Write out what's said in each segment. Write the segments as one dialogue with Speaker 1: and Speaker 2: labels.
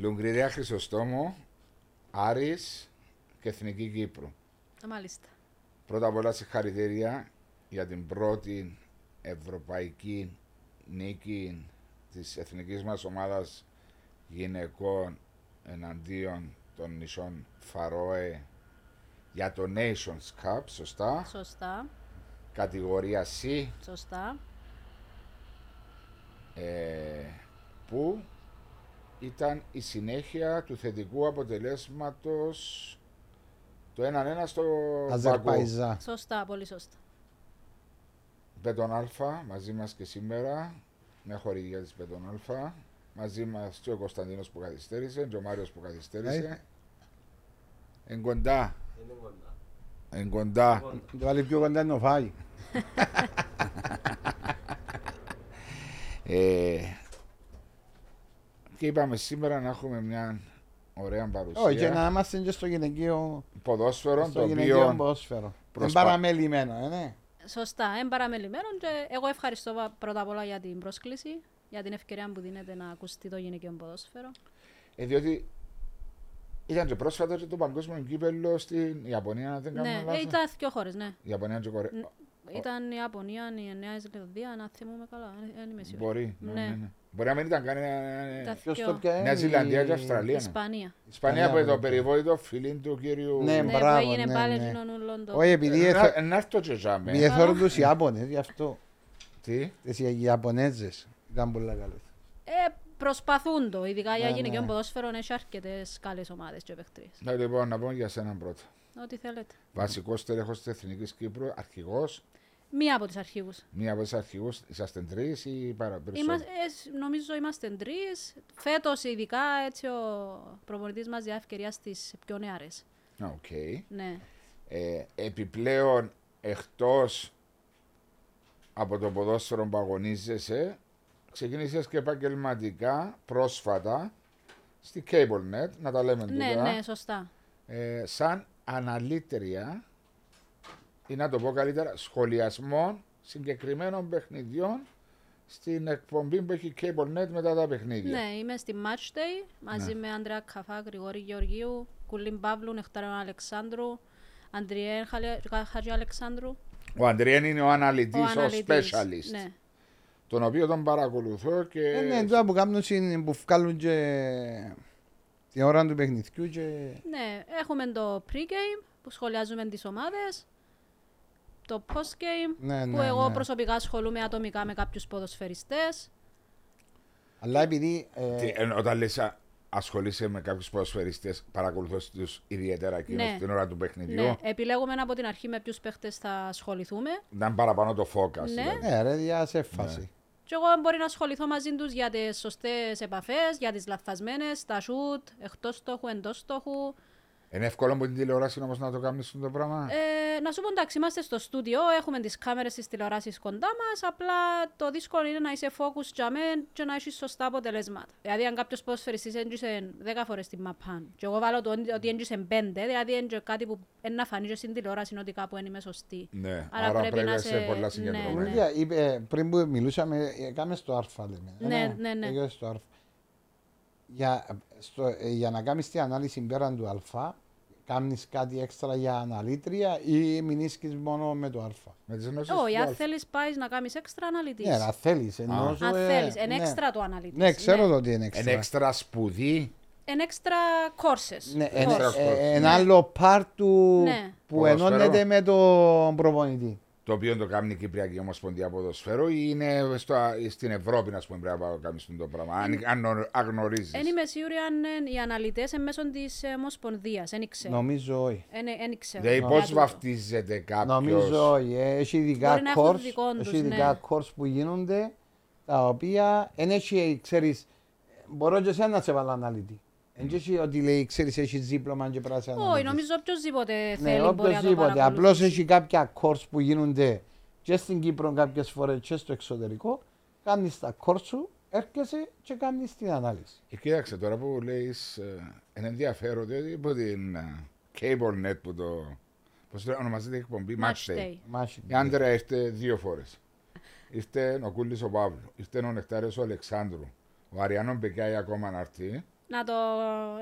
Speaker 1: τον Κρυδιά Χρυσοστόμο, Άρης και Εθνική Κύπρου.
Speaker 2: Μάλιστα.
Speaker 1: Πρώτα απ' όλα συγχαρητήρια για την πρώτη ευρωπαϊκή νίκη της εθνικής μας ομάδας γυναικών εναντίον των νησών Φαρόε για το Nations Cup, σωστά,
Speaker 2: Σωστά.
Speaker 1: κατηγορία C,
Speaker 2: Σωστά.
Speaker 1: ε, που ήταν η συνέχεια του θετικού αποτελέσματος το 1-1 στο Βακού.
Speaker 3: Αζερπαϊζά.
Speaker 2: Σωστά. Πολύ σωστά.
Speaker 1: Μπέτον Α μαζί μας και σήμερα με χορηγία της Μπέτον Α μαζί μας και ο Κωνσταντίνος που καθυστέρησε και ο Μάριος που καθυστέρησε
Speaker 3: Ε.
Speaker 1: εν κοντά
Speaker 4: Είναι κοντά.
Speaker 1: εν κοντά
Speaker 4: Κοντά.
Speaker 3: Το άλλη πιο κοντά είναι ο Φάι.
Speaker 1: Ε, και είπαμε σήμερα να έχουμε μια ωραία παρουσία
Speaker 3: Όχι, και να είμαστε και στο γυναικείο,
Speaker 1: ποδόσφαιρο το
Speaker 3: στο γυναικείο
Speaker 1: οποίο
Speaker 3: ποδόσφαιρο. Είναι
Speaker 1: προσπα-
Speaker 3: παραμελημένο, ε, ναι.
Speaker 2: Σωστά, εμπαραμελημένο και εγώ ευχαριστώ πα- πρώτα απ' όλα για την πρόσκληση, για την ευκαιρία που δίνετε να ακουστεί το γυναικείο ποδόσφαιρο.
Speaker 1: ε, διότι ήταν και πρόσφατα και το παγκόσμιο κύπελο στην Ιαπωνία, αν δεν κάνω
Speaker 2: Ναι, ε,
Speaker 1: λάθος.
Speaker 2: ήταν δύο χώρες, ναι.
Speaker 1: Ιαπωνία και Κορέα.
Speaker 2: Ήταν η Ιαπωνία, η Νέα Ζηλανδία, να θυμούμε καλά, ε, δεν είμαι σίγουρη.
Speaker 1: Μπορεί. ναι,
Speaker 2: Ναι.
Speaker 1: ναι, ναι. Μπορεί να μην ήταν κανένα.
Speaker 2: Τα
Speaker 3: Ποιος το
Speaker 2: δυο.
Speaker 3: πιάνει,
Speaker 1: Νέα Ζηλανδία
Speaker 3: η-
Speaker 1: και Αυστραλία. ναι.
Speaker 2: Ισπανία.
Speaker 1: Ισπανία από
Speaker 3: Ισπανία,
Speaker 1: το
Speaker 3: ναι.
Speaker 1: περιβόητο φίλι του κύριου.
Speaker 3: Ναι,
Speaker 2: Ναι, που
Speaker 3: μπράβο,
Speaker 2: έγινε
Speaker 3: ναι,
Speaker 2: πάλι
Speaker 3: ναι.
Speaker 2: ναι. Λόντο.
Speaker 3: Όχι, επειδή
Speaker 1: Ε,
Speaker 3: εθα-
Speaker 1: να- Να έρθω και ζάμε.
Speaker 3: επειδή εθώρουν τους Ιάπωνες, γι' αυτό.
Speaker 1: Τι.
Speaker 3: Τις Ιαπωνέζες ήταν πολλά καλές.
Speaker 2: Ε, προσπαθούν το, ειδικά για
Speaker 3: Ναι,
Speaker 2: γυναικείο
Speaker 3: ναι.
Speaker 2: ποδόσφαιρο, έχει αρκετές καλές ομάδες και παίχτριες.
Speaker 1: Να λοιπόν να πω για σένα πρώτα.
Speaker 2: Ό,τι θέλετε.
Speaker 1: Βασικός στελέχος της Εθνικής Κύπρου, αρχηγός.
Speaker 2: Μία από τις αρχηγούς.
Speaker 1: Μία από τις αρχηγούς, είσαστε τρεις ή
Speaker 2: Είμα,
Speaker 1: παραπάνω.
Speaker 2: ε, σ- νομίζω είμαστε τρεις. Φέτος, ειδικά έτσι, ο προπονητής μας διά ευκαιρία στις πιο νεαρές.
Speaker 1: Οκ.
Speaker 2: Ναι.
Speaker 1: Ε, επιπλέον, εκτός από το ποδόσφαιρο που αγωνίζεσαι, ξεκίνησε και επαγγελματικά πρόσφατα στη CableNet, να τα λέμε
Speaker 2: ναι,
Speaker 1: τούτα,
Speaker 2: ναι, σωστά.
Speaker 1: ε, σαν αναλύτρια ή να το πω καλύτερα, σχολιασμών συγκεκριμένων παιχνιδιών στην εκπομπή που έχει CableNet μετά τα παιχνίδια.
Speaker 2: Ναι, είμαι στη Match Day
Speaker 3: Ναι.
Speaker 2: μαζί με Άντρεα Καφά, Γρηγόρη Γεωργίου, Κουλίν Παύλου, Νεκτάριον Αλεξάνδρου, Αντριέν Χαλια- Χατζη Αλεξάνδρου.
Speaker 1: Ο Αντριέν είναι ο αναλυτής, ο,
Speaker 2: αναλυτής.
Speaker 1: specialist,
Speaker 2: Ναι.
Speaker 1: τον οποίο τον παρακολουθώ και...
Speaker 3: Ε, ναι, τώρα που κάνουν είναι που βγάλουν και την ώρα του παιχνιδιού και...
Speaker 2: ναι, έχουμε το pre-game που σχολιάζουμε τις ομάδες. Το post-game
Speaker 3: Ναι,
Speaker 2: που
Speaker 3: ναι,
Speaker 2: εγώ
Speaker 3: ναι.
Speaker 2: προσωπικά ασχολούμαι ατομικά με κάποιους ποδοσφαιριστές.
Speaker 3: Αλλά επειδή... ε,
Speaker 1: Τι, εν- όταν λες α, ασχολείσαι με κάποιους ποδοσφαιριστές, παρακολουθώς τους ιδιαίτερα εκείνους
Speaker 2: Ναι.
Speaker 1: την ώρα του παιχνιδιού,
Speaker 2: Ναι, επιλέγουμε από την αρχή με ποιους παίχτες θα ασχοληθούμε.
Speaker 1: να είναι παραπάνω το focus.
Speaker 2: Ναι.
Speaker 1: δηλαδή.
Speaker 3: Ναι, ρε, διά σε φάση.
Speaker 2: Και εγώ μπορεί να ασχοληθώ μαζί τους για τις σωστές επαφές, για τις λαθασμένες, τα σουτ, εκτός στόχου, εντός στόχου.
Speaker 1: Είναι εύκολο με την τηλεόραση όμως να το κάνεις το πράγμα.
Speaker 2: Ε, να σου πω εντάξει, είμαστε στο στούντιο, έχουμε τις κάμερες της τηλεοράση κοντά μας. Απλά το δύσκολο είναι να είσαι focus για μεν και να έχεις σωστά αποτελέσματα. Δηλαδή, αν κάποιος ποδοσφαιριστή έντυσε 10 φορές την μαπάν, και εγώ βάλω το ότι- ότι έντυσε 5, δηλαδή έντυσε κάτι που ένα να φανείς και στην τηλεόραση ότι κάπου δεν είμαι σωστή.
Speaker 1: Ναι,
Speaker 2: Άρα
Speaker 1: άρα
Speaker 2: πρέπει
Speaker 1: πρέπει
Speaker 2: να
Speaker 1: να
Speaker 2: σε-
Speaker 1: είσαι πολλά συγκεντρωμένος.
Speaker 2: ναι.
Speaker 3: Λουλούδια, είπε, ε, πριν που μιλούσαμε, ε, έκαμε το άρφα λέμε.
Speaker 2: Ναι, ναι, ναι.
Speaker 3: Έκαμε το άρφα. Για, στο, ε, για να κάνεις την ανάλυση πέραν του αλφα, κάνεις κάτι έξτρα για αναλύτρια ή μηνίσκεις μόνο με το αλφα.
Speaker 1: Με τις ενώσεις
Speaker 2: Όχι,
Speaker 1: του
Speaker 2: αν
Speaker 1: αλφα.
Speaker 2: θέλεις, πάεις να κάνεις έξτρα αναλυτής.
Speaker 3: Ναι, αλλά θέλεις. Ενώ,
Speaker 1: Αν
Speaker 2: Αν
Speaker 3: ε,
Speaker 2: θέλεις, εν
Speaker 3: ναι.
Speaker 2: έξτρα το αναλυτής.
Speaker 3: Ναι, ξέρω το ότι είναι
Speaker 1: Εν
Speaker 3: έξτρα.
Speaker 1: έξτρα σπουδή.
Speaker 2: Εν έξτρα courses.
Speaker 3: Ναι,
Speaker 1: εν-
Speaker 3: ένα,
Speaker 1: Έξτρα
Speaker 3: ε,
Speaker 1: course,
Speaker 3: ένα
Speaker 1: ναι.
Speaker 3: άλλο part του
Speaker 2: Ναι.
Speaker 3: που
Speaker 1: Ποδοσφαίρο.
Speaker 3: ενώνεται με τον προπονητή.
Speaker 1: Το οποίο το κάνει η Κυπριακή Ομοσπονδία Ποδοσφαίρου ή είναι στο, στην Ευρώπη, να πούμε, πρέπει να κάνει το πράγμα. Αν, αν αγνωρίζει.
Speaker 2: Δεν είμαι σίγουρη αν ε, οι αναλυτές εν μέσω τη Ομοσπονδία. Δεν ξέρω.
Speaker 3: Νομίζω όχι.
Speaker 2: Εν- εν ξέρω
Speaker 1: Δηλαδή,
Speaker 2: για
Speaker 1: πώ
Speaker 2: τούτο.
Speaker 1: βαφτίζεται κάποιος.
Speaker 3: Νομίζω όχι. ε. Έχει ειδικά
Speaker 2: Μπορεί να έχουν
Speaker 3: course,
Speaker 2: δικό τους, ναι.
Speaker 3: έχει ειδικά course που γίνονται τα οποία δεν έχει, ξέρεις, μπορώ και εσένα να σε βάλω αναλυτή. Δεν έχει ότι λέει, ξέρεις, έχεις δίπλωμα και πράσινα.
Speaker 2: Όχι, νομίζω οποιοδήποτε
Speaker 3: ναι,
Speaker 2: θέλει μπορεί να το
Speaker 3: οποιοςδήποτε.
Speaker 2: παρακολουθήσει.
Speaker 3: Απλώς έχει κάποια course που γίνονται και στην Κύπρο κάποιες φορές και στο εξωτερικό. Κάνεις τα course σου, έρχεσαι και κάνεις την ανάλυση.
Speaker 1: Ε, Κοίταξε τώρα που λέει. Είναι ενδιαφέρον διότι από την ε, Cable Net που το. Πώς ονομάζεται η εκπομπή, Match Day.
Speaker 3: Μάχη. ε,
Speaker 1: Η άντρα ήρθε δύο φορές. Ήρθε ο Κούλης ο Παύλου, ήρθε ο Νεκτάριος ο Αλεξάνδρου. Ο Αριάνο Μπεκιάη ακόμα να έρθει.
Speaker 2: να το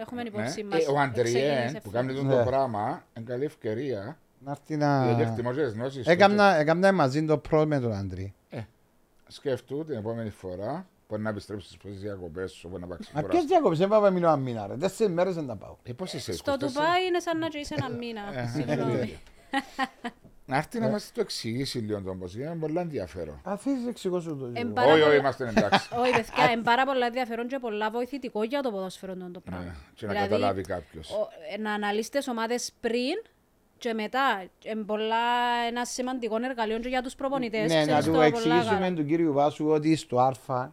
Speaker 2: έχουμε υπόψη
Speaker 1: Ναι.
Speaker 2: μας.
Speaker 1: Ε, Ο Αντριέ
Speaker 2: Εξεγίνησε
Speaker 1: που
Speaker 2: φλερ.
Speaker 1: κάνει
Speaker 3: Ναι.
Speaker 1: το πράγμα, είναι καλή ευκαιρία.
Speaker 3: Να έρθει να...
Speaker 1: Γιατί εκτιμώ και τις γνώσεις
Speaker 3: Ε,
Speaker 1: του και-
Speaker 3: Έκαμνα, έκαμνα μαζί το πρώτο με τον Αντρή.
Speaker 1: Σκέφτου την επόμενη φορά μπορεί να επιστρέψεις στις πρώτες διακοπές σου, μπορεί να πάξει
Speaker 3: Μα
Speaker 1: φορά.
Speaker 3: ποιες διακοπές, δεν πάω μείνω ένα μήνα ρε. Τέσσερις μέρες δεν τα πάω.
Speaker 1: Ε, πώς είσαι,
Speaker 2: Στο
Speaker 1: 24?
Speaker 2: Ντουμπάι είναι σαν να είσαι ένα μήνα. Συγγνώμη.
Speaker 1: Να έρθει να μας το εξηγήσει λίγο τον Μποσ, είναι πολύ ενδιαφέρον.
Speaker 3: Αφήσεις εξηγώ σου το
Speaker 2: Εν
Speaker 3: ζήτημα.
Speaker 2: πάρα
Speaker 1: Όχι, όχι,
Speaker 2: πολλά-
Speaker 1: είμαστε εντάξει.
Speaker 2: Όχι, παιδιά, είναι πάρα πολλά ενδιαφέρον και πολλά βοηθητικό για το ποδόσφαιρο τούτο το
Speaker 1: Ναι,
Speaker 2: πράγμα.
Speaker 1: Και να
Speaker 2: Δηλαδή,
Speaker 1: καταλάβει κάποιος.
Speaker 2: ο- ε, να αναλύσει τι ομάδες πριν και μετά. Είναι πολλά ένα σημαντικό εργαλείο και για τους προπονητές.
Speaker 3: Ναι, να του εξηγήσουμε του κύριου Βάσου ότι στο Α,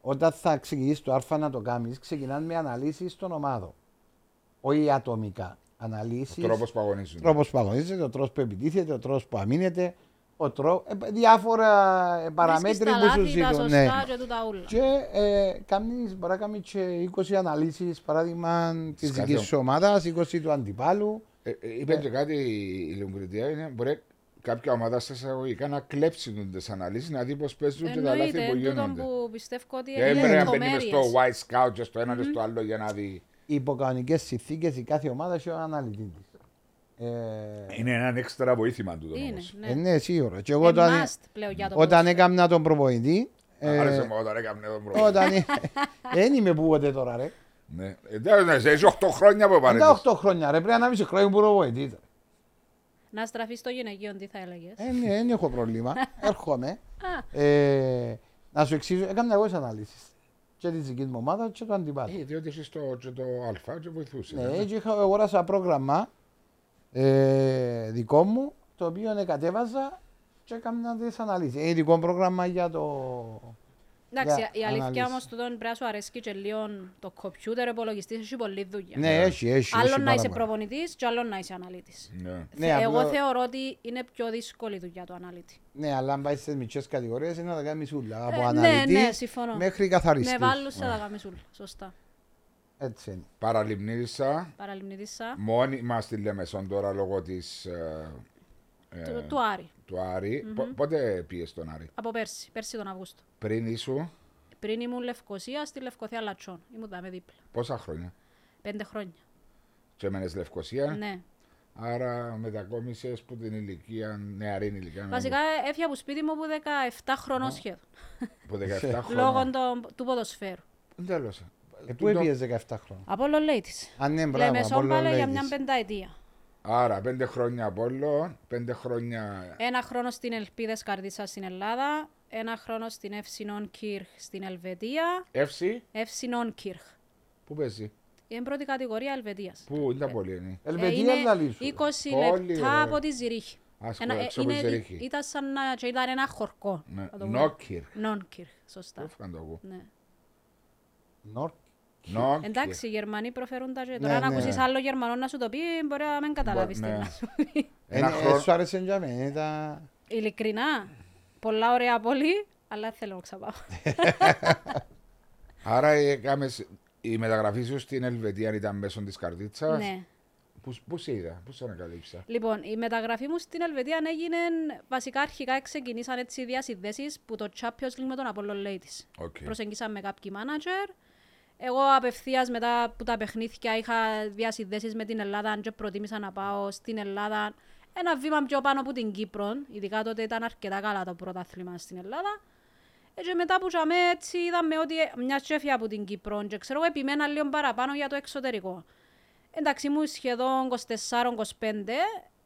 Speaker 3: όταν θα ξεκινήσει το Α να το κάνεις, ξεκινάς με αναλύσεις των ομάδων. Όχι ατομικά. Αναλύσεις.
Speaker 1: Τρόπος που αγωνίζουν.
Speaker 3: Τρόπος που αγωνίζεται, ο τρόπος που επιτίθεται, ο τρόπος που αμήνεται, ο τρόπο. διάφορα ε, παραμέτρη που σου ζητούν. ναι. Και ε, κάνεις, μπορεί να κάνεις και 20 αναλύσει, παράδειγμα, τη
Speaker 1: Σκάτω.
Speaker 3: δικής σου ομάδας, 20 του αντιπάλου.
Speaker 1: Ε, ε, Είπε και κάτι η Λουγκριτία, είναι μπορεί κάποια ομάδα στα εισαγωγικά να κλέψουν τις αναλύσεις, να δει πώς παίζουν και τα λάθη
Speaker 2: Εννοείται,
Speaker 1: που
Speaker 2: τούτο
Speaker 1: γίνονται. Ε,
Speaker 2: που πιστεύω ότι
Speaker 3: Ε,
Speaker 1: Και
Speaker 2: είναι
Speaker 1: έπρεπε να μπαίνει μες στο
Speaker 2: λεπτομέρειες.
Speaker 1: White Scout και στο ένα και στο άλλο για να δει.
Speaker 3: Υπό κανονικέ συνθήκες η κάθε ομάδα έχει έναν αναλυτή της. Ε,
Speaker 1: Είναι ένα έξτρα βοήθημα του
Speaker 2: Είναι,
Speaker 1: όμως.
Speaker 3: Ε,
Speaker 2: ναι.
Speaker 3: ναι, σίγουρα. Και εγώ
Speaker 2: Είναι
Speaker 3: όταν, ε,
Speaker 2: must πλέον για το
Speaker 3: όταν
Speaker 2: ποδόσφαιρο.
Speaker 3: έκαμνα τον προπονητή. ε,
Speaker 1: Άρεσε μου όταν έκαμε τον πρόβλημα.
Speaker 3: όταν. Δεν είμαι που ούτε τώρα, ρε.
Speaker 1: Ναι. Εντάξει, είσαι 8 χρόνια που
Speaker 3: Μετά
Speaker 1: παρέμβεις.
Speaker 3: 8 χρόνια, ρε. Πρέπει να είμαι χρόνια που προπονητή. ήταν.
Speaker 2: Να στραφείς στο γυναικείο, τι θα έλεγες.
Speaker 3: Ε, ναι, Δεν έχω πρόβλημα. Έρχομαι. Ε, να σου εξηγήσω, έκανα εγώ τις αναλύσεις. Και τη δική μου ομάδα και του αντιπάλου.
Speaker 1: Ε, διότι εσύ το, και το Α και βοηθούσες.
Speaker 3: Ναι, και είχα, αγοράσα πρόγραμμα ε, δικό μου, το οποίο κατέβαζα και έκανα τις αναλύσεις. Ε, ειδικό πρόγραμμα για το.
Speaker 2: Εντάξει,
Speaker 3: για
Speaker 2: η αλήθεια
Speaker 3: ανάλυση.
Speaker 2: όμως του πρέπει να σου αρέσει και λίγο το κομπιούτερ υπολογιστής, έχει πολλή δουλειά.
Speaker 3: Ναι, έχει, έχει.
Speaker 2: Άλλο
Speaker 3: έχει
Speaker 2: να
Speaker 3: πάρα
Speaker 2: είσαι
Speaker 3: πολλά.
Speaker 2: προπονητής και άλλο να είσαι αναλύτης.
Speaker 1: Ναι.
Speaker 3: Ναι,
Speaker 2: Εγώ
Speaker 3: απλά-
Speaker 2: θεωρώ ότι είναι πιο δύσκολη η δουλειά του αναλύτη.
Speaker 3: Ναι, αλλά αν πάει στι μικρέ κατηγορίες είναι να τα κάνει ούλα. Από
Speaker 2: ναι,
Speaker 3: αναλυτή
Speaker 2: ναι, συμφωνώ.
Speaker 3: μέχρι καθαριστή.
Speaker 2: Με βάλους θα τα γαμισούλ. Σωστά.
Speaker 3: Έτσι είναι.
Speaker 1: Παραλυμνήρισα
Speaker 2: Παραλυμνητήσα.
Speaker 1: μόνοι μας στη Λεμεσόν τώρα λόγω της. Ναι.
Speaker 2: Του, του Άρη.
Speaker 1: του αρη πότε πήγες τον Άρη,
Speaker 2: Από πέρσι, πέρσι τον Αυγούστο.
Speaker 1: πριν ήσου,
Speaker 2: Πριν ήμουν Λευκοσία, στη Λευκοθέα Λατσών. Ήμουν δάμε δίπλα.
Speaker 1: πόσα χρόνια.
Speaker 2: Πέντε χρόνια.
Speaker 1: Και έμενες Λευκοσία,
Speaker 2: Ναι.
Speaker 1: άρα μετακόμισες που την ηλικία, νεαρή ηλικία.
Speaker 2: Βασικά έφυγα από σπίτι μου που 17 χρονών σχεδόν.
Speaker 1: Που 17
Speaker 2: Λόγω
Speaker 1: χρόνια.
Speaker 2: των- του ποδοσφαίρου.
Speaker 1: Τέλος.
Speaker 3: Ε, πού έπιε 17 χρόνια.
Speaker 2: Από όλο λέει της.
Speaker 3: Αν ναι, μπράβο,
Speaker 2: Λέμε
Speaker 3: από όλο
Speaker 2: σόμπαλε για
Speaker 3: λέει
Speaker 2: μια
Speaker 3: της.
Speaker 2: πενταετία.
Speaker 1: Άρα, πέντε χρόνια από όλο, πέντε χρόνια.
Speaker 2: Ένα χρόνο στην Ελπίδα Καρδίσα στην Ελλάδα, ένα χρόνο στην Ευσινόν Κύρχ στην Ελβετία.
Speaker 1: Εύση,
Speaker 2: Ευσινόν Κύρχ.
Speaker 1: που παίζει.
Speaker 2: Είναι πρώτη κατηγορία Ελβετίας.
Speaker 1: Πού είναι τα πολύ, ε, ναι. είναι.
Speaker 3: Ελβετία
Speaker 2: Ε, είναι
Speaker 3: λαλή σου.
Speaker 2: 20
Speaker 1: Πολύ ωραία.
Speaker 2: λεπτά από τη Ζηρίχη.
Speaker 1: ε, Ας
Speaker 2: Ένα-
Speaker 1: πω,
Speaker 2: ε,
Speaker 1: έξω από
Speaker 2: είναι-
Speaker 1: τη Ζηρίχη.
Speaker 2: Ήταν σαν να και ήταν ένα χορκό.
Speaker 1: Ναι.
Speaker 2: θα το πούμε.
Speaker 1: Νόκυρ.
Speaker 2: Νόνκυρ, σωστά.
Speaker 1: Πού φκαν το εγώ.
Speaker 2: Ναι.
Speaker 3: Νορκ.
Speaker 1: Νόκυρ.
Speaker 2: Εντάξει, οι Γερμανοί προφέρουν τα και
Speaker 3: Ναι,
Speaker 2: τώρα αν
Speaker 3: ναι.
Speaker 2: ακούσεις άλλο Γερμανό να σου το πει, μπορεί να μην καταλάβεις τι
Speaker 1: ναι.
Speaker 2: να σου πει.
Speaker 1: Ένα
Speaker 3: Ένα
Speaker 1: χρόνο-
Speaker 3: Ε, ναι, Σου άρεσε για μένα. Ήταν...
Speaker 2: Ειλικρινά, πολλά ωραία πολύ, αλλά δεν θέλω να ξαπάω.
Speaker 1: Ε, Άρα έκαμε η μεταγραφή σου στην Ελβετία ήταν μέσω της καρδίτσας.
Speaker 2: ναι.
Speaker 1: Πούς, πούς σε είδα, πούς σε ανακαλύψα.
Speaker 2: Λοιπόν, η μεταγραφή μου στην Ελβετία έγινε βασικά αρχικά ξεκινήσαν έτσι οι διασυνδέσεις που το Champions League με τον Apollo Ladies.
Speaker 1: Οκ.
Speaker 2: Προσεγγίσαμε κάποιοι μάνατζερ. Εγώ απευθείας μετά που τα παιχνίδια είχα διασυνδέσεις με την Ελλάδα, αν και προτίμησα να πάω στην Ελλάδα ένα βήμα πιο πάνω από την Κύπρο. Ειδικά τότε ήταν αρκετά καλά το πρωτάθλημα στην Ελλάδα. Ε, Και μετά που είχαμε έτσι είδαμε ότι ε, μια τσέφια από την Κύπρο και ξέρω εγώ επιμένα λίγο παραπάνω για το εξωτερικό. Ε, Εντάξει, μου σχεδόν 24-25.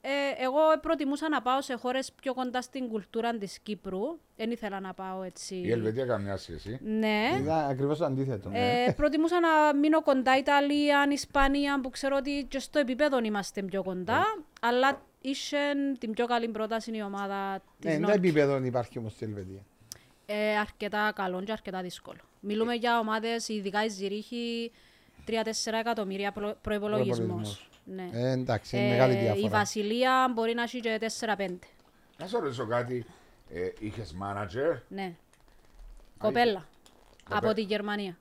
Speaker 2: Ε, εγώ προτιμούσα να πάω σε χώρες πιο κοντά στην κουλτούρα της Κύπρου. Δεν ήθελα να πάω έτσι.
Speaker 1: Η Ελβετία καμιά σχέση.
Speaker 2: Ναι.
Speaker 3: Ήταν ακριβώς το αντίθετο. ναι.
Speaker 2: Ε, προτιμούσα να μείνω κοντά Ιταλία, Ισπανία, που ξέρω ότι και στο επίπεδο είμαστε πιο κοντά,
Speaker 3: Ναι.
Speaker 2: αλλά είχε την πιο καλή πρόταση η ομάδα
Speaker 3: Ναι,
Speaker 2: της
Speaker 3: ένα
Speaker 2: Νότ.
Speaker 3: επίπεδο υπάρχει όμως στην Ελβετία.
Speaker 2: Ε, αρκετά καλό και αρκετά
Speaker 3: Ε.
Speaker 2: δύσκολο. Μιλούμε για ομάδες, ειδικά η Ζηρίχη, 3-4 εκατομμύρια προ,
Speaker 3: Προϋπολογισμός.
Speaker 2: προϋπολογισμός. Ναι.
Speaker 3: Ε, εντάξει, είναι
Speaker 2: Ε,
Speaker 3: μεγάλη
Speaker 2: η
Speaker 3: διαφορά.
Speaker 2: Βασιλεία μπορεί να έχει και 4-5.
Speaker 1: Να σε ρωτήσω κάτι. Ε, Είχες manager
Speaker 2: Ναι. Κοπέλα.
Speaker 1: Κοπέ-
Speaker 2: Από τη Γερμανία.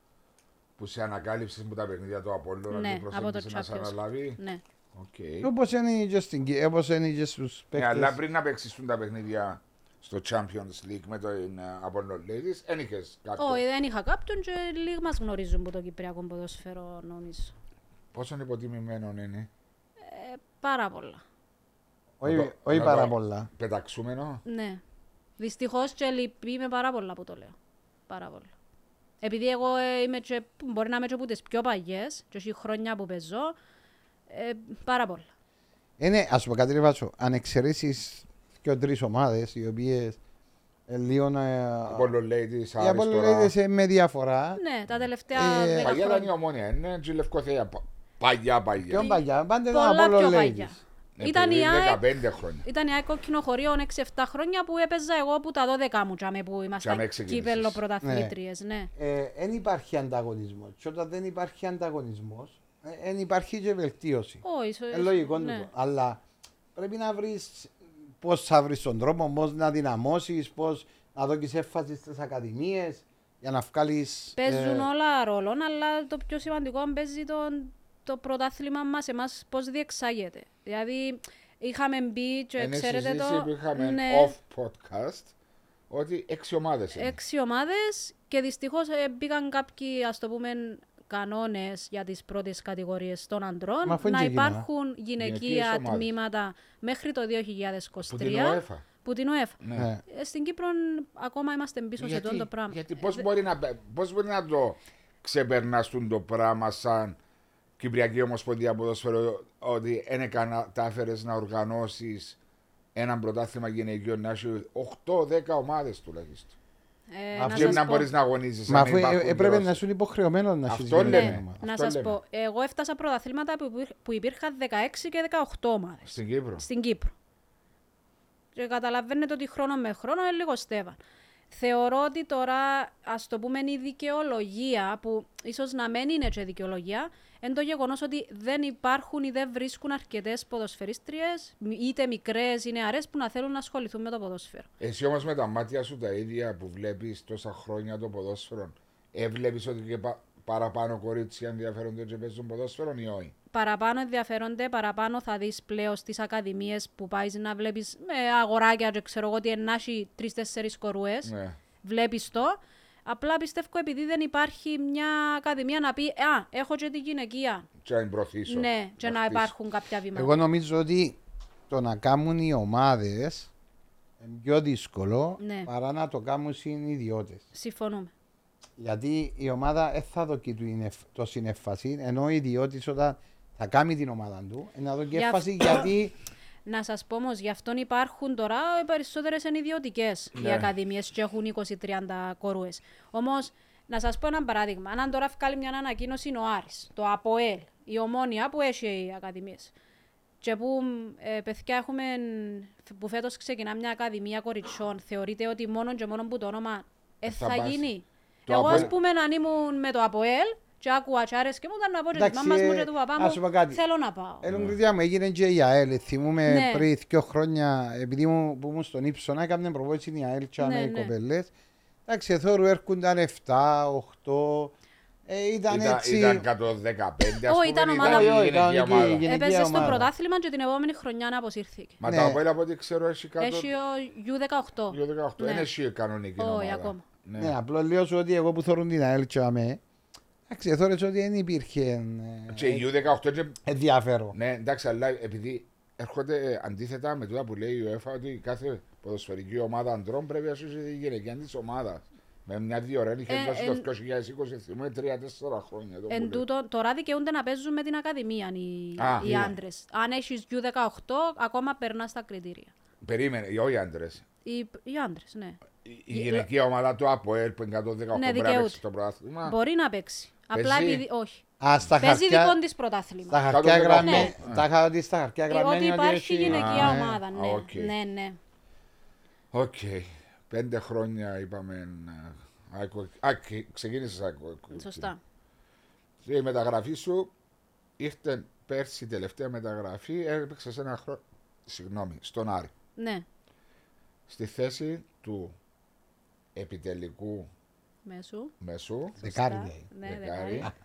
Speaker 1: που σε ανακάλυψες με τα παιχνίδια του Απόλλωνα
Speaker 2: Ναι,
Speaker 1: και
Speaker 2: από
Speaker 1: προσέγγισε
Speaker 2: το
Speaker 1: να σε
Speaker 2: Champions.
Speaker 1: αναλάβει.
Speaker 2: Ναι.
Speaker 1: Οκ.
Speaker 3: Ε, Όπως είναι και στην Κύπρο, όπως είναι και στους
Speaker 1: Ναι, αλλά
Speaker 3: παίκτε.
Speaker 1: πριν να παίξεις τα παιχνίδια στο Champions League με τον Απόλλων Ladies, δεν είχες κάποιον.
Speaker 2: Όχι, δεν είχα κάποιον και λίγοι μας γνωρίζουν από το Κυπριακό ποδόσφαιρο νομίζω.
Speaker 1: Πόσο υποτιμημένο είναι.
Speaker 2: Ε, πάρα πολλά.
Speaker 1: Να
Speaker 3: Όχι
Speaker 1: το-
Speaker 3: όχι
Speaker 1: να
Speaker 3: πάρα
Speaker 1: το-
Speaker 3: πολλά.
Speaker 1: Πεταξούμενο.
Speaker 2: Ναι. Δυστυχώς και λυπήμαι πάρα πολλά που το λέω. Πάρα πολλά. Επειδή εγώ ε, είμαι και, μπορεί να είμαι και από τις πιο παγιές και όχι χρόνια που παίζω, ε, πάρα πολλά.
Speaker 3: Ε, ναι, α πούμε κάτι ρε Βάτσο. Αν εξαιρέσεις και τρεις ομάδες οι οποίες ε, λίγο να.
Speaker 1: Απόλλων Ladies,
Speaker 3: Οι Απόλλων
Speaker 1: Άριστορα.
Speaker 3: Ladies, ε, με διαφορά.
Speaker 2: Ναι, τα τελευταία
Speaker 3: Ε,
Speaker 2: δέκα
Speaker 1: Παλιά ήταν η
Speaker 2: χρόνια.
Speaker 1: ομόνια, είναι και η Λευκοθέα. πα- Ναι, Παλιά,
Speaker 3: Πιο
Speaker 1: παλιά.
Speaker 3: παλιά. Πάντα ήταν
Speaker 2: Ναι. Πολλά πιο
Speaker 3: Απόλλων Ε,
Speaker 2: παγιά.
Speaker 3: Ladies.
Speaker 2: Ήταν η ΑΕΚ
Speaker 1: 15 χρόνια.
Speaker 2: Ήταν η ΑΕΚ κόκκινο χωρίων 6-7 χρόνια που έπαιζα εγώ που τα 12 μου τζάμε που
Speaker 1: Τζάμε
Speaker 2: ήμασταν
Speaker 1: ξεκίνησες.
Speaker 2: κύπελο πρωταθλήτριες, ναι.
Speaker 3: Ε, Εν υπάρχει ανταγωνισμός. Και όταν δεν υπάρχει ανταγωνισμός, δεν υπάρχει και βελτίωση.
Speaker 2: Όχι, σω-
Speaker 3: Ε, λογικό
Speaker 2: ναι.
Speaker 3: τούτο. Αλλά πρέπει να βρεις πώς θα βρεις τον τρόπο, πώς να δυναμώσεις, πώς να δώσει έμφαση στις ακαδημίες για να ε, βγάλεις.
Speaker 1: Ε,
Speaker 2: Παίζουν όλα ρόλο, αλλά το πιο σημαντικό παίζει τον, το πρωτάθλημα μας εμάς πώς διεξάγεται. Δηλαδή, είχαμε μπει, και
Speaker 1: Είναι
Speaker 2: ξέρετε
Speaker 1: συζήτηση
Speaker 2: το.
Speaker 1: που είχαμε
Speaker 2: ναι,
Speaker 1: off podcast ότι έξι ομάδες είναι.
Speaker 2: έξι ομάδες και δυστυχώς μπήκαν κάποιοι, ας το πούμε, κανόνες για τις πρώτες κατηγορίες των αντρών.
Speaker 3: Μα αφού είναι
Speaker 2: να
Speaker 3: και γυναίκα.
Speaker 2: υπάρχουν
Speaker 1: Γυναικείες
Speaker 2: γυναικεία
Speaker 1: ομάδες.
Speaker 2: τμήματα μέχρι το 2023.
Speaker 1: Που την UEFA.
Speaker 2: Που την UEFA.
Speaker 1: Ναι.
Speaker 2: Ε, Στην Κύπρο ακόμα είμαστε πίσω σε αυτό το πράγμα.
Speaker 1: γιατί
Speaker 2: Ε,
Speaker 1: πώς, μπορεί να, μπε- πώς μπορεί να το ξεπερνάς τούν το πράγμα σαν Κυπριακή Ομοσπονδία Ποδόσφαιρο ότι δεν έκανα τα έφερες να οργανώσεις ένα πρωτάθλημα γυναικείων να έχεις 8-10 ομάδες τουλάχιστον.
Speaker 2: ε,
Speaker 3: Αυτή
Speaker 1: Και
Speaker 2: σας
Speaker 1: να
Speaker 2: πω.
Speaker 1: μπορείς να αγωνίζεις.
Speaker 3: Μα
Speaker 1: αν
Speaker 3: αφού ε,
Speaker 1: υπάρχουν
Speaker 3: ε, πρέπει να
Speaker 1: γερόσοι.
Speaker 3: σου είναι υποχρεωμένο να
Speaker 1: Αυτό
Speaker 3: συζητήσει.
Speaker 1: λέμε.
Speaker 3: το
Speaker 2: Ναι,
Speaker 3: θέμα.
Speaker 1: Αυτό
Speaker 2: να σας
Speaker 1: λέμε.
Speaker 2: πω. Εγώ έφτασα πρωταθλήματα που υπήρχ- που υπήρχαν 16 και 18 ομάδες
Speaker 1: Στην Κύπρο.
Speaker 2: στην Κύπρο. Και καταλαβαίνετε ότι χρόνο με χρόνο είναι λίγο στέβα. Θεωρώ ότι τώρα, ας το πούμε, η δικαιολογία, που ίσως να μην είναι και δικαιολογία, είναι το γεγονός ότι δεν υπάρχουν ή δεν βρίσκουν αρκετές ποδοσφαιρίστριες, είτε μικρές ή νεαρές, που να θέλουν να ασχοληθούν με το ποδόσφαιρο.
Speaker 1: Εσύ όμως με τα μάτια σου τα ίδια που βλέπεις τόσα χρόνια το ποδόσφαιρο, έβλεπε ότι και πα- παραπάνω κορίτσια ενδιαφέρονται και παίζουν ποδόσφαιρο ή όχι.
Speaker 2: παραπάνω ενδιαφέρονται, παραπάνω θα δεις πλέον στις ακαδημίες που πάεις να βλέπεις με αγοράκια, και ξέρω εγώ, ότι ενάχει τρει-τέσσερι κορουέ.
Speaker 1: Ναι.
Speaker 2: Βλέπεις το. Απλά πιστεύω επειδή δεν υπάρχει μια ακαδημία να πει Α, έχω και τη γυναικεία.
Speaker 1: Και να την προωθήσω.
Speaker 2: Ναι, και να
Speaker 1: χτίσω.
Speaker 2: υπάρχουν κάποια βήματα.
Speaker 3: Εγώ νομίζω ότι το να κάνουν οι ομάδες είναι πιο δύσκολο
Speaker 2: Ναι.
Speaker 3: παρά να το κάνουν οι ιδιώτες.
Speaker 2: Συμφωνούμε.
Speaker 3: Γιατί η ομάδα δεν θα δοκεί του εινεφ- το συνεφασί, ενώ ο ιδιώτης όταν θα κάνει την ομάδα του, ε, να δοκεί
Speaker 2: Γι'
Speaker 3: έφαση
Speaker 2: αυτό-
Speaker 3: γιατί
Speaker 2: Να σας πω όμως, γι' αυτόν υπάρχουν τώρα οι περισσότερες είναι ιδιωτικέ οι
Speaker 1: Ναι.
Speaker 2: ακαδημίες και έχουν 20-30 κορούες. Όμως, να σας πω ένα παράδειγμα. Αν τώρα βγάλει μια ανακοίνωση είναι ο Άρης, το ΑΠΟΕΛ, η ομόνια που έχει οι ακαδημίες. Και που ε, παιδιά έχουμε, που φέτος ξεκινά μια ακαδημία κοριτσιών, θεωρείται ότι μόνο και μόνο που το όνομα ε,
Speaker 1: θα
Speaker 2: θα,
Speaker 1: πας.
Speaker 2: γίνει.
Speaker 1: Το
Speaker 2: Εγώ, ας
Speaker 1: ΑΠΟΕΛ-
Speaker 2: πούμε, αν ήμουν με το ΑΠΟΕΛ, και άκουγα τσάρες και μου ήταν να πω και τη
Speaker 3: Εντάξει,
Speaker 2: μαμάς μου
Speaker 3: ε,
Speaker 2: και του παπά
Speaker 3: να σου πω κάτι.
Speaker 2: μου, θέλω να πάω.
Speaker 3: Έλα μου μου, έγινε και η ΑΕΛ. Θυμούμε
Speaker 2: Ναι.
Speaker 3: πριν δύο χρόνια, επειδή μου, που ήμουν στον Ήψονα, έκαναν προπόνηση η ΑΕΛ και
Speaker 2: Ναι,
Speaker 3: οι
Speaker 2: ναι.
Speaker 3: κοπελές. Εντάξει, εθώρου έρχονταν 7, 8, ε, ήταν,
Speaker 1: Ήταν,
Speaker 3: έτσι.
Speaker 1: ήταν 115 ας
Speaker 2: Ω,
Speaker 1: πούμε, ήταν
Speaker 2: ήταν ομάδα-
Speaker 1: η
Speaker 3: Όχι, όχι,
Speaker 1: γυναικεία
Speaker 3: ήταν
Speaker 1: ομάδα.
Speaker 3: γυναικεία.
Speaker 2: Έπαιζε στο
Speaker 3: ομάδα.
Speaker 2: πρωτάθλημα και την επόμενη χρονιά να αποσύρθηκε.
Speaker 1: Μα
Speaker 3: Ναι.
Speaker 1: τα απόλυτα από ό,τι ξέρω έχει κάτω
Speaker 2: Έχει ο U18.
Speaker 1: του 18.
Speaker 2: Ναι.
Speaker 1: Δεν έχει κανονική
Speaker 2: Όχι,
Speaker 1: ομάδα.
Speaker 2: ακόμα.
Speaker 1: Ναι.
Speaker 3: Ναι, απλό λέω σου ότι εγώ που θεωρούν την ΑΕΛ και αμέ, εντάξει, εθώρες ότι δεν υπήρχε ε,
Speaker 1: Και η U18 και
Speaker 3: ενδιαφέρον.
Speaker 1: Ναι, εντάξει, αλλά επειδή έρχονται ε, αντίθετα με τούτα που λέει η UEFA ότι η κάθε ποδοσφαιρική ομάδα αντρών πρέπει να σου είσαι τη γυναικεία της ομάδας. Με μια-δύο ώρα είχε
Speaker 2: Ε,
Speaker 1: δώσει
Speaker 2: εν-
Speaker 1: το 2020, θυμούμαι τρία-τέσσερα χρόνια. το
Speaker 2: Εν
Speaker 1: που λέει.
Speaker 2: τούτο, τώρα δικαιούνται να παίζουν με την Ακαδημία οι,
Speaker 1: Α,
Speaker 2: οι
Speaker 1: ναι.
Speaker 2: άντρες. Αν έχεις U18, ακόμα περνάς στα κριτήρια.
Speaker 1: Περίμενε, οι όχι άντρες.
Speaker 2: Οι, οι άντρες, ναι.
Speaker 1: Η, η γυναικεία ομάδα του ΑΠΟΕΛ που είναι 118 πρέπει να
Speaker 2: ε- δικαιούται.
Speaker 1: παίξει το πρωτάθλημα.
Speaker 2: Μπορεί να παίξει. Απλά
Speaker 1: Παίζει.
Speaker 2: επειδή. Όχι.
Speaker 3: Α, στα
Speaker 2: Παίζει δικό
Speaker 3: χαρτιά,
Speaker 2: της πρωτάθλημα.
Speaker 3: στα χαρτιά
Speaker 1: Κάτω από
Speaker 3: γραμμέ,
Speaker 1: δεκαοκτώ.
Speaker 3: τα είχα ότι στα χαρτιά
Speaker 2: Ε,
Speaker 3: γραμμένα
Speaker 2: ότι υπάρχει
Speaker 3: έχει-
Speaker 2: γυναικεία
Speaker 3: Α, ναι.
Speaker 2: ομάδα. Ναι,
Speaker 1: Α, οκ.
Speaker 2: ναι, ναι.
Speaker 1: Οκ. Πέντε χρόνια είπαμε. ε, άκου- Α, ξεκίνησε
Speaker 2: Σωστά.
Speaker 1: Η μεταγραφή σου ήρθε πέρσι η τελευταία μεταγραφή, έπαιξες σε ένα χρόνο. Συγγνώμη, στον Άρη.
Speaker 2: Ναι.
Speaker 1: στη θέση του επιτελικού
Speaker 2: Μέσου.
Speaker 1: μεσού.
Speaker 3: Δεκάρι,
Speaker 2: Σωστά.
Speaker 3: Ε, λέει.
Speaker 2: Ναι,
Speaker 1: δεκάρι.
Speaker 2: δεκάρι.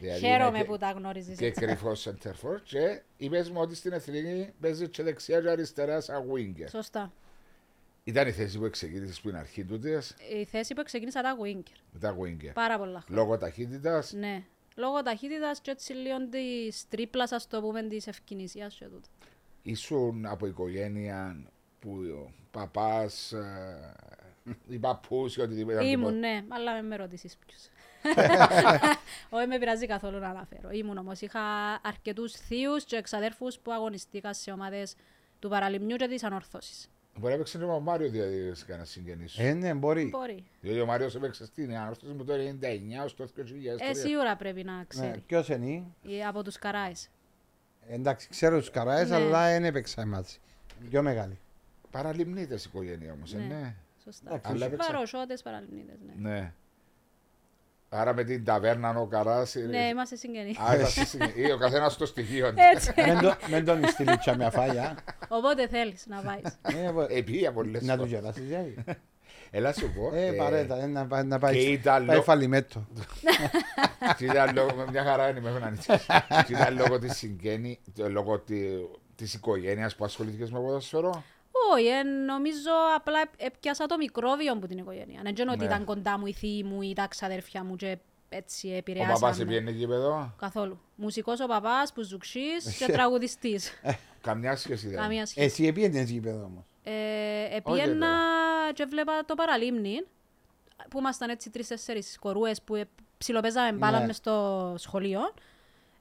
Speaker 1: δηλαδή
Speaker 2: Χαίρομαι
Speaker 1: είναι
Speaker 2: που τα γνωρίζεις.
Speaker 1: Και
Speaker 2: έτσι.
Speaker 1: κρυφός σεντερφόρ. Και είπε μου ότι στην εθνική παίζει και δεξιά και αριστερά σαν winger.
Speaker 2: Σωστά.
Speaker 1: Ήταν η θέση που ξεκίνησε στην αρχή τούτη.
Speaker 2: Η θέση που ξεκίνησα ήταν Winger.
Speaker 1: Μετά Winger.
Speaker 2: Πάρα πολλά χρόνια.
Speaker 1: Λόγω ταχύτητας.
Speaker 2: Ναι. Λόγω ταχύτητας και έτσι λίγο της τρίπλας, ας το πούμε, της ευκαινησία και τούτο.
Speaker 1: Ήσουν από οικογένεια που ο ε, παπά, η παππούση, οτιδήποτε.
Speaker 2: Ήμουν, ναι, αλλά με, με ρωτήσει ποιος. Όχι, με πειράζει καθόλου να αναφέρω. Ήμουν όμως. Είχα αρκετούς θείους και εξαδέρφους που αγωνιστήκα σε ομάδες του παραλιμνιού και της ανορθώσης.
Speaker 1: Μπορεί να παίξει ο Μάριο δηλαδή σε κανένα συγγενής σου.
Speaker 3: Ε, ναι, μπορεί.
Speaker 2: Μπορεί.
Speaker 1: Διότι ο Μάριος έπαιξε στην ανορθώση μου το 99 ω το 2000.
Speaker 2: Ε, σίγουρα πρέπει να ξέρει. Ε,
Speaker 3: Ποιο Ναι, είναι.
Speaker 2: Από τους Καράες.
Speaker 3: Ε, Εντάξει, ξέρω τους
Speaker 2: Ναι.
Speaker 3: Καράε, αλλά δεν έπαιξα μαζί. Πιο μεγάλη.
Speaker 1: Παραλυμνίτε η οικογένεια όμως, ναι. ναι.
Speaker 2: Σωστά. Παροσότε παραλυμνίτε, ναι.
Speaker 1: ναι. Άρα με την ταβέρνα ο ε, Καρά.
Speaker 2: Ναι, Ε, είμαστε συγγενείς.
Speaker 1: Α, είμαστε συγγενείς. Ο καθένας στο στοιχείο.
Speaker 2: Έτσι.
Speaker 3: Μην τον στείλει μια φάγια.
Speaker 2: Οπότε θέλεις να πάει.
Speaker 1: Επία πολλέ
Speaker 3: Ε, Να τους γελάσεις.
Speaker 1: Έλα σου πω.
Speaker 3: Ε, παρέτα, να πάει. Πάει φαλιμέτο.
Speaker 1: Τι ήταν λόγω. Μια χαρά είναι με έναν Τι ήταν λόγω τη συγγένεια, λόγω τη οικογένειας που ασχολήθηκε με ποδοσφαιρό.
Speaker 2: Όχι, ε, νομίζω απλά έπιασα το μικρόβιο από την οικογένεια. Δεν
Speaker 1: Ναι.
Speaker 2: ξέρω ότι ήταν κοντά μου οι θείοι μου ή τα ξαδέρφια μου και έτσι επηρεάσαμε.
Speaker 1: Ο παπάς πήγαινε εκεί παιδό.
Speaker 2: Καθόλου. Μουσικός ο παπάς που ζουξείς
Speaker 1: Ναι.
Speaker 2: και τραγουδιστής.
Speaker 1: Καμιά σχέση δεν.
Speaker 2: Καμιά σχέση.
Speaker 3: Εσύ πήγαινε εκεί παιδό όμως.
Speaker 1: Ε,
Speaker 2: Επήγαινα και βλέπα το παραλίμνη που ήμασταν έτσι τρεις-τέσσερις κορούες που ε,
Speaker 1: Ναι.
Speaker 2: ψιλοπέζαμε μπάλα μες στο σχολείο.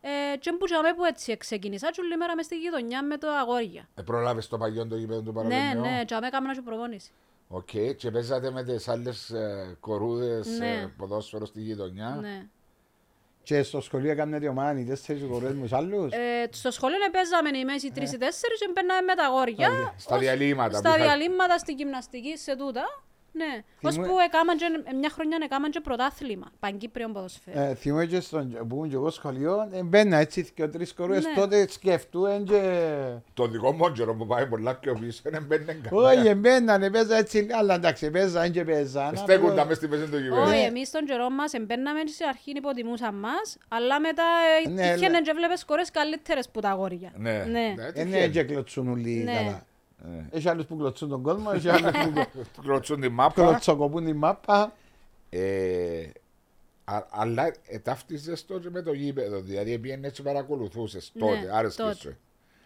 Speaker 2: Ε, και μπουτσαμε που έτσι ξεκίνησα και όλη μέρα μες στη γειτονιά με το αγόρια.
Speaker 1: Ε, προλάβες το παγιόν το γήπεδο του παραλυμνιού.
Speaker 2: Ναι, ναι, και αμέ έκανα και προπόνηση.
Speaker 1: Οκ, okay. και παίζατε με τις άλλες ε, κορούδες
Speaker 2: Ναι.
Speaker 1: ε, ποδόσφαιρο στη γειτονιά.
Speaker 2: Ναι.
Speaker 3: Και στο σχολείο έκαναν τη ομάδα οι τέσσερις κορές με τους άλλους.
Speaker 2: Ε, στο σχολείο παίζαμε οι μέση τρεις ή τέσσερις και μπαίναμε με τα αγόρια.
Speaker 1: Ναι. Στα
Speaker 2: ως-
Speaker 1: διαλύματα που
Speaker 2: Στα
Speaker 1: είχα-
Speaker 2: διαλύματα, στην γυμναστική, σε τούτα. Ναι, ως
Speaker 3: Θυμού-
Speaker 1: ε-
Speaker 2: που έκαναν και- ε, μια χρονιά έκαναν και πρωτάθλημα, παγκύπριον ποδοσφαίρο.
Speaker 3: Ε, θυμούμαι και στον που ήμουν και εγώ σχολείο, ε, μπαίνα έτσι και ο τρεις κορούες,
Speaker 2: Ναι.
Speaker 3: τότε σκεφτούν και... Ε,
Speaker 1: Το δικό μου όντζερο που πάει πολλά πιο πίσω δεν μπαίνει
Speaker 3: Όχι,
Speaker 1: καλά.
Speaker 3: εμπαίνανε, παίζα ε, έτσι, αλλά εντάξει, παίζαν και παίζαν.
Speaker 1: Στέκοντα μες στην μέση του γήπεδου.
Speaker 2: Όχι, εμείς τον καιρό μας εμπαίναμε και στην αρχή υποτιμούσαν μας, αλλά μετά ε,
Speaker 3: Ναι,
Speaker 2: τυχαίνε
Speaker 3: αλλά-
Speaker 2: και βλέπες σκορές καλύτερες που τα αγόρια.
Speaker 1: Ναι.
Speaker 2: Ναι.
Speaker 1: Ναι,
Speaker 3: Ε,
Speaker 1: τυχαίνει.
Speaker 3: ναι, και κλωτσούν όλοι
Speaker 2: Ναι.
Speaker 3: καλά.
Speaker 1: Ναι.
Speaker 3: Έχει άλλους που κλωτσούν τον κόσμο, έχει άλλους που κλω-
Speaker 1: Του κλωτσούν τη μάπα.
Speaker 3: κλωτσοκοπούν τη μάπα.
Speaker 1: Ε, α- Αλλά ε, ταύτιζες τότε με το γήπεδο, δηλαδή πήγαινες έτσι παρακολουθούσες
Speaker 2: Ναι,
Speaker 1: τότε, άρεσε
Speaker 2: τότε.
Speaker 1: σου.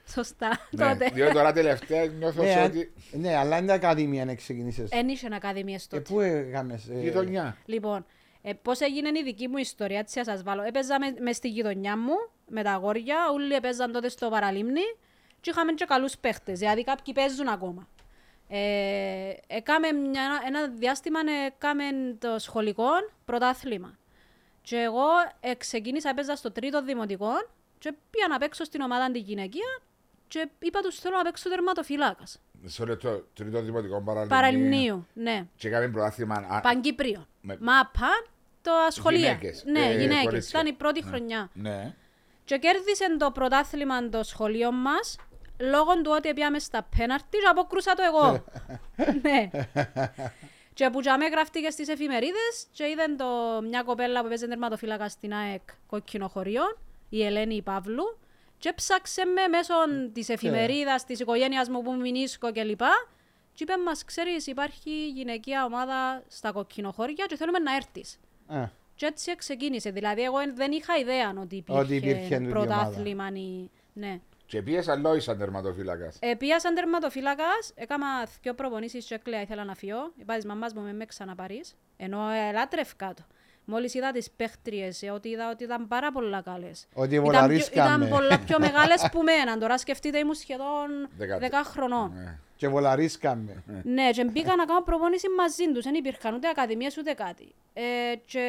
Speaker 2: Σωστά,
Speaker 1: Ναι,
Speaker 2: τότε.
Speaker 1: Διότι τώρα τελευταία νιώθω
Speaker 3: Ναι,
Speaker 1: σε
Speaker 3: αν-
Speaker 1: ότι
Speaker 3: Ναι, αλλά είναι ακαδημία να ξεκινήσεις.
Speaker 2: Εν είχε ακαδημίες
Speaker 3: Ε,
Speaker 2: τότε.
Speaker 3: πού έκαμες... ε,
Speaker 1: γειτονιά.
Speaker 2: Λοιπόν, ε, πώς έγινε η δική μου ιστορία, έτσι θα σας βάλω. Έπαιζα με, μες στη γειτονιά μου με τα αγόρια, όλοι έπαιζαν τότε στο παραλίμνη και είχαμε και καλούς παίχτες, δηλαδή κάποιοι παίζουν ακόμα. Ε, έκαμε μια, ένα διάστημα ε, έκαμε το σχολικό πρωτάθλημα. Και εγώ ε, ξεκίνησα, έπαιζα στο τρίτο δημοτικό και πήγα να παίξω στην ομάδα τη γυναικεία και είπα τους θέλω να παίξω τερματοφυλάκας.
Speaker 1: Μισό λεπτό, τρίτο δημοτικό παραλυμνίου.
Speaker 2: Παραλιμνίου, ναι.
Speaker 1: Και κάναμε πρωτάθλημα. α,
Speaker 2: Παγκύπριο.
Speaker 1: με-
Speaker 2: Μάπα, το σχολείο.
Speaker 1: Γυναίκες,
Speaker 2: Ναι,
Speaker 1: ε,
Speaker 2: γυναίκες.
Speaker 1: κορίτσια.
Speaker 2: Ήταν η πρώτη χρονιά.
Speaker 1: Ναι.
Speaker 2: Και κέρδισε το πρωτάθλημα το σχολείο μας λόγω του ότι πήγαμε στα πέναρτι και αποκρούσα το εγώ. ναι. και που τζαμέ γραφτήκε στις εφημερίδες και είδε το, μια κοπέλα που παίζει τερματοφύλακα στην ΑΕΚ κόκκινο χωριό, η Ελένη Παύλου, και ψάξε με μέσω τη εφημερίδας, της οικογένειας μου που μηνίσκω κλπ. Και είπε μας, ξέρεις, υπάρχει γυναικεία ομάδα στα κοκκινοχώρια και θέλουμε να έρθεις.
Speaker 3: ε,
Speaker 2: Και έτσι ξεκίνησε. Δηλαδή, εγώ δεν είχα ιδέα ότι υπήρχε,
Speaker 3: Ότι υπήρχε τούτη η
Speaker 2: πρωτάθλημα. Ή... Ναι.
Speaker 1: Και πήγες αλλά είσαι τερματοφύλακας.
Speaker 2: Ε, πήγα σαν τερματοφύλακα, έκανα δύο προπονήσεις και έκλαια. Ήθελα να φύγω. Είπα τη μαμάς μου με με ξαναπαρείς. Ενώ ε, ελάτρευκα το. Μόλις είδα τις παίχτριες, ότι είδα ότι ήταν πάρα πολλά καλές.
Speaker 3: Ότι
Speaker 2: Ήταν, πιο-
Speaker 3: βολαρίσκαμε.
Speaker 2: ήταν πολλά πιο μεγάλες που μένα. Τώρα σκεφτείτε, ήμουν σχεδόν
Speaker 1: Δεκα-
Speaker 2: 10 χρονών.
Speaker 1: Ναι.
Speaker 3: Και βολαρίσκαμε.
Speaker 1: Ε,
Speaker 2: Ναι, και μπήκα να κάνω προπόνηση μαζί τους. Δεν υπήρχαν ούτε ακαδημίες ούτε κάτι. Ε, και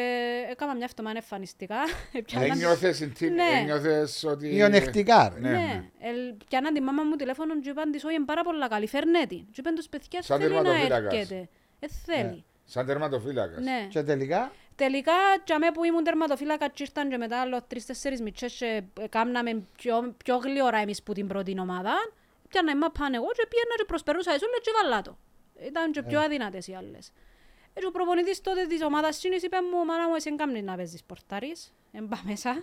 Speaker 2: έκανα μια εβδομάδα εμφανιστικά. Ε, Πιάναν-
Speaker 1: Δεν νιώθες συντή-
Speaker 2: Ναι.
Speaker 1: δεν νιώθες ότι...
Speaker 3: Μειονεκτικά. ρε.
Speaker 1: Ναι, ναι.
Speaker 2: Ναι, ελ- πιάναν τη μάμα μου τηλέφωνο και είπαν της, «Όι, είναι πάρα πολλά καλή, φέρνε την». Και είπαν τους παιδιά,
Speaker 1: Σαν
Speaker 2: θέλει να
Speaker 1: τερματοφύλακας. Ναι,
Speaker 2: έρχεται. Ε, θέλει.
Speaker 1: Σαν τερματοφύλακας.
Speaker 2: Ναι.
Speaker 3: Και τελικά,
Speaker 2: Τελικά, τζαμέ που ήμουν τερματοφύλακα, και ήρθαν και μετά άλλο τρεις-τέσσερις μητσές και ε, κάμναμε πιο, πιο γλυόρα εμείς που την πρώτη ομάδα. Πιάνα εμά πάνε εγώ και πήγαινα και προσπερούσα εσούλες και βάλα το. Ήταν
Speaker 1: Ναι.
Speaker 2: και πιο αδύνατες οι άλλες. Ε, και ο προπονητής τότε της ομάδας σύνης είπε μου, «Μάνα μου, εσύ εν κάμνεις
Speaker 1: Ε,
Speaker 2: να παίζεις πορτάρις, εν πά μέσα».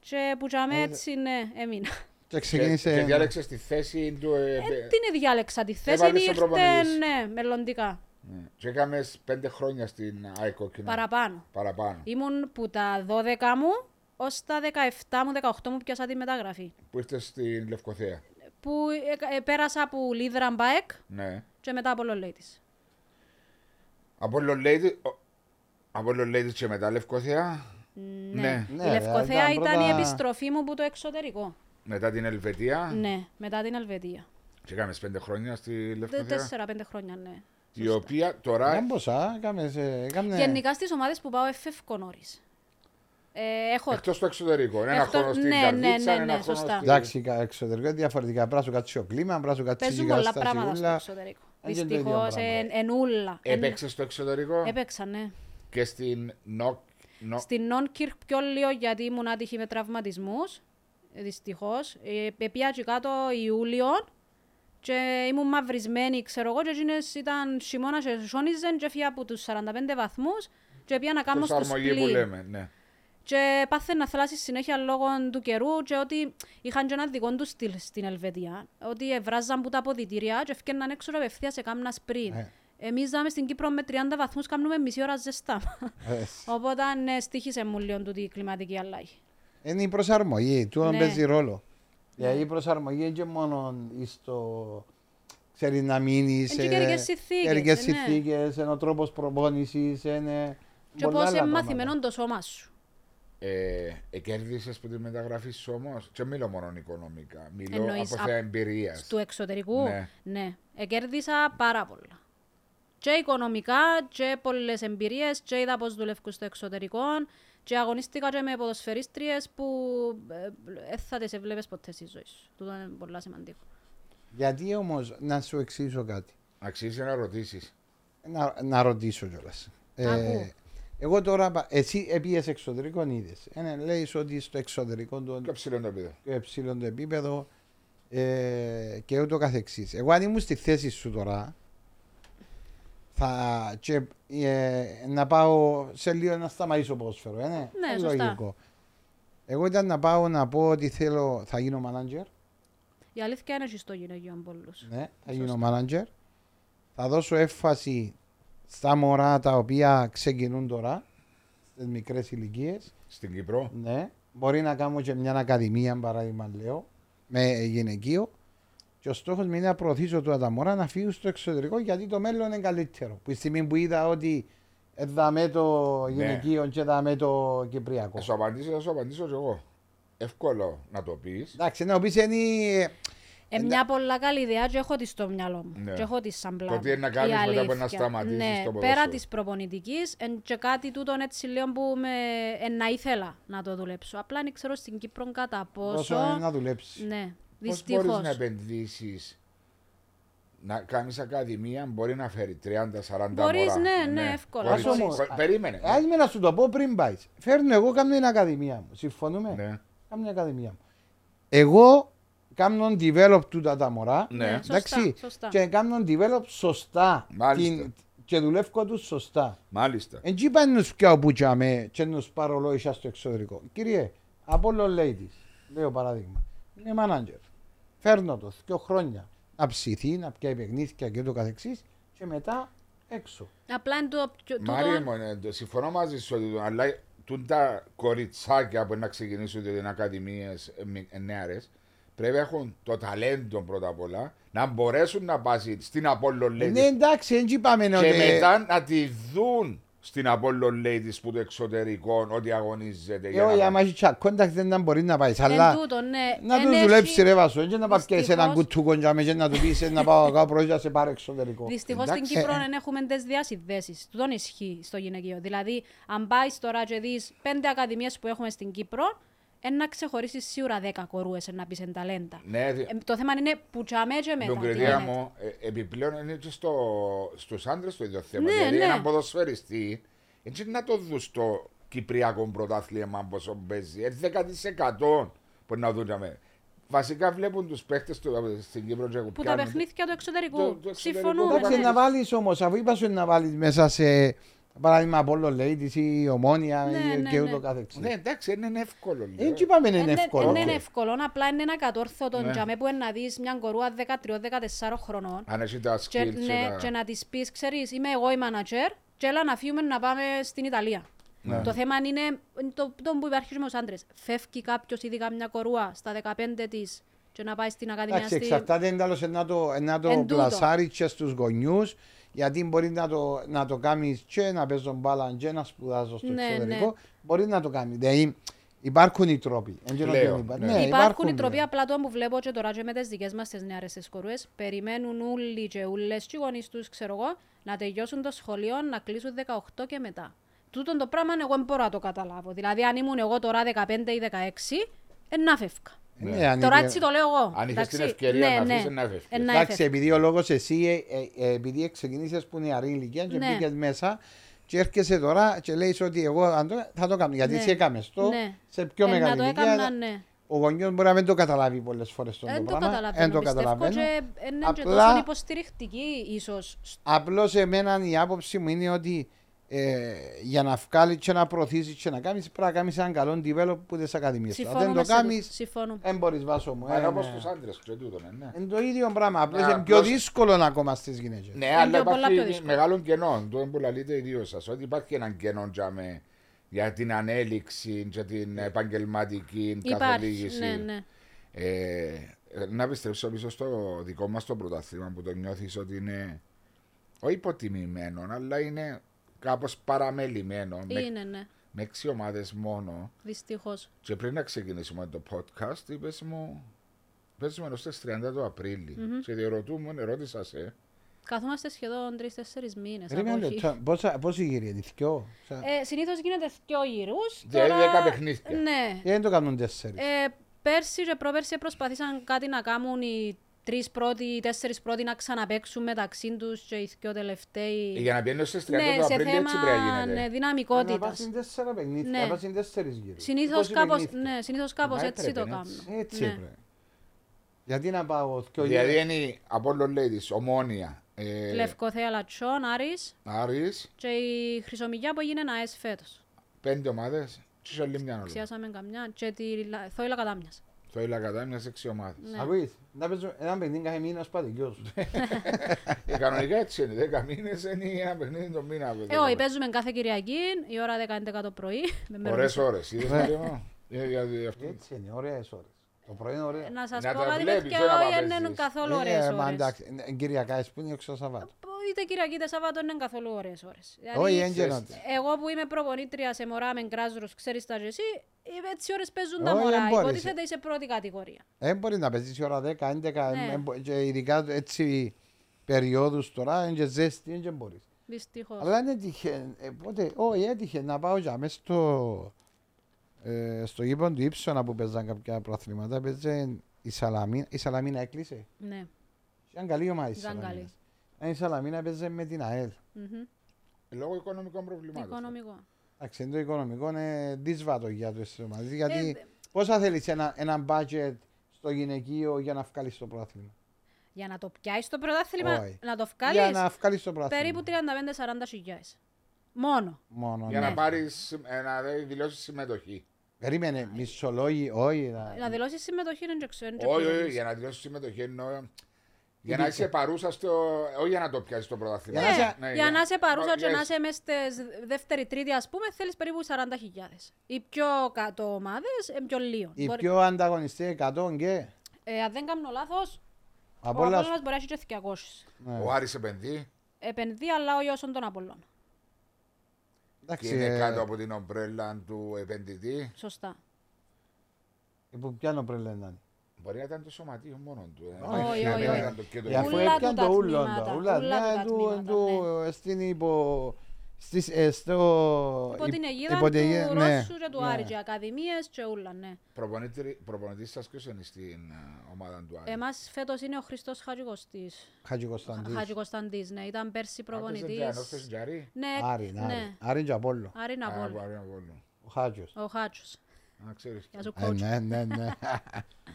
Speaker 2: Και που τζαμέ έτσι, ναι, έμεινα.
Speaker 3: Και ξεκίνησε.
Speaker 1: Και, και διάλεξες τη θέση του. ε,
Speaker 2: Ε,
Speaker 1: ε,
Speaker 2: την διάλεξα τη θέση,
Speaker 1: Έβαλες τον
Speaker 2: ήρθε
Speaker 1: προπονητής.
Speaker 2: ναι, μελλοντικά.
Speaker 1: ναι. Και έκαμε πέντε χρόνια στην ΑΕΚΟ κοινό.
Speaker 2: Παραπάνω.
Speaker 1: Παραπάνω.
Speaker 2: Ήμουν που τα 12 μου ως τα 17 μου, 18 μου πιάσα τη μεταγραφή.
Speaker 1: Που ήρθε στην Λευκοθέα.
Speaker 2: Που ε, ε, πέρασα από Λίδρα Μπαεκ
Speaker 1: Ναι.
Speaker 2: και μετά από Λολέιτης.
Speaker 1: Από Λολέδη. Από Λολέδη και μετά Λευκοθέα. Ναι.
Speaker 3: Ναι,
Speaker 2: η
Speaker 3: ρε,
Speaker 2: Λευκοθέα ήταν,
Speaker 3: ήταν
Speaker 2: η
Speaker 3: πρώτα-
Speaker 2: επιστροφή μου που το εξωτερικό.
Speaker 1: Μετά την Ελβετία.
Speaker 2: Ναι, μετά την Ελβετία.
Speaker 1: Και έκαμες πέντε χρόνια στη
Speaker 2: Τε-
Speaker 1: Λευκοθέα.
Speaker 2: Τέσσερα-πέντε χρόνια, ναι.
Speaker 1: Η οποία τώρα.
Speaker 3: Κάμε ποσά, κάμε. σε- κάμε-
Speaker 2: Γενικά στις ομάδες που πάω εφεύκω νωρίς. Ε, έχω...
Speaker 1: Εκτός στο εξωτερικό. Ένα
Speaker 2: Εκτός-
Speaker 1: χρόνο στην
Speaker 2: ναι, ναι,
Speaker 1: Καρδίτσα,
Speaker 2: ναι,
Speaker 1: ένα χρόνο
Speaker 2: ναι, σωστά.
Speaker 1: στην.
Speaker 3: Εντάξει, κα- εξωτερικό είναι διαφορετικά. Πράσο κάτι ο κλίμα, πράσο κάτι
Speaker 2: Παίζουν
Speaker 3: σιγά
Speaker 2: πολλά
Speaker 3: στα
Speaker 2: πράγματα στο
Speaker 3: σιγούλα.
Speaker 2: εξωτερικό.
Speaker 3: Ε, και το ίδιο
Speaker 2: Δυστυχώ,
Speaker 3: πράγμα.
Speaker 2: ενούλα.
Speaker 1: Έπαιξες στο εξωτερικό.
Speaker 2: Έπαιξα, ναι.
Speaker 1: Και στην Νοκ. Νο...
Speaker 2: Στην Νόνκυρκ πιο λίγο γιατί ήμουν άτυχη με ε, τραυματισμούς. Δυστυχώς. Πεπιά και Ε, κάτω Ιούλιο και ήμουν μαυρισμένη, ξέρω εγώ, και εκείνες ήταν χειμώνα και σώνιζαν και έφυγα από τους 45 βαθμούς και πήγα να κάνω στο
Speaker 1: Προσαρμογή
Speaker 2: σπλί.
Speaker 1: που λέμε. Ναι.
Speaker 2: Και πάθε να θλάσει συνέχεια λόγω του καιρού και ότι είχαν και ένα δικό τους στυλ στην Ελβετία. Ότι εβράζαν που τα αποδητήρια και έφτιαναν έξω απευθεία σε κάμνα σπριν.
Speaker 3: Ε.
Speaker 2: Εμείς ζάμε στην Κύπρο με 30 βαθμούς, κάνουμε μισή ώρα ζεστά.
Speaker 3: Ε,
Speaker 2: Οπότε ναι, στήχησε μου λίγο τούτη η κλιματική αλλαγή.
Speaker 3: Είναι η προσαρμογή, του
Speaker 2: Ναι.
Speaker 3: ναι. παίζει ρόλο. Γιατί η προσαρμογή είναι και μόνο στο. ξέρεις να μείνει.
Speaker 2: Είναι και καιρικές συνθήκες,
Speaker 3: Καιρικές
Speaker 2: ναι.
Speaker 3: συνθήκε, ο τρόπος προπόνησης.
Speaker 2: Και πώς είναι μαθημένο το σώμα σου.
Speaker 1: Ε, εκέρδισε που τη μεταγραφή σου όμως. Και μιλώ μόνο οικονομικά. Μιλώ
Speaker 2: Εννοείς
Speaker 1: από
Speaker 2: απ-
Speaker 1: θέα εμπειρίας.
Speaker 2: Του εξωτερικού,
Speaker 1: Ναι.
Speaker 2: ναι. Εκέρδισα πάρα πολλά. Και οικονομικά και πολλές εμπειρίες και είδα πώς δουλεύουν στο εξωτερικό και αγωνίστηκα και με ποδοσφαιρίστριες που ε, ε, θα τις έβλεπες ποτέ στη ζωή σου. Τούτο είναι πολύ σημαντικό.
Speaker 3: Γιατί όμως να σου εξηγήσω κάτι.
Speaker 1: Αξίζει να ρωτήσεις.
Speaker 3: Να, να ρωτήσω κιόλας.
Speaker 2: Ακού.
Speaker 3: εγώ τώρα, πα- εσύ επίες εξωτερικό, είδε. Ε, Λέει ότι στο εξωτερικό το
Speaker 1: Πιο ψηλό το επίπεδο.
Speaker 3: πιο υψηλό ε, το επίπεδο ε, και ούτω καθεξής. Εγώ αν ήμουν στη θέση σου τώρα, θα, και, ε, να πάω σε λίγο να σταματήσω ποδόσφαιρο, ε, ναι,
Speaker 2: Ναι,
Speaker 3: Ε,
Speaker 2: σωστά.
Speaker 3: Εγώ ήταν να πάω να πω ότι θέλω, θα γίνω manager,
Speaker 2: Η αλήθεια είναι ότι στο γυναικείο πολλούς.
Speaker 3: ναι, θα
Speaker 2: Σωστά.
Speaker 3: γίνω manager, θα δώσω έμφαση στα μωρά τα οποία ξεκινούν τώρα, στις μικρές ηλικίες,
Speaker 1: Στην Κύπρο.
Speaker 3: ναι. Μπορεί να κάνω και μια ακαδημία, παράδειγμα, λέω, με γυναικείο. Και ο στόχος μου είναι να προωθήσω τώρα τα μωρά να φύγουν στο εξωτερικό γιατί το μέλλον είναι καλύτερο. Που η στιγμή που είδα ότι δαμέ
Speaker 1: Ναι.
Speaker 3: το γυναικείο και δαμέ το κυπριακό.
Speaker 1: Θα σου απαντήσω, θα σου απαντήσω κι εγώ. Εύκολο να το πεις.
Speaker 3: Εντάξει, να πεις είναι.
Speaker 2: Ε, μια πολλά καλή ιδέα και έχω τη στο μυαλό μου.
Speaker 1: Ναι.
Speaker 2: Και έχω τη σαν πλάνο.
Speaker 1: Το τι είναι να
Speaker 2: Η
Speaker 1: κάνεις μετά από να
Speaker 2: αλήθεια.
Speaker 1: σταματήσεις
Speaker 2: ναι,
Speaker 1: το ποδόσφαιρο.
Speaker 2: Πέρα της προπονητικής, και κάτι τούτον έτσι λίγο που με, εν, να ήθελα να το δουλέψω. Απλά δεν ξέρω στην Κύπρο κατά πόσο.
Speaker 3: Πόσο είναι να δουλέψεις.
Speaker 2: Ναι,
Speaker 1: Πώς μπορείς
Speaker 2: δυστυχώς.
Speaker 1: να επενδύσεις. Να κάνεις ακαδημία μπορεί να φέρει 30-40
Speaker 2: Μπορείς,
Speaker 1: μωρά.
Speaker 2: ναι, ναι, εύκολα.
Speaker 1: Μπορείς.
Speaker 3: Ας όμως-
Speaker 1: Πο- Περίμενε.
Speaker 3: Ε, Ας με να σου το πω πριν πάεις. Φέρνω εγώ κάνω την ακαδημία μου. Συμφωνούμε.
Speaker 1: Ναι.
Speaker 3: Κάνω την ακαδημία μου. Εγώ κάνω develop τούτα τα μωρά.
Speaker 1: Ναι.
Speaker 2: Ναι,
Speaker 3: Εντάξει,
Speaker 2: σωστά, σωστά.
Speaker 3: και κάνουν develop σωστά.
Speaker 1: Μάλιστα.
Speaker 3: και δουλεύω τους σωστά.
Speaker 1: Μάλιστα.
Speaker 3: Εν τσι πάνε νους πιάω πουτσιά με και νους πάρω λόγια στο εξωτερικό. Κύριε, Apollo Ladies, λέω παράδειγμα, είναι manager. Φέρνω το δύο χρόνια να ψηθεί, να πιάει παιχνίδια και το καθεξής και μετά έξω.
Speaker 2: Απλά είναι το. το
Speaker 1: Μάριε
Speaker 2: τούτον-
Speaker 1: μου, ναι, το- συμφωνώ μαζί σου ότι το- αλλά τούν τα κοριτσάκια που να ξεκινήσουν την ε, ακαδημίε νεαρές πρέπει να έχουν το ταλέντο πρώτα απ' όλα να μπορέσουν να πάσει στην Apollo Ladies
Speaker 3: ναι εντάξει, εν τσι πάμε
Speaker 1: και
Speaker 3: Ναι, ότι-
Speaker 1: μετά να τη δουν στην Apollo Ladies που το εξωτερικό ότι αγωνίζεται.
Speaker 3: Ε,
Speaker 1: για
Speaker 3: όχι,
Speaker 1: να
Speaker 3: άμα
Speaker 1: πάει.
Speaker 3: έχει τσακ, contact δεν μπορεί να πάεις.
Speaker 2: εν
Speaker 3: Αλλά
Speaker 2: τούτον, ναι.
Speaker 3: να
Speaker 2: Εν
Speaker 3: τους
Speaker 2: έχει-
Speaker 3: δουλέψει ρε Βασό, και να πάει πιάσει έναν
Speaker 2: δυστυχώς-
Speaker 3: κουτσούκον για μένα και να του πεις «Ε, να πάω κάπου πρωί να σε πάρω εξωτερικό.
Speaker 2: Δυστυχώς στην
Speaker 3: Εντάξει. Ε,
Speaker 2: Κύπρο
Speaker 1: ε,
Speaker 2: δεν έχουμε τι διασυνδέσει. Του τον ισχύει στο γυναικείο. Δηλαδή, αν πάεις τώρα και δεις πέντε ακαδημίες που έχουμε στην Κύπρο, ε, να ξεχωρίσεις σίγουρα δέκα κορούες να πεις εν ταλέντα.
Speaker 1: Ναι, δι-
Speaker 2: Ε, το θέμα είναι που τσαμέ και μετά.
Speaker 1: Τον
Speaker 2: τι
Speaker 1: κριτήρα
Speaker 2: γίνεται.
Speaker 1: μου, ε, επιπλέον είναι και στο, στους άντρες το ίδιο θέμα.
Speaker 2: Ναι,
Speaker 1: δηλαδή
Speaker 2: ναι.
Speaker 1: έναν ποδοσφαιριστή, έτσι να το δουν στο Κυπριακό πρωτάθλημα πόσο παίζει. Ε, 10% που να δουν. αμέ. Βασικά βλέπουν τους παίχτες του, στην Κύπρο και
Speaker 2: Που τα
Speaker 1: πιάνουν.
Speaker 2: παιχνίδια του εξωτερικού.
Speaker 3: ε,
Speaker 1: Το- το εξωτερικού
Speaker 2: Συμφωνούμε.
Speaker 1: το
Speaker 3: Εντάξει,
Speaker 2: ναι.
Speaker 3: να βάλεις όμως, αφού είπα σου να βάλεις μέσα σε Παράδειγμα από όλο λέει της η ομόνια
Speaker 2: Ναι,
Speaker 3: ή-
Speaker 2: ναι,
Speaker 3: και
Speaker 2: ναι.
Speaker 3: ούτω καθεξής.
Speaker 1: Ναι, εντάξει, είναι εύκολο. λέω.
Speaker 3: Ε, και είπαμε είναι
Speaker 2: Είναι-
Speaker 3: εύκολο.
Speaker 2: Είναι ναι, εύκολο, απλά είναι ένα κατόρθωτο
Speaker 1: Ναι.
Speaker 2: τζαμέ που είναι να δεις μια κορούα 13-14 χρονών
Speaker 1: Αν έχει τα
Speaker 2: και,
Speaker 1: skills.
Speaker 2: ναι,
Speaker 1: τα-
Speaker 2: και να της πεις, ξέρεις, είμαι εγώ η manager και έλα να φύγουμε να πάμε στην Ιταλία.
Speaker 3: Ναι.
Speaker 2: Το θέμα είναι το, το που υπάρχει με τους άντρες. Φεύγει κάποιος ειδικά μια κορούα στα 15 της και να πάει στην ακαδημία
Speaker 3: Εντάξει,
Speaker 2: στη...
Speaker 3: εξαρτάται εν τέλος να το, να το
Speaker 2: Εν τούτο.
Speaker 3: πλασάρεις και στους γονιούς γιατί μπορεί να το, να το κάνεις και να παίζω μπάλα και να σπουδάζω στο
Speaker 2: Ναι,
Speaker 3: εξωτερικό.
Speaker 2: ναι.
Speaker 3: Μπορεί να το κάνει. Δηλαδή υπάρχουν οι τρόποι. Εν τέλει
Speaker 1: Λέω,
Speaker 3: δεν υπά-
Speaker 1: ναι.
Speaker 3: ναι,
Speaker 2: Υπάρχουν,
Speaker 3: υπάρχουν,
Speaker 2: οι τρόποι
Speaker 3: ναι.
Speaker 2: απλά τον που βλέπω και τώρα και με τις δικές μας τις νεαρές τις κορούες. Περιμένουν όλοι και ούλες και οι γονείς τους, ξέρω εγώ, να τελειώσουν το σχολείο, να κλείσουν 18 και μετά. Τούτον το πράγμα εγώ δεν μπορώ να το καταλάβω. Δηλαδή αν ήμουν εγώ τώρα 15 ή 16, ε, να φεύγα.
Speaker 3: Ναι,
Speaker 1: Ναι.
Speaker 3: αν
Speaker 2: Τώρα
Speaker 3: είναι-
Speaker 2: έτσι το λέω εγώ.
Speaker 1: Αν είχες
Speaker 2: εντάξει.
Speaker 1: την ευκαιρία
Speaker 2: Ναι,
Speaker 1: να
Speaker 2: ναι.
Speaker 1: φύγεις, να φεύγεις.
Speaker 2: Ε, να
Speaker 3: Εντάξει,
Speaker 2: έφευγα.
Speaker 3: επειδή ο λόγος εσύ, ε, ε, επειδή ξεκινήσες που νεαρή ηλικία και
Speaker 2: Ναι.
Speaker 3: μπήκες μέσα, και έρχεσαι τώρα και λέει ότι εγώ αν το- θα το κάνω. Γιατί
Speaker 2: Ναι.
Speaker 3: εσύ έκαμες το
Speaker 2: Ναι.
Speaker 3: σε πιο
Speaker 2: Ε,
Speaker 3: μεγάλη
Speaker 2: να το
Speaker 3: ηλικία.
Speaker 2: έκανα, ναι. Ε,
Speaker 3: Ο γονιός μπορεί να μην το καταλάβει πολλές φορές το
Speaker 2: Δεν το
Speaker 3: πράγμα. Ε,
Speaker 2: καταλαβαίνω.
Speaker 3: το
Speaker 2: Πιστεύω
Speaker 3: καταλαβαίνω.
Speaker 2: και ε, είναι και
Speaker 3: Απλά-
Speaker 2: τόσο υποστηρικτική ίσως.
Speaker 3: Απλώς εμένα η άποψη μου είναι ότι ε, για να βγάλει και να προωθήσεις και να κάνεις, πρέπει να κάνεις έναν καλό develop που δεν σε ακαδημίε. Αν
Speaker 2: Συμφωνούμε
Speaker 3: δεν το
Speaker 2: σε τούτο.
Speaker 3: κάνεις,
Speaker 2: Συμφωνούμε.
Speaker 3: δεν μπορεί βάσο μου. ε,
Speaker 1: Αλλά
Speaker 3: ναι.
Speaker 1: όπως τους άντρες και τούτο, ναι, ναι.
Speaker 3: Είναι το ίδιο πράγμα. Απλώς
Speaker 1: Ναι,
Speaker 3: είναι πιο
Speaker 1: απλώς-
Speaker 3: δύσκολο ακόμα στις γυναίκες.
Speaker 1: Ναι, αλλά
Speaker 2: πιο- πολλά πιο
Speaker 1: υπάρχει
Speaker 2: δύσκολο.
Speaker 1: μεγάλο κενό. Το που λαλείτε οι δύο σας, ότι υπάρχει έναν κενό για, με, για την ανέλυξη και την επαγγελματική
Speaker 2: Υπάρχει,
Speaker 1: καθοδήγηση.
Speaker 2: ναι, ναι.
Speaker 1: Ε, να επιστρέψω πίσω στο δικό μας το πρωτάθλημα που το νιώθεις ότι είναι όχι υποτιμημένο, αλλά είναι κάπως παραμελημένο. Με,
Speaker 2: Είναι, ναι.
Speaker 1: με έξι ομάδες μόνο.
Speaker 2: Δυστυχώς.
Speaker 1: Και πριν να ξεκινήσουμε το podcast, είπες μου. Πες μου ενώ στις 30 του απριλη Και διερωτούμουν, ε, ερώτησα σε.
Speaker 2: Καθόμαστε σχεδόν τρει-τέσσερι μήνες.
Speaker 3: Ρε, μια λεπτά. Πόσα- Πόσοι γύροι είναι, δυο. Σα-
Speaker 2: Ε, Συνήθως γίνεται δυο γύρου.
Speaker 1: Δηλαδή, δέκα παιχνίδια.
Speaker 2: Ναι.
Speaker 3: Γιατί δεν το κάνουν τέσσερις.
Speaker 2: Ε, πέρσι και πρόπερσι προσπαθήσαν κάτι να κάνουν οι τρεις πρώτοι, οι τέσσερις πρώτοι να ξαναπέξουν μεταξύ τους και οι δυο τελευταίοι.
Speaker 1: Για να πιένω στις 30
Speaker 2: ναι,
Speaker 1: του
Speaker 2: σε
Speaker 1: Απρίλη,
Speaker 2: θέμα ναι,
Speaker 1: έτσι πρέπει να γίνεται.
Speaker 3: Να
Speaker 2: δυναμικότητα.
Speaker 3: πας στην τέσσερα παιχνίδια,
Speaker 2: Ναι.
Speaker 3: να πας στην τέσσερις γύρω.
Speaker 2: Συνήθως
Speaker 3: Είκοσι
Speaker 2: κάπω
Speaker 3: παιχνίδια.
Speaker 2: ναι, συνήθως κάπως
Speaker 1: Μα
Speaker 2: έτσι το
Speaker 1: έπρεπε,
Speaker 2: κάνουν.
Speaker 3: Έτσι
Speaker 2: ναι.
Speaker 3: έπρεπε. Γιατί να πάω δυο
Speaker 1: Δηλαδή
Speaker 3: γύρω.
Speaker 1: είναι η Apollo Ladies, Ομόνια, ε,
Speaker 2: Λευκοθέα Λατσόν, Άρης
Speaker 1: Άρης,
Speaker 2: και η Χρυσομυγιά που έγινε ένα ΑΕΣ φέτος.
Speaker 1: πέντε ομάδες και σε άλλη μια όλο.
Speaker 2: Ξιάσαμε καμιά και τη Λα- Θόηλα Κατάμια.
Speaker 1: Το έλα κατά μιας έξι ομάδες.
Speaker 2: Ναι.
Speaker 3: Ακούεις, να παίζω ένα παιχνίδι κάθε μήνα ως πατεγιός.
Speaker 1: Ε, Κανονικά έτσι είναι, δέκα μήνες είναι ένα παιχνίδι το μήνα.
Speaker 2: Ε, όχι, παίζουμε κάθε Κυριακή, η ώρα 10-11 το πρωί. με Ναι.
Speaker 1: Ωραίες
Speaker 2: μερομηνία.
Speaker 1: ώρες, είδες τι λέω. Ε, γιατί αυτή-
Speaker 3: Έτσι είναι, ωραίες ώρες. Το πρωί είναι ωραία.
Speaker 2: Να σας
Speaker 1: Να
Speaker 2: πω
Speaker 1: τα
Speaker 2: κάτι,
Speaker 1: βλέπεις,
Speaker 2: παιδιά,
Speaker 1: δεν τα
Speaker 2: όχι,
Speaker 1: παίζεις.
Speaker 2: δεν είναι καθόλου
Speaker 3: Ε,
Speaker 2: ωραίες
Speaker 3: ε, μα
Speaker 2: ώρες.
Speaker 3: εντάξει, ε, Κυριακά, εσύ που είναι έξω Σαββάτο.
Speaker 2: Είτε Κυριακή είτε Σαββάτο είναι καθόλου ωραίες ώρες. Δηλαδή,
Speaker 3: Όχι, δεν γεννάται.
Speaker 2: εγώ που είμαι προπονήτρια σε μωρά με γκράζρους, ξέρεις τα και εσύ, ε, έτσι ώρες παίζουν τα
Speaker 3: Όχι,
Speaker 2: μωρά.
Speaker 3: δεν μπορείς.
Speaker 2: Υποτίθεται είσαι πρώτη κατηγορία.
Speaker 3: Δεν μπορεί να παίζεις η ώρα 10, 11,
Speaker 2: Ναι.
Speaker 3: ε, μπο- και ειδικά έτσι περιόδους τώρα, είναι και ζέστη, είναι και μπορείς.
Speaker 2: Δυστυχώς.
Speaker 3: Αλλά δεν έτυχε, ε, πότε, όχι έτυχε να πάω για μέσα στο, ε, στο γήπεδο του Ήψονα που παίζαν κάποια προαθλήματα, παίζε η Σαλαμίνα, η Σαλαμίνα έκλεισε.
Speaker 2: Ναι.
Speaker 3: Ήταν καλή ομάδα η
Speaker 2: Ήταν καλή.
Speaker 3: Σαλαμίνας. Ε, Η Σαλαμίνα παίζε με την ΑΕΛ.
Speaker 2: Μμμ.
Speaker 1: Λόγω οικονομικών προβλημάτων.
Speaker 2: Οικονομικό.
Speaker 3: Εντάξει, το οικονομικό είναι δύσβατο για το ομάδες, γιατί
Speaker 2: ε,
Speaker 3: πόσα θέλεις ένα, ένα budget στο γυναικείο για να βγάλεις το πρόθυμα.
Speaker 2: Για να το πιάσεις το πρωτάθλημα,
Speaker 3: Όχι.
Speaker 2: να το
Speaker 3: Για
Speaker 2: βγάλεις,
Speaker 3: να βγάλεις το πρόθυμα.
Speaker 2: περίπου 35-40 χιλιάδες. Μόνο.
Speaker 3: Μόνο,
Speaker 1: Για
Speaker 3: ναι.
Speaker 1: να πάρεις, ε, να δηλώσεις συμμετοχή.
Speaker 3: Περίμενε, μισολόγοι, όχι. να-
Speaker 2: Να δηλώσεις συμμετοχή είναι και ξέρω.
Speaker 1: Όχι, όχι, για να δηλώσεις συμμετοχή εννοώ. Για να είσαι παρούσα στο. Όχι για να το πιάσεις το πρωτάθλημα.
Speaker 3: Για να είσαι-
Speaker 1: Ναι,
Speaker 2: για να είσαι παρούσα και
Speaker 1: για-
Speaker 2: να είσαι μέσα στις δεύτερη, τρίτη, ας πούμε, θέλεις περίπου 40.000. Οι πιο κάτω ομάδες, πιο λίγο.
Speaker 3: Οι πιο ανταγωνιστές 100 και...
Speaker 2: Ε, αν δεν κάνω λάθος, ο
Speaker 3: Από όλα
Speaker 2: Απόλλωνας μπορεί να έχει και 200.
Speaker 3: Ναι.
Speaker 1: Ο Άρης επενδύει
Speaker 2: Επενδύει, αλλά όχι όσον τον Απόλλων.
Speaker 1: και
Speaker 3: Εντάξει,
Speaker 1: είναι
Speaker 3: ε,
Speaker 1: κάτω από την ομπρέλα του επενδυτή.
Speaker 2: Σωστά.
Speaker 3: που πιάνω πριν λένε.
Speaker 1: Μπορεί να ήταν το σωματείο μόνο του. ε.
Speaker 3: Όχι,
Speaker 1: Ναι,
Speaker 2: όχι,
Speaker 1: ναι,
Speaker 2: όχι.
Speaker 1: ήταν το κέντρο.
Speaker 3: Ε, Αφού
Speaker 2: Ούλα του
Speaker 3: έπιαν
Speaker 2: τα
Speaker 3: το ούλον
Speaker 2: τμήματα,
Speaker 3: τα
Speaker 2: ούλα
Speaker 3: ούλα,
Speaker 2: του τα
Speaker 3: ναι, του-
Speaker 2: τμήματα, ναι.
Speaker 3: του- στην υπο... Στις, ε, στο,
Speaker 2: Υπό την
Speaker 3: υ-
Speaker 2: αιγίδα
Speaker 3: υπό
Speaker 2: του
Speaker 3: την αιγίδα- ναι,
Speaker 2: Ρώσου και του
Speaker 3: ναι.
Speaker 2: Άρη, και ακαδημίες και όλα, ναι.
Speaker 1: Προπονήτρι- Προπονητής σας ποιος είναι στην ε, ομάδα του Άρη.
Speaker 2: Εμάς φέτος είναι ο Χριστός Χατζικοστής.
Speaker 3: Χατζικοσταντής.
Speaker 2: Χατζικοσταντής, ναι. Ήταν πέρσι προπονητής.
Speaker 1: Προπονητής.
Speaker 2: Ναι,
Speaker 3: Άρη,
Speaker 2: ναι.
Speaker 3: Άρη. Άρη και Απόλλων.
Speaker 2: Άρη να πω.
Speaker 3: Ο Χάτζος.
Speaker 2: Ο Χάτσος.
Speaker 1: Να ξέρεις
Speaker 2: Γεια σου,
Speaker 3: Ε,
Speaker 2: coach.
Speaker 3: ναι, ναι, ναι.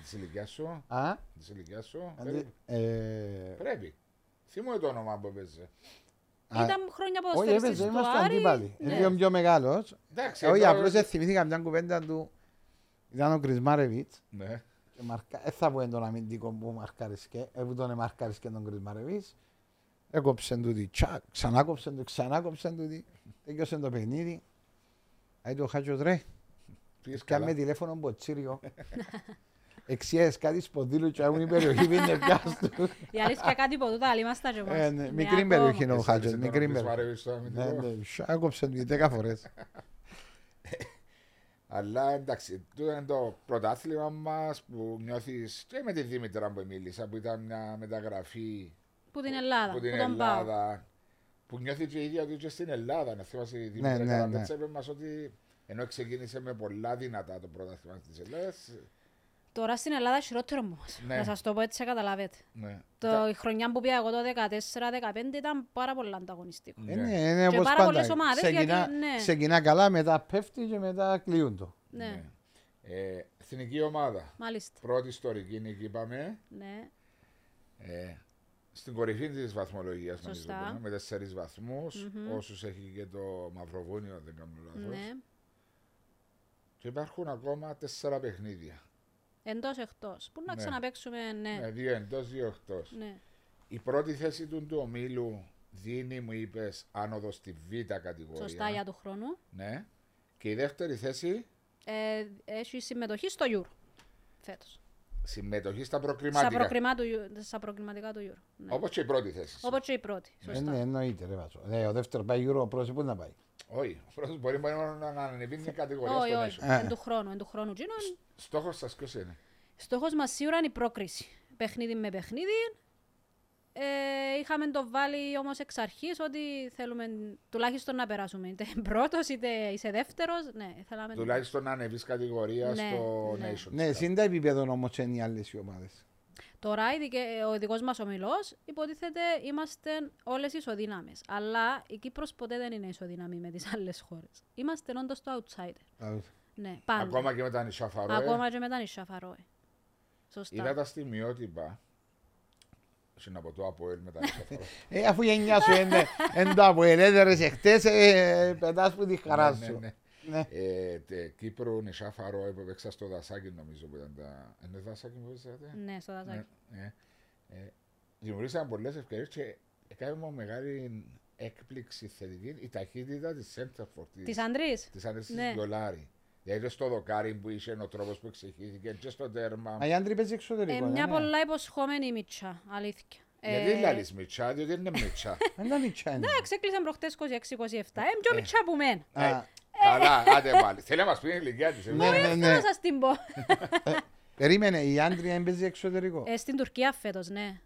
Speaker 1: της ηλικιάς σου.
Speaker 3: Α,
Speaker 1: Της ηλικιάς σου.
Speaker 3: ε,
Speaker 1: Πρέπει. Θυμούμε το όνομα που έπαιζε.
Speaker 3: Α,
Speaker 2: Ήταν χρόνια
Speaker 3: Όχι,
Speaker 2: ποδοσφαιριστής
Speaker 3: έπαιζε,
Speaker 2: του
Speaker 3: είμαστε
Speaker 2: Άρη.
Speaker 3: αντίπαλοι.
Speaker 2: Ναι.
Speaker 3: Είναι ο πιο μεγάλος. Ε,
Speaker 1: Εντάξει,
Speaker 3: Όχι,
Speaker 1: εδώ-
Speaker 3: απλώς δεν θυμήθηκα μια κουβέντα του. Ήταν ο Κρισμάρεβιτς.
Speaker 1: Ναι.
Speaker 3: και μαρκα- ε, θα πω εν τον αμυντικό που μαρκαρισκέ, ε, που τον εμαρκαρισκέ τον Κρισμαρεβής. Έκοψε του τη τσακ, ξανάκοψε του, ξανάκοψε του τη, τέλειωσε το παιχνίδι. Άι το χάτσος ρε,
Speaker 1: Πήγες καλά.
Speaker 3: πιάμε τηλέφωνο μποτσίριο. Εξιές κάτι σποδίλου και ήμουν η περιοχή που είναι πιάστου.
Speaker 2: Η αλήθεια κάτι από τούτα, αλλά είμαστε και
Speaker 3: Ε,
Speaker 2: εμάς.
Speaker 3: ναι,
Speaker 2: Ναι,
Speaker 3: Μικρή
Speaker 2: ακόμα.
Speaker 3: περιοχή είναι ο
Speaker 1: Εσύ
Speaker 3: χάτσος,
Speaker 1: άρχισε τώρα
Speaker 3: μικρή
Speaker 1: να πεις
Speaker 3: περιοχή.
Speaker 1: βαρεύεις το αμυντικό.
Speaker 3: Ναι, ναι, Άκοψε του τη δέκα φορές.
Speaker 1: Αλλά εντάξει, τούτο είναι το πρωτάθλημα μας που νιώθεις και με τη Δήμητρα που μίλησα, που ήταν μια μεταγραφή
Speaker 2: Που την Ελλάδα,
Speaker 1: από
Speaker 2: που
Speaker 1: την
Speaker 2: τον πάω.
Speaker 1: Ελλάδα. Που νιώθει και η ίδια τους και στην Ελλάδα. Να θυμάσαι η
Speaker 3: Ναι,
Speaker 1: Δήμητρα
Speaker 3: ναι,
Speaker 1: ναι,
Speaker 3: ναι.
Speaker 1: είπε μας ότι ενώ ξεκίνησε με πολλά δυνατά το πρωτάθλημα της Ελλάδας.
Speaker 2: Τώρα στην Ελλάδα χειρότερο μου,
Speaker 1: Ναι.
Speaker 2: να σας το πω έτσι καταλάβετε.
Speaker 1: Ναι.
Speaker 2: Το, η χρονιά που πήγα εγώ το 14-15 ήταν πάρα πολύ ανταγωνιστικό.
Speaker 3: Ε,
Speaker 1: Ναι.
Speaker 3: ναι, είναι
Speaker 2: Και
Speaker 3: όπως
Speaker 2: πάρα
Speaker 3: πάντα.
Speaker 2: πολλές ομάδες, γιατί,
Speaker 3: Ξεκινά-
Speaker 2: ναι.
Speaker 3: Ξεκινά καλά, μετά πέφτει και μετά κλείουν το.
Speaker 2: Ναι,
Speaker 1: Ε, εθνική ομάδα.
Speaker 2: μάλιστα.
Speaker 1: Πρώτη ιστορική νίκη είπαμε.
Speaker 2: Ναι,
Speaker 1: Ε, στην κορυφή της βαθμολογίας
Speaker 2: Σωστά.
Speaker 1: με τέσσερις Όσους έχει και το Μαυροβούνιο, δεν κάνω λάθος.
Speaker 2: ναι.
Speaker 1: Και υπάρχουν ακόμα τέσσερα παιχνίδια.
Speaker 2: Εντός, εκτός. Πού να
Speaker 1: Ναι.
Speaker 2: ξαναπαίξουμε,
Speaker 1: Ναι,
Speaker 2: ναι.
Speaker 1: δύο εντός, δύο εκτός.
Speaker 2: Ναι.
Speaker 1: Η πρώτη θέση του του ομίλου δίνει, μου είπες, άνοδος στη β κατηγορία.
Speaker 2: Σωστά για του χρόνου.
Speaker 1: Ναι. Και η δεύτερη θέση,
Speaker 2: Ε, έχει συμμετοχή στο Euro φέτος.
Speaker 1: συμμετοχή στα
Speaker 2: Στα,
Speaker 1: προκριματικά.
Speaker 2: προκριμά του, Eu- στα προκριματικά του Euro. Ναι.
Speaker 1: Όπως και η πρώτη θέση.
Speaker 2: Όπως και η πρώτη.
Speaker 3: Ε,
Speaker 2: Σωστά.
Speaker 3: ναι, εννοείται, ρε Βάτσο. Ναι, ο δεύτερος πάει γύρω, ο πρώτος πού να πάει.
Speaker 1: Όχι, ο πρώτο μπορεί μόνο να ανεβεί την κατηγορία
Speaker 2: Όχι,
Speaker 1: στο
Speaker 2: όχι.
Speaker 1: μέσο.
Speaker 3: Ε.
Speaker 2: Εν του χρόνου. Εν του χρόνου γίνον.
Speaker 1: Στόχος σας ποιος είναι.
Speaker 2: Στόχος μας σίγουρα είναι η πρόκριση. Παιχνίδι με παιχνίδι. Ε, είχαμε το βάλει όμως εξ αρχής ότι θέλουμε τουλάχιστον να περάσουμε. Είτε πρώτος είτε είσαι δεύτερος. Ναι, θέλαμε.
Speaker 1: Τουλάχιστον να ανεβείς κατηγορία
Speaker 2: Ναι,
Speaker 1: στο
Speaker 2: ναι.
Speaker 1: Nation.
Speaker 3: Ναι, συν τα επίπεδα όμως είναι οι άλλες οι ομάδες.
Speaker 2: Τώρα η δικαι- ο ειδικός μας ομιλός υποτίθεται είμαστε όλες ισοδύναμες. Αλλά η Κύπρος ποτέ δεν είναι ισοδύναμη με τις άλλες χώρες. Είμαστε όντως το outsider. Ναι, πάντα.
Speaker 1: Ακόμα και με τα νησιά Φαρόε.
Speaker 2: Ακόμα και μετά είναι η Σαφαρόε. Σωστά.
Speaker 1: Είδα τα στιγμιότυπα. Συν από το ΑΠΟΕΛ με τα νησιά Φαρόε.
Speaker 3: Ε, αφού η γενιά σου είναι εν το αποελέδερες εχθές, ε, πετάς που τη χαράς
Speaker 1: Ναι, ναι,
Speaker 3: σου.
Speaker 1: ναι.
Speaker 3: Ναι.
Speaker 1: Ε, τε, Κύπρο, νησιά Φαρόε που έπαιξα στο Δασάκι νομίζω που ήταν τα... ε, Είναι Δασάκι που έπαιξατε.
Speaker 2: Ναι, στο δασάκι.
Speaker 1: Ναι. Ε, δημιουργήσαν πολλές ευκαιρίες και έκανε μου μεγάλη έκπληξη θετική η ταχύτητα της Σέντερφορ της,
Speaker 2: Τη Αντρή.
Speaker 1: της Άννης της
Speaker 2: Ναι.
Speaker 1: Γιολάρη. Δηλαδή και στο δοκάρι που είχε ο τρόπος που εξηγήθηκε και στο τέρμα.
Speaker 3: Μα οι άντροι παίζει
Speaker 2: Ε,
Speaker 3: εξωτερικό.
Speaker 2: μια
Speaker 3: ναι.
Speaker 2: πολλά υποσχόμενη μίτσα. Αλήθεια. Ε.
Speaker 1: Γιατί λαλείς Μιτσά, διότι δεν είναι Μιτσά.
Speaker 3: Δεν ήταν η Τσάνη.
Speaker 2: Εντάξει, έκλεισαν προχτές 26-27. Εμ, Ε,
Speaker 3: Ε.
Speaker 2: πιο μίτσα που μεν.
Speaker 3: Α,
Speaker 1: Καλά, άντε πάλι. Θέλει να μας πει η ηλικιά της. ε.
Speaker 3: Ναι, ναι,
Speaker 2: Θέλω
Speaker 3: ναι.
Speaker 2: ε, να σας την πω.
Speaker 3: Περίμενε, η άντρη δεν παίζει εξωτερικό.
Speaker 2: Ε, στην Τουρκία φέτος, ναι.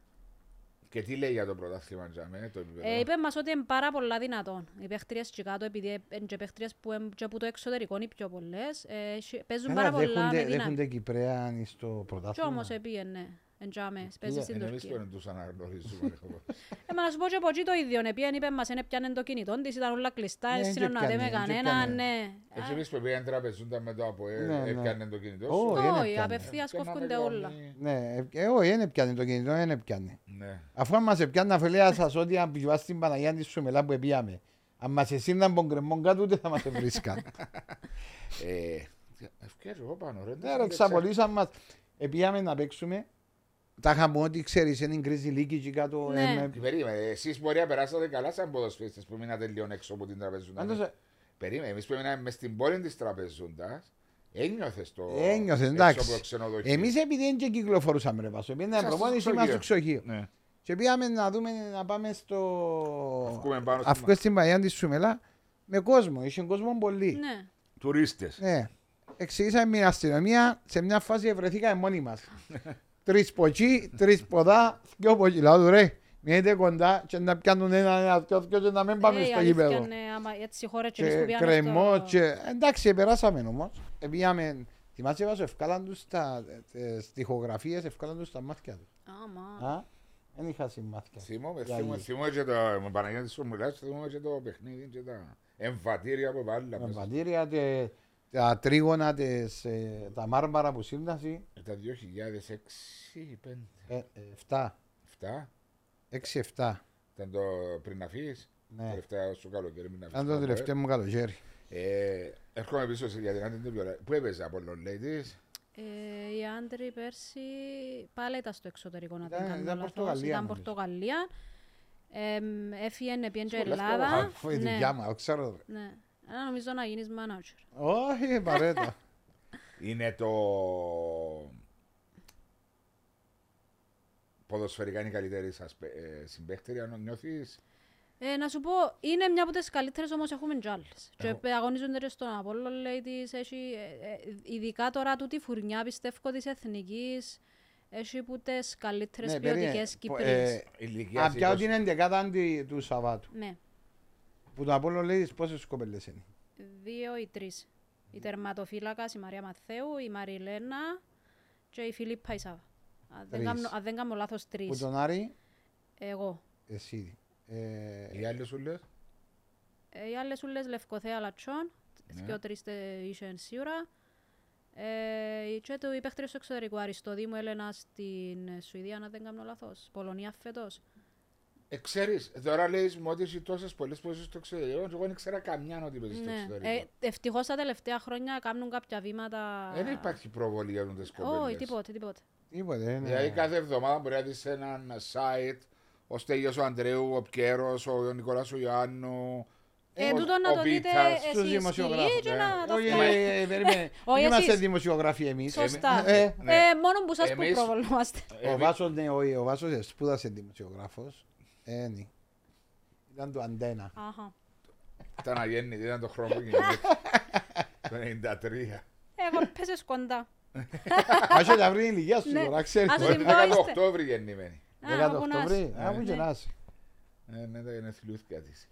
Speaker 1: Και τι λέει για το πρωτάθλημα Τζαμέ, το επίπεδο.
Speaker 2: Ε, είπε μας ότι είναι πάρα πολλά δυνατόν. Οι παίχτριες και κάτω, επειδή είναι και παίχτριες που είναι και από το εξωτερικό είναι οι πιο πολλές, ε, έχει- παίζουν
Speaker 3: Καλά,
Speaker 2: πάρα πολλά με
Speaker 3: δέχονται-
Speaker 2: δύναμη.
Speaker 3: δέχονται Κυπρέαν στο
Speaker 2: Κι
Speaker 3: πρωτάθλημα.
Speaker 2: όμως επίε, ναι. Εν τζάμε, παίζει
Speaker 3: Είναι
Speaker 2: στην
Speaker 1: Είναι εμείς που
Speaker 2: Τουρκία.
Speaker 1: δεν τους αναγνωρίζουμε.
Speaker 2: Ε, μα να σου πω και από εκεί το ίδιο. Επίεν είπε μας, είναι πιάνε το κινητό της, ήταν όλα κλειστά,
Speaker 3: Ναι,
Speaker 2: ε,
Speaker 3: εν
Speaker 2: συνεννοάται με
Speaker 3: τζεπιάνε, εν
Speaker 2: κανένα,
Speaker 3: τζεπιάνε.
Speaker 2: ναι.
Speaker 1: Έτσι Ε, εμείς που πήγαν τραπεζούντα με το από
Speaker 3: Ναι, ναι.
Speaker 1: έπιανε το κινητό
Speaker 3: Ω,
Speaker 1: σου.
Speaker 3: ε, δεν
Speaker 2: Όχι,
Speaker 3: έπιανε.
Speaker 2: απευθείας
Speaker 1: Και να
Speaker 2: κόφκονται
Speaker 1: με κάνει-
Speaker 2: όλα.
Speaker 3: Ναι, ε, ε, όχι, δεν πιάνει το κινητό, δεν πιάνει.
Speaker 1: Ναι.
Speaker 3: Αφού μας έπιανε να φελέα σας ότι αν πιβάς την Παναγιά της Σουμελά που επίαμε. Αν μας εσύνταν τον κρεμμόν κάτω ούτε θα μας βρίσκαν.
Speaker 1: Ε, ευκαιρία, εγώ πάνω ρε.
Speaker 3: Ναι ρε, ξαπολύσαν μας. Επίαμε να παίξουμε. Τα είχαμε ότι ξέρεις, είναι η κρίζη λύκη και κάτω.
Speaker 2: Ναι.
Speaker 3: ε, με-
Speaker 1: Περίμενε, εσείς μπορεί να περάσατε καλά σαν ποδοσφαίριστες που μείνατε λίγο έξω από την
Speaker 3: Πάντως,
Speaker 1: τραπεζούντα.
Speaker 3: ε,
Speaker 1: Περίμενε, εμείς που μείναμε μες στην πόλη της τραπεζούντας, ένιωθες το
Speaker 3: ένιωθες,
Speaker 1: έξω
Speaker 3: εντάξει.
Speaker 1: από το ξενοδοχείο.
Speaker 3: Εμείς επειδή δεν και κυκλοφορούσαμε ρε Πάσο, επειδή ήταν
Speaker 1: Ήσασταν
Speaker 3: προπόνηση
Speaker 1: στο
Speaker 3: μας στο
Speaker 1: ξενοδοχείο.
Speaker 3: ξοχείο.
Speaker 1: Ναι.
Speaker 3: Και πήγαμε να δούμε, να πάμε στο...
Speaker 1: Αυκούμε πάνω στην-
Speaker 3: Αυκούμε στην Παναγιά της Σουμελά με κόσμο, είχε κόσμο πολύ.
Speaker 2: Ναι.
Speaker 1: Τουρίστες.
Speaker 3: Ναι. Εξηγήσαμε με την αστυνομία, σε μια φάση βρεθήκαμε μόνοι μας. τρεις ποτσί, τρεις ποδά, δυο ποτσί. Λέω του ρε, μείνετε κοντά και να πιάνουν ένα, ένα, δυο, δυο και να μην
Speaker 2: Ε,
Speaker 3: πάμε
Speaker 2: η
Speaker 3: στο
Speaker 2: αλήθεια
Speaker 3: γήπεδο.
Speaker 2: είναι, άμα έτσι οι χώρες και εμείς
Speaker 3: Και
Speaker 2: που πιάνουν
Speaker 3: κρεμό,
Speaker 2: στο-
Speaker 3: και... εντάξει, περάσαμε όμως. Επήγαμε, θυμάσαι, βάζω, ευκάλαν τους τα στοιχογραφίε, ευκάλαν τους τα μάτια τους.
Speaker 2: Άμα.
Speaker 3: Α, Δεν είχα συμμάτια.
Speaker 1: Θυμόμαι,
Speaker 3: Για
Speaker 1: θυμόμαι,
Speaker 3: λίγο.
Speaker 1: θυμόμαι και το με Παναγιώτη σου μιλάς, θυμόμαι και το παιχνίδι και τα εμβατήρια που βάλει.
Speaker 3: Με βατήρια, τε- τα τρίγωνα, τες, ε, τα μάρμαρα που σύντασε,
Speaker 1: Τα 2006
Speaker 3: 7,
Speaker 1: 7
Speaker 3: 6-7.
Speaker 1: ήταν το πριν να φύγεις.
Speaker 3: Ναι.
Speaker 1: Τελευταία στο καλοκαίρι. μην αφήσεις
Speaker 3: Ήταν το
Speaker 1: πάντα, ε.
Speaker 3: τελευταίο μου καλοκαίρι.
Speaker 1: Ε, έρχομαι πίσω σε- για την Άντε Βιολέ. Πού έπαιζε από τον Ladies.
Speaker 2: Ε, οι άντρε πέρσι πάλι ήταν στο εξωτερικό να
Speaker 3: Ήταν-
Speaker 2: δεν κάνω
Speaker 3: ήταν
Speaker 2: λάθος.
Speaker 3: Πορτογαλία,
Speaker 2: Ήταν
Speaker 3: νομίζω.
Speaker 2: Πορτογαλία. Εμ, Έφυγε, πήγαινε και
Speaker 1: Σχολάς
Speaker 2: Ελλάδα.
Speaker 3: Αφού η δικιά μου, ξέρω. ρε.
Speaker 2: ναι. Άρα νομίζω να γίνεις manager.
Speaker 3: Όχι, παρέτα.
Speaker 1: Είναι το. Ποδοσφαιρικά είναι η καλύτερη σας συμπαίχτερη, αν νιώθεις.
Speaker 2: Ε, να σου πω, είναι μια από τις καλύτερες όμως έχουμε κι άλλες. Και
Speaker 1: Έχω-
Speaker 2: πε- αγωνίζονται και στον Απόλλο, λέει, της, έχει, ε, ε, ειδικά τώρα τούτη φουρνιά, πιστεύω, της εθνικής, έχει που τις καλύτερες
Speaker 3: Ναι, περί-
Speaker 2: ποιοτικές
Speaker 3: πο-
Speaker 2: Κύπριες.
Speaker 3: ε,
Speaker 1: Ηλικίας.
Speaker 3: Απ' πια ότι είναι 11 αντί του Σαββάτου.
Speaker 2: Ναι,
Speaker 3: Που το Απόλλων λέει πόσες κοπέλες είναι.
Speaker 2: δύο ή τρεις. Η τερματοφύλακας, η Μαρία Μαθαίου, η Μαριλένα και η Φιλίππα Ισάβα. Αν δεν
Speaker 3: Τρεις.
Speaker 2: κάνω- Αν δεν κάνω λάθος,
Speaker 3: Που
Speaker 2: τρεις.
Speaker 3: τον Άρη,
Speaker 2: Εγώ.
Speaker 3: εσύ. Ε,
Speaker 1: Οι άλλες σου λες.
Speaker 2: Ε, οι άλλες ούλες Λευκοθέα Λατσόν,
Speaker 1: Ναι.
Speaker 2: δυο τρεις τε- είσαν σίγουρα. Ε, και το υπέχτριος του εξωτερικού Αριστοδήμου Έλενα στην ε, Σουηδία, αν δεν κάνω λάθος. Πολωνία φέτος.
Speaker 1: Ε, ξέρεις, τώρα λέει μου ότι είσαι τόσες πολλές που είσαι στο εξωτερικό. και Εγώ δεν ξέρα καμιά ότι παίζει στο
Speaker 2: Ναι. Ε,
Speaker 1: εξωτερικό.
Speaker 2: ευτυχώς τα τελευταία χρόνια κάνουν κάποια βήματα...
Speaker 1: Δεν υπάρχει προβολή για τι
Speaker 2: Όχι,
Speaker 1: κοπέλε.
Speaker 2: τίποτε, τίποτε.
Speaker 3: Τίποτε, ναι. είναι.
Speaker 1: Δηλαδή κάθε εβδομάδα μπορεί να δεις έναν site ο Στέλιος ο Αντρέου, ο Πιέρος, ο Νικολάς ο Ιωάννου.
Speaker 2: Ε,
Speaker 1: ο-
Speaker 2: τούτο να
Speaker 1: ο
Speaker 2: το δείτε
Speaker 1: Βίτας.
Speaker 3: στους
Speaker 2: εσείς
Speaker 3: δημοσιογράφους,
Speaker 2: κυρίες και
Speaker 1: ναι.
Speaker 2: να το
Speaker 3: Όχι, ε,
Speaker 2: φτιάξετε.
Speaker 3: ε, περίμενε.
Speaker 2: Όχι,
Speaker 3: Δεν είμαστε
Speaker 2: εσείς.
Speaker 3: δημοσιογράφοι εμείς.
Speaker 2: Σωστά.
Speaker 3: Ε,
Speaker 2: Ε,
Speaker 1: ναι.
Speaker 2: ε, μόνο που σας που
Speaker 1: Εμείς-
Speaker 2: προβολούμαστε.
Speaker 1: Ε,
Speaker 3: Ο Βάσος, ναι, όχι, ο Βάσος ε, σπούδασε δημοσιογράφος. Ε, ναι. Ήταν του Αντένα.
Speaker 2: Αχα.
Speaker 1: Ήταν αγέννητη, ήταν το χρόνο που Το 93.
Speaker 2: Ε, Εγώ πέσες κοντά.
Speaker 3: Άσο τα βρει η ηλικία σου
Speaker 2: Ναι.
Speaker 3: τώρα, ξέρεις.
Speaker 2: Ας
Speaker 1: Το
Speaker 2: Συμπόστε.
Speaker 1: 11 Οκτώβρη γεννημένη.
Speaker 2: Α,
Speaker 3: 10
Speaker 2: βουνάς.
Speaker 3: Οκτωβρίου.
Speaker 1: Ναι.
Speaker 3: Α, που γεννάς.
Speaker 1: Ε, ναι, τα γενεθλιούθηκα της.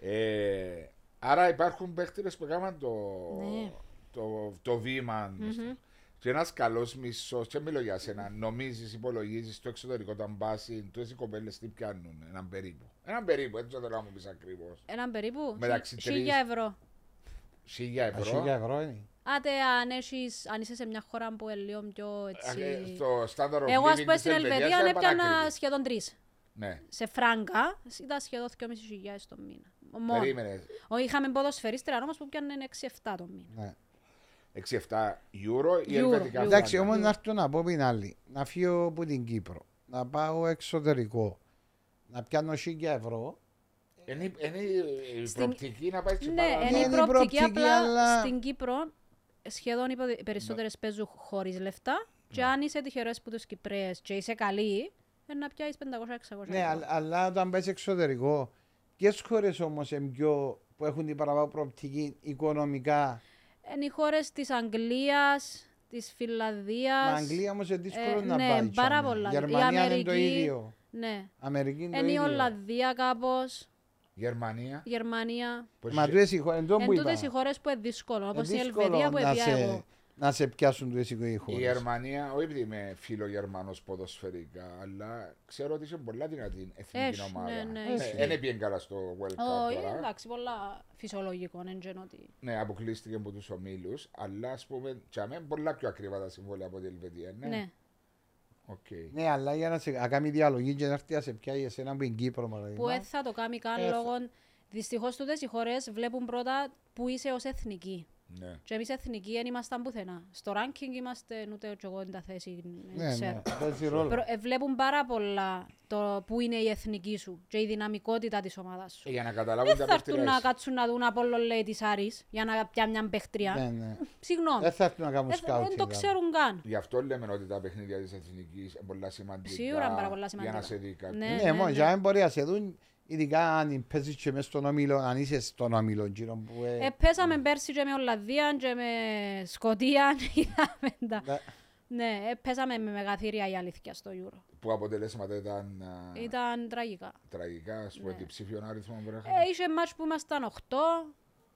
Speaker 1: Ε, άρα υπάρχουν παίχτηρες που έκαναν το,
Speaker 2: Ναι.
Speaker 1: το, το βήμα.
Speaker 2: Μμμ.
Speaker 1: Και ένας καλός μισός, και μιλώ για σένα, νομίζεις, υπολογίζεις στο εξωτερικό όταν μπάσει, τόσε οι κοπέλες τι πιάνουν, έναν περίπου. Έναν περίπου, έτσι δεν θέλω να μου πεις ακριβώς.
Speaker 2: Έναν περίπου.
Speaker 1: Μεταξύ
Speaker 2: χι-
Speaker 1: τρεις.
Speaker 2: χίλια ευρώ.
Speaker 1: Χίλια
Speaker 3: Α, χίλια
Speaker 1: ευρώ.
Speaker 3: ευρώ είναι.
Speaker 2: Άτε αν, έχεις, αν είσαι σε μια χώρα που είναι λίγο πιο
Speaker 1: Α,
Speaker 2: έτσι...
Speaker 1: ε, Στο στάνταρο
Speaker 2: Εγώ ας πούμε στην Ελβετίας έπιανα σχεδόν τρεις.
Speaker 1: Ναι,
Speaker 2: Σε φράγκα ήταν σχεδόν 2.500 χιλιάδες το μήνα. Μόνο.
Speaker 1: περίμενες.
Speaker 2: Ο, είχαμε ποδοσφαιρίστερα όμως που πιάνουν 6-7 το μήνα.
Speaker 3: Ναι.
Speaker 1: 6-7 ευρώ ή
Speaker 2: Euro,
Speaker 1: ελβετικά
Speaker 2: euro.
Speaker 1: φράγκα.
Speaker 3: Εντάξει, όμως να έρθω να πω την άλλη. Να φύγω από την Κύπρο, να πάω εξωτερικό, να πιάνω 1000 ευρώ.
Speaker 1: Είναι, είναι η
Speaker 2: Στην-
Speaker 1: προοπτική να πάει στην
Speaker 2: Ναι, είναι
Speaker 3: είναι
Speaker 2: η
Speaker 3: η
Speaker 2: προοπτική
Speaker 3: προοπτική,
Speaker 2: απλά
Speaker 3: αλλά-
Speaker 2: στην Κύπρο σχεδόν οι ποδη-
Speaker 3: Ναι.
Speaker 2: περισσότερες παίζουν χωρίς λεφτά και αν είσαι τυχερός που τους Κυπρέες και είσαι καλή, ε, να πιάσεις 500-600
Speaker 3: Ναι,
Speaker 2: ευρώ.
Speaker 3: αλλά, αλλά όταν πας εξωτερικό, ποιες χώρες όμως που έχουν την παραπάνω προοπτική οικονομικά.
Speaker 2: Είναι οι χώρες της Αγγλίας, της
Speaker 3: Με
Speaker 2: Φιλανδία.
Speaker 3: Αγγλία όμως είναι δύσκολο
Speaker 2: ε,
Speaker 3: να
Speaker 2: ναι,
Speaker 3: πάει.
Speaker 2: πάρα
Speaker 3: τσάμε.
Speaker 2: πολλά. Η
Speaker 3: Γερμανία είναι το
Speaker 2: Αμερική-
Speaker 3: ίδιο.
Speaker 2: Ναι.
Speaker 3: Αμερική είναι το
Speaker 2: Είναι η
Speaker 3: ίδιο.
Speaker 2: Ολλανδία κάπως,
Speaker 1: Γερμανία.
Speaker 2: Γερμανία.
Speaker 1: Πώς
Speaker 3: Μα
Speaker 1: είσαι-
Speaker 3: τούτες οι χώρε, εντό
Speaker 2: Εν
Speaker 3: που είπα.
Speaker 2: τούτες οι χώρες που είναι δύσκολο, όπως η
Speaker 3: Είναι δύσκολο
Speaker 2: Ελβετία που
Speaker 3: να
Speaker 2: έπια
Speaker 3: σε,
Speaker 2: εγώ.
Speaker 3: να σε πιάσουν τούτες οι
Speaker 1: Η
Speaker 3: χώρες.
Speaker 1: Γερμανία, όχι επειδή είμαι φίλο Γερμανό ποδοσφαιρικά, αλλά ξέρω ότι είσαι πολλά δυνατή εθνική
Speaker 2: Έχει,
Speaker 1: ομάδα.
Speaker 2: ναι, ναι,
Speaker 1: Ε,
Speaker 2: έχει.
Speaker 1: Δεν έπιεν καλά στο
Speaker 3: Ε,
Speaker 1: World Cup
Speaker 2: Όχι,
Speaker 1: τώρα.
Speaker 2: εντάξει, πολλά φυσιολογικό, εν τζεν ότι.
Speaker 1: Ναι, αποκλείστηκε από τους ομίλους, αλλά ας πούμε, τσαμέ πολλά πιο ακριβά τα συμβόλαια από την Ελβετία. Ναι.
Speaker 2: Ναι.
Speaker 1: Οκ.
Speaker 3: Ναι, αλλά για να σε να κάνει διαλογή και να έρθει να σε πιάει εσένα που είναι Κύπρο, παραδείγμα.
Speaker 2: Που δεν θα το κάνει καν
Speaker 3: Ε, θα-
Speaker 2: λόγω. Δυστυχώς τούτες οι χώρες βλέπουν πρώτα που είσαι ως εθνική.
Speaker 1: Ναι.
Speaker 2: Και εμείς εθνικοί δεν ήμασταν πουθενά. Στο ranking είμαστε ούτε και εγώ εν τα θέση. εν
Speaker 3: Ναι,
Speaker 2: ξέρω.
Speaker 3: ναι, παίζει ρόλο.
Speaker 2: Προ- ε, βλέπουν πάρα πολλά το που είναι η εθνική σου και η δυναμικότητα της ομάδας σου.
Speaker 1: Ε, Για να καταλάβουν
Speaker 2: Δεν
Speaker 1: τα
Speaker 2: θα έρθουν
Speaker 1: παιχνίδια.
Speaker 2: να κάτσουν να δουν από όλο λέει της Άρης για να πιάνουν μια
Speaker 3: Ναι,
Speaker 2: παιχτριά.
Speaker 3: ναι.
Speaker 2: Συγγνώμη.
Speaker 3: Δεν θα έρθουν να κάνουν
Speaker 2: λοιπόν, Δεν θα-
Speaker 3: σκάουτσι.
Speaker 2: Δεν το ξέρουν καν.
Speaker 1: Γι' αυτό λέμε ότι τα παιχνίδια της εθνικής είναι πολλά σημαντικά.
Speaker 2: Σίγουρα είναι πάρα πολλά
Speaker 1: Για
Speaker 2: σημαντικά.
Speaker 1: να σε δει κάποιο.
Speaker 2: Ναι.
Speaker 3: Ναι, μόνο για να μπορεί να σε δουν, ειδικά αν παίζεις και μες στον όμιλο, αν είσαι στον όμιλο γύρω που... ε,
Speaker 2: Ε, πέσαμε πέρσι και με Ολλανδία και με Σκοτία. είδαμε τα-
Speaker 3: τα-
Speaker 2: Ναι, ε, πέσαμε με μεγαθύρια η αλήθεια στο Euro.
Speaker 1: Που αποτελέσματα ήταν α,
Speaker 2: Ήταν τραγικά.
Speaker 1: τραγικά, ας πούμε, και ψήφιον αριθμό βράχα.
Speaker 2: Ε, Είχε μάτς που ήμασταν 8.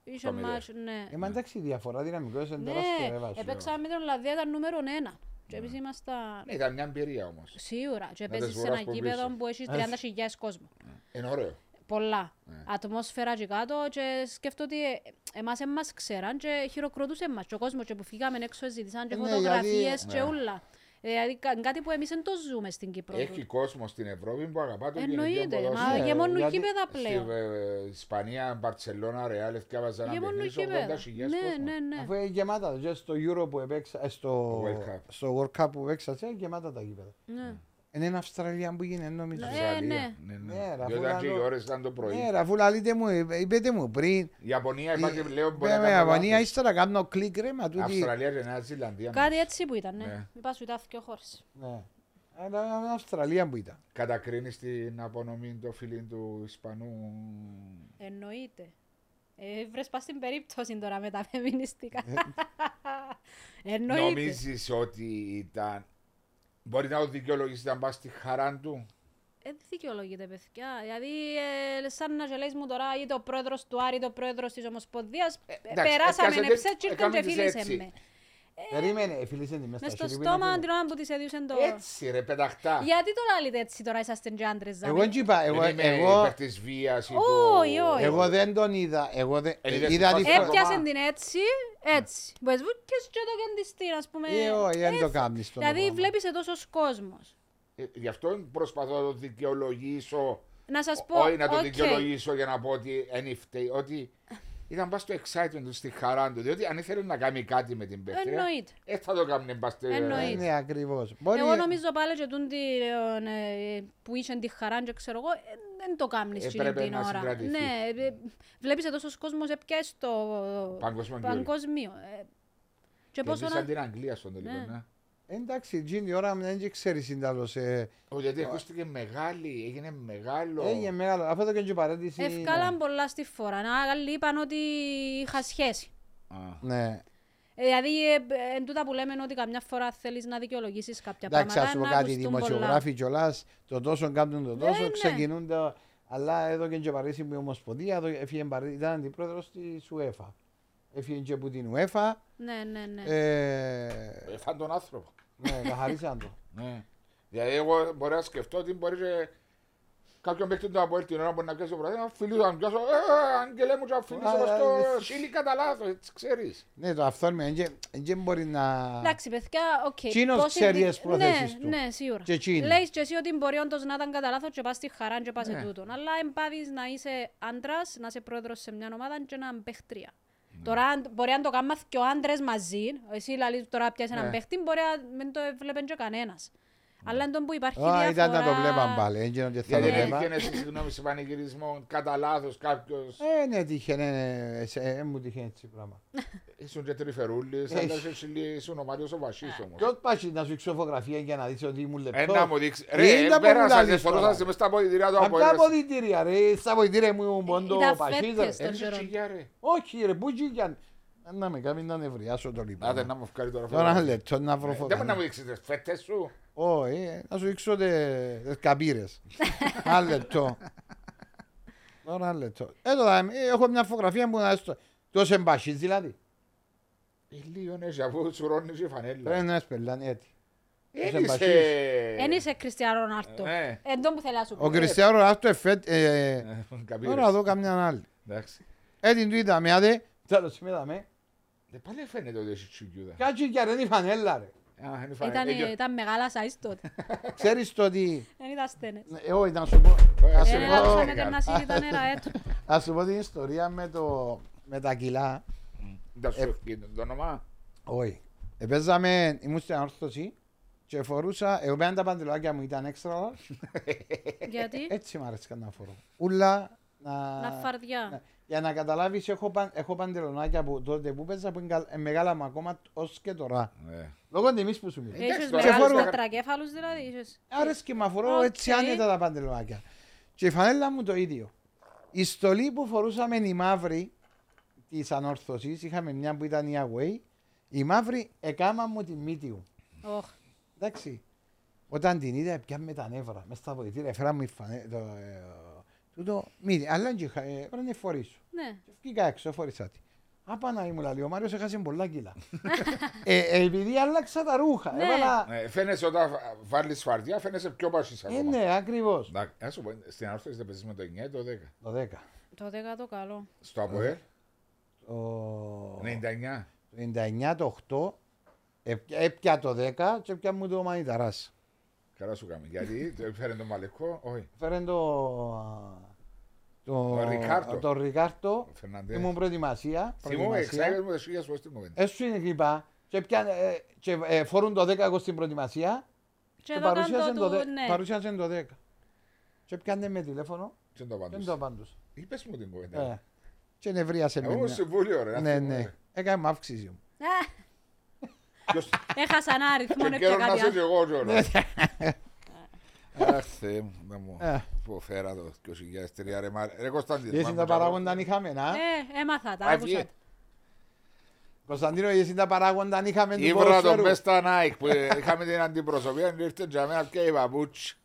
Speaker 2: Είχε
Speaker 1: Το μηδέν.
Speaker 2: μάτς, ναι.
Speaker 3: Ε, μα εντάξει, η διαφορά δυναμικός είναι
Speaker 2: Ναι,
Speaker 3: τεράστια, ρε βάζω.
Speaker 2: επέξαμε με την Ολλανδία, ήταν νούμερο ένα. Και εμείς ήμασταν
Speaker 1: Ναι, ήταν μια εμπειρία όμως.
Speaker 2: Σίγουρα. Και
Speaker 1: Να
Speaker 2: παίζεις
Speaker 1: τις
Speaker 2: σε ένα
Speaker 1: βουράς που
Speaker 2: γήπεδο
Speaker 1: πίσω.
Speaker 2: που έχεις 30.000 κόσμο.
Speaker 1: Είναι ωραίο.
Speaker 2: Πολλά.
Speaker 3: Ναι.
Speaker 2: Ατμόσφαιρα και κάτω και σκέφτομαι ότι ε, εμάς δεν μας ξέραν και χειροκροτούσε εμάς. Και ο κόσμος και που φύγαμε έξω ζήτησαν και
Speaker 3: Ναι,
Speaker 2: φωτογραφίες
Speaker 3: γιατί-
Speaker 2: και ούλα. Δηλαδή κα- κάτι που εμείς δεν το ζούμε στην Κύπρο.
Speaker 1: Έχει κόσμο στην Ευρώπη που αγαπά το
Speaker 2: Εννοείται.
Speaker 1: γενικό
Speaker 2: Μα
Speaker 1: ποδόσφαιρο.
Speaker 3: ναι,
Speaker 2: γεμόνουν
Speaker 3: γιατί
Speaker 2: γήπεδα
Speaker 1: Ε, Στην
Speaker 2: πλέον.
Speaker 1: ε, Ισπανία, Μπαρτσελώνα, Ρεάλ, ευκάβαζα ένα
Speaker 2: Γεμόνουν
Speaker 1: παιχνίδι, 80.000
Speaker 2: γήπεδα. Ναι,
Speaker 1: κόσμο.
Speaker 2: ναι, ναι.
Speaker 3: Αφού είναι γεμάτα, δηλαδή στο Euro που έπαιξα, ε, στο
Speaker 1: World Cup.
Speaker 3: στο World Cup που έπαιξα, είναι γεμάτα τα γήπεδα.
Speaker 2: ναι.
Speaker 3: Είναι ένα Αυστραλία που γίνεται, νομίζω.
Speaker 2: Ναι,
Speaker 1: Ζαλία.
Speaker 2: ναι.
Speaker 1: ναι, ναι.
Speaker 3: Ναι, ρε,
Speaker 1: Διότι
Speaker 3: αφού
Speaker 1: αν και οι
Speaker 3: λαλώ-
Speaker 1: ώρες ήταν το
Speaker 3: Ναι,
Speaker 1: πρωί.
Speaker 3: ρε, αφού λαλείτε μου, ε, είπετε μου πριν.
Speaker 1: Η Ιαπωνία, είπα και
Speaker 3: ε,
Speaker 1: λέω, μπορεί
Speaker 3: ε,
Speaker 1: να
Speaker 3: με
Speaker 1: κάνω
Speaker 3: Ιαπωνία,
Speaker 1: λάθος.
Speaker 3: ύστερα κάνω κλικ ρε, μα τούτη.
Speaker 1: Αυστραλία και Νέα Ζηλανδία.
Speaker 2: Κάτι έτσι που ήταν. Ναι.
Speaker 1: Ναι.
Speaker 2: Είπα σου ήταν και χώρες.
Speaker 3: Ναι. Ένα ένα Αυστραλία που ήταν.
Speaker 1: Κατακρίνεις την απονομή το φίλη του Ισπανού.
Speaker 2: Εννοείται. Ε, βρες πας στην περίπτωση τώρα με τα φεμινιστικά.
Speaker 3: Ε,
Speaker 2: Εννοείται.
Speaker 1: Νομίζεις ότι ήταν. Μπορεί να το δικαιολογήσει να πας στη χαρά του.
Speaker 2: Ε, δεν δικαιολογείται, παιδιά. Δηλαδή, ε, σαν να ζελέεις μου τώρα, είτε ο πρόεδρος του Άρη, είτε ο πρόεδρος της Ομοσπονδίας, ε,
Speaker 1: εντάξει,
Speaker 2: περάσαμε,
Speaker 1: έκασαν
Speaker 2: νεψέ,
Speaker 1: τις-
Speaker 2: τσίρκαν
Speaker 1: έκαμε
Speaker 2: και
Speaker 1: τις
Speaker 2: φίλησε
Speaker 1: έτσι.
Speaker 2: με.
Speaker 3: Περίμενε, φίλησε τη μέσα
Speaker 2: Ε, Μες στο
Speaker 3: χείλη,
Speaker 2: στόμα
Speaker 3: περίμενε.
Speaker 2: την ώρα που της έδιουσαν το...
Speaker 1: Έτσι, ρε, πεταχτά.
Speaker 2: Γιατί το λαλείτε έτσι τώρα, είσαστε δηλαδή? και άντρες,
Speaker 3: Εγώ
Speaker 2: ζάμε.
Speaker 3: δεν είπα,
Speaker 1: Εγώ,
Speaker 3: εγώ,
Speaker 1: Δεν είμαι
Speaker 3: εγώ,
Speaker 1: υπέρ της βίας ή του.
Speaker 2: Όχι, όχι.
Speaker 3: εγώ δεν τον είδα. Εγώ δεν,
Speaker 1: Ε, είδες
Speaker 3: είδα
Speaker 1: το
Speaker 3: τη
Speaker 1: φάσμα.
Speaker 3: φω-
Speaker 1: Ε,
Speaker 2: Έπιασε
Speaker 1: Ρωμά.
Speaker 2: την έτσι, έτσι. Μπορείς βούκες και το καντιστή, ας πούμε.
Speaker 3: Ε, όχι, δεν το
Speaker 2: Έτσι.
Speaker 3: κάνεις το
Speaker 2: Δηλαδή,
Speaker 3: πράγμα.
Speaker 2: βλέπεις τόσος κόσμος.
Speaker 1: Ε, Γι' αυτό προσπαθώ να το δικαιολογήσω.
Speaker 2: Να σας πω,
Speaker 1: Όχι να το
Speaker 2: οκ.
Speaker 1: δικαιολογήσω για να πω ότι δεν φταίει. Ότι ήταν πας στο excitement του, στη χαρά του. Διότι αν ήθελε να κάνει κάτι με την παίχτρια.
Speaker 2: Εννοείται.
Speaker 1: Ε, θα το κάνει πας στο.
Speaker 2: Εννοείται.
Speaker 3: Ε, Ναι, ακριβώς.
Speaker 2: Εγώ
Speaker 3: Μπορεί-
Speaker 2: νομίζω πάλι και τούντι ε, που είσαι τη χαρά και ξέρω εγώ, ε, δεν το κάνεις
Speaker 1: Ε,
Speaker 2: εκείνη
Speaker 1: πρέπει
Speaker 2: την
Speaker 1: να
Speaker 2: ώρα.
Speaker 1: συγκρατηθεί.
Speaker 2: Ναι, ε, ε, βλέπεις εδώ στους κόσμος έπιασε το
Speaker 1: Παγκόσμιο γύρο.
Speaker 2: παγκοσμίο. Ε, και
Speaker 1: Και
Speaker 2: πόσο
Speaker 1: σαν
Speaker 2: να...
Speaker 1: την Αγγλία στον τελικό.
Speaker 2: Ναι.
Speaker 1: Ναι.
Speaker 3: Ε, Εντάξει, Τζίνι, ώρα μου δεν ξέρει συντάλλω. Ε,
Speaker 1: Ο, γιατί ακούστηκε μεγάλη, έγινε μεγάλο.
Speaker 3: έγινε μεγάλο. Αυτό το και η παρέτηση. Ναι.
Speaker 2: Ευκάλαν ε, πολλά στη φορά. Να, άλλοι είπαν ότι είχα σχέση.
Speaker 1: Α.
Speaker 3: Ναι.
Speaker 2: Ε, δηλαδή, ε, ε, εν τούτα που λέμε ότι καμιά φορά θέλεις να δικαιολογήσεις κάποια
Speaker 3: Εντάξει, α
Speaker 2: πράγματα,
Speaker 3: σου πω
Speaker 2: να
Speaker 3: κάτι. Οι
Speaker 2: ακουστούν πολλά.
Speaker 3: δημοσιογράφοι κιόλας το τόσο κάνουν το τόσο,
Speaker 2: ναι.
Speaker 3: ξεκινούν το. Αλλά εδώ και η παρέτηση που η Ομοσπονδία εδώ έφυγε παρέ- ήταν αντιπρόεδρος της UEFA. Έφυγε και από την UEFA.
Speaker 2: Ναι, ναι, ναι.
Speaker 3: Ε,
Speaker 1: Ε, φαν τον άνθρωπο.
Speaker 3: ναι, καθαρίσαν το.
Speaker 1: Ναι. Δηλαδή, εγώ μπορώ να σκεφτώ ότι μπορεί και κάποιον παίχτη του Αποέλ την ώρα που να πιάσει το πρωτάθλημα, φίλου να πιάσω. Ε, Αγγελέ μου, και
Speaker 3: Α,
Speaker 1: αφήνω
Speaker 3: α,
Speaker 1: στο Σίλι κατά λάθος, έτσι ξέρεις.
Speaker 3: ναι, το αυτό είναι. Δεν μπορεί να.
Speaker 2: Εντάξει, παιδιά, οκ.
Speaker 3: Τσίνος
Speaker 2: πόση
Speaker 3: ξέρει
Speaker 2: δι-
Speaker 3: τις προθέσεις
Speaker 2: ναι,
Speaker 3: του.
Speaker 2: Ναι, σίγουρα.
Speaker 3: Και τσίνη.
Speaker 2: Λέει και εσύ ότι μπορεί όντως να ήταν κατά λάθος και πας στη χαρά και
Speaker 3: Ναι.
Speaker 2: πας σε τούτον. Αλλά εμπάδεις να είσαι άντρας, να είσαι πρόεδρος σε μια ομάδα και να παίχτρια.
Speaker 3: Ναι.
Speaker 2: Τώρα αν- μπορεί να το κάνουμε και ο άντρες μαζί, εσύ λαλείς τώρα πιάσαι έναν
Speaker 1: Ναι.
Speaker 2: παίχτη, μπορεί να μην το έβλεπε και κανένας. Αλλά εν τόν που υπάρχει
Speaker 3: Ναι. Α,
Speaker 2: διαφορά...
Speaker 3: ήταν να το βλέπαν πάλι. έγινε ότι θα το
Speaker 1: Γιατί δεν
Speaker 3: βλέπαν.
Speaker 1: είχε εσύ συγγνώμη σε πανηγυρισμό, κατά λάθος κάποιος.
Speaker 3: Ε, ναι, τύχε, ναι, ναι, σε- ε, μου τύχε έτσι πράγμα.
Speaker 2: Ναι.
Speaker 1: Ήσουν και τρυφερούλης, αλλά εσύ ήσουν ο Μάριο ο Βασής όμω.
Speaker 3: Ποιος πάει να σου δείξω φωτογραφία για να δεις ότι ήμουν λεπτός.
Speaker 1: Ένα Ε, μου δείξει.
Speaker 3: Είναι
Speaker 1: Ρε, ε,
Speaker 3: τα
Speaker 1: πέρασα
Speaker 3: παπουλάδες
Speaker 1: και
Speaker 3: τώρα.
Speaker 1: φορούσατε μες στα αποδητηριά του
Speaker 3: Απ' τα
Speaker 1: Αποέλ.
Speaker 3: αποδητήρια ρε, στα αποδητήρια μου ήμουν πόντο
Speaker 2: Ε, Ήταν
Speaker 3: παχύς
Speaker 2: φέτες.
Speaker 3: ρε.
Speaker 2: των
Speaker 1: Ένα
Speaker 2: χειρών.
Speaker 1: τσιγιά, ρε.
Speaker 3: Όχι ρε, πού τζίγιαν. Να με κάνει να νευριάσω το
Speaker 1: Να δεν
Speaker 3: λοιπόν.
Speaker 1: να μου βγάλει τώρα
Speaker 3: Τώρα ένα
Speaker 1: φωτογραφία.
Speaker 3: λεπτό να βρω
Speaker 1: Ε, Δεν μπορεί να μου
Speaker 3: φωτογραφία.
Speaker 1: δείξεις τις φέτες σου.
Speaker 3: Όχι, ε, να σου δείξω τε- τις καμπύρες. Ένα λεπτό. Τώρα ένα λεπτό. Εδώ θα- ε, έχω μια φωτογραφία που να έστω. Τόσο εμπαχής δηλαδή.
Speaker 1: Ε, Λίγο ναι, αφού σου ρώνεις η φανέλα.
Speaker 3: Πρέπει να σπελάνε έτσι.
Speaker 1: Ε,
Speaker 3: είσαι
Speaker 1: είσαι-
Speaker 3: μπασίς.
Speaker 2: Εν είσαι Κριστιανό Ρονάρτο.
Speaker 1: Ε,
Speaker 2: Εν τόν που θέλει να σου
Speaker 3: Ο
Speaker 2: πει.
Speaker 3: Κριστιανό Ράστο εφέτ... ε,
Speaker 1: ε, καμπύρες.
Speaker 3: Τώρα δω καμιά άλλη.
Speaker 1: Εντάξει.
Speaker 3: Έτσι του είδαμε, άντε. Τέλος, είδαμε.
Speaker 1: Ε, Πάλι φαίνεται ότι έχεις τσιγκιούδα.
Speaker 3: Κάτσι και αρένει φανέλα ρε.
Speaker 1: Α, είναι φανέλα.
Speaker 2: Ήταν,
Speaker 1: Ε, και-
Speaker 2: ήταν μεγάλα size τότε.
Speaker 3: Ξέρεις το ότι...
Speaker 2: Δεν ήταν στένες.
Speaker 3: Ε, Όχι, να σου πω...
Speaker 1: Ωραία,
Speaker 3: να σου
Speaker 1: Ε,
Speaker 2: Ένα
Speaker 1: εγώ-
Speaker 2: λάθος
Speaker 3: πω-
Speaker 2: αν έκανα εσύ ήταν ένα έτος.
Speaker 3: Να σου πω την ιστορία με το... με τα κιλά.
Speaker 1: Να σου
Speaker 3: Ε-
Speaker 1: πει το όνομα.
Speaker 3: Όχι. Επέζαμε, ήμουν στην ανόρθωση και φορούσα... Εγώ πέραν τα παντελάκια μου ήταν έξτρα,
Speaker 2: Γιατί
Speaker 3: έτσι μ' αρέσει να φορώ. Ούλα
Speaker 2: να φαρδιά.
Speaker 3: Ναι. Για να καταλάβεις, έχω, παν, έχω παντελονάκια που τότε που παίζα που είναι καλ- ε, μεγάλα μου ακόμα ως και τώρα.
Speaker 1: Ε,
Speaker 3: Λόγω τιμής που σου μιλάω.
Speaker 1: Εντάξει,
Speaker 2: Έχεις
Speaker 1: τώρα
Speaker 2: μεγάλους
Speaker 3: φορώ-
Speaker 2: τετρακέφαλους δηλαδή. Είχες.
Speaker 3: Άρεσε και μα φορώ
Speaker 2: Οκ.
Speaker 3: έτσι άνετα τα παντελονάκια. Και η φανέλα μου το ίδιο. Η στολή που φορούσαμε η μαύρη της ανόρθωσης, είχαμε μια που ήταν η Away, η μαύρη εκάμα μου τη μύτη μου.
Speaker 2: Ωχ.
Speaker 3: Εντάξει. Όταν την είδα, πια με τα νεύρα. Μες στα βοηθήρια, έφερα μου η φανέλα. Το, ε, τούτο μύτη. Αλλά και είχα- ε, έπρεπε να φορήσω.
Speaker 2: Ναι.
Speaker 3: Και βγήκα έξω, φορήσα τη. Απανά μου λέει, ο Μάριος έχασε πολλά κιλά. ε, ε, επειδή άλλαξα τα ρούχα.
Speaker 2: Ναι.
Speaker 3: Έβαλα...
Speaker 1: ε, Φαίνεσαι όταν βα- βάλεις φαρδιά, φαίνεσαι πιο πασίς
Speaker 3: Ε,
Speaker 1: ακόμα.
Speaker 3: ναι, ακριβώς.
Speaker 1: Να- να σου πω, Στην άρθρωση δεν παίζεις με το 9 ή το 10.
Speaker 3: Το 10.
Speaker 2: Το δέκατο καλό.
Speaker 3: Ε,
Speaker 1: Στο Αποέλ,
Speaker 3: το
Speaker 1: 99.
Speaker 3: 99 το 8 Έπια το 10 και έπια μου το μανιταράς.
Speaker 1: Καλά σου κάμε. Γιατί το έφερε τον Μαλεκό, όχι.
Speaker 3: Φέρε το... Το,
Speaker 1: Τον Ρικάρτο. Ναι.
Speaker 3: Το Ρικάρτο.
Speaker 1: Ο Φερναντές.
Speaker 3: Ήμουν προετοιμασία.
Speaker 1: Θυμώ, εξάγες μου τα σχόλια σου στην κουβέντα.
Speaker 3: Έσου είναι είπα. Και, έπιαν, ε, και ε, φόρουν το 10 εγώ στην προετοιμασία.
Speaker 2: Και εδώ
Speaker 3: παρουσίασαν
Speaker 2: κάνω το,
Speaker 3: δε-
Speaker 2: ναι.
Speaker 3: παρουσίασαν το 10. Και πιάνε με τηλέφωνο
Speaker 1: Τι είναι το
Speaker 3: και δεν
Speaker 1: απαντούσε.
Speaker 3: το απαντούσα.
Speaker 1: Είπες μου την
Speaker 3: Ε,
Speaker 1: κουβέντα.
Speaker 3: Και νευρίασε με.
Speaker 1: Ναι. Εγώ ήμουν συμβούλιο ρε. να
Speaker 3: Ναι,
Speaker 1: θυμώ,
Speaker 3: ναι.
Speaker 1: ρε.
Speaker 3: Έκαμε μου αύξηση μου.
Speaker 2: Α,
Speaker 1: Ποιος-
Speaker 2: Έχασα ένα αριθμό, ναι,
Speaker 1: Και
Speaker 2: έπια
Speaker 1: καιρό να
Speaker 2: κάτι
Speaker 1: είσαι και
Speaker 2: άλλο.
Speaker 1: εγώ
Speaker 3: Ναι.
Speaker 1: κιόλα. Αχ, Θεέ μου, να μου
Speaker 3: Ε.
Speaker 1: υποφέρα το 2003 ρε Μάρε. Ρε Κωνσταντίνο.
Speaker 3: Εσύ
Speaker 1: μα
Speaker 3: τα
Speaker 1: μου
Speaker 3: παράγοντα είχαμε, να.
Speaker 2: Ε, έμαθα τα,
Speaker 1: Α,
Speaker 2: άκουσα.
Speaker 1: βγήκε.
Speaker 2: τα.
Speaker 3: Κωνσταντίνο, εσύ τα παράγοντα είχαμε του
Speaker 1: Ήβρα τον
Speaker 3: ποδοσφαίρου.
Speaker 1: μες στα Nike που ε, είχαμε την αντιπροσωπεία και ήρθε για μένα και η παπούτσι.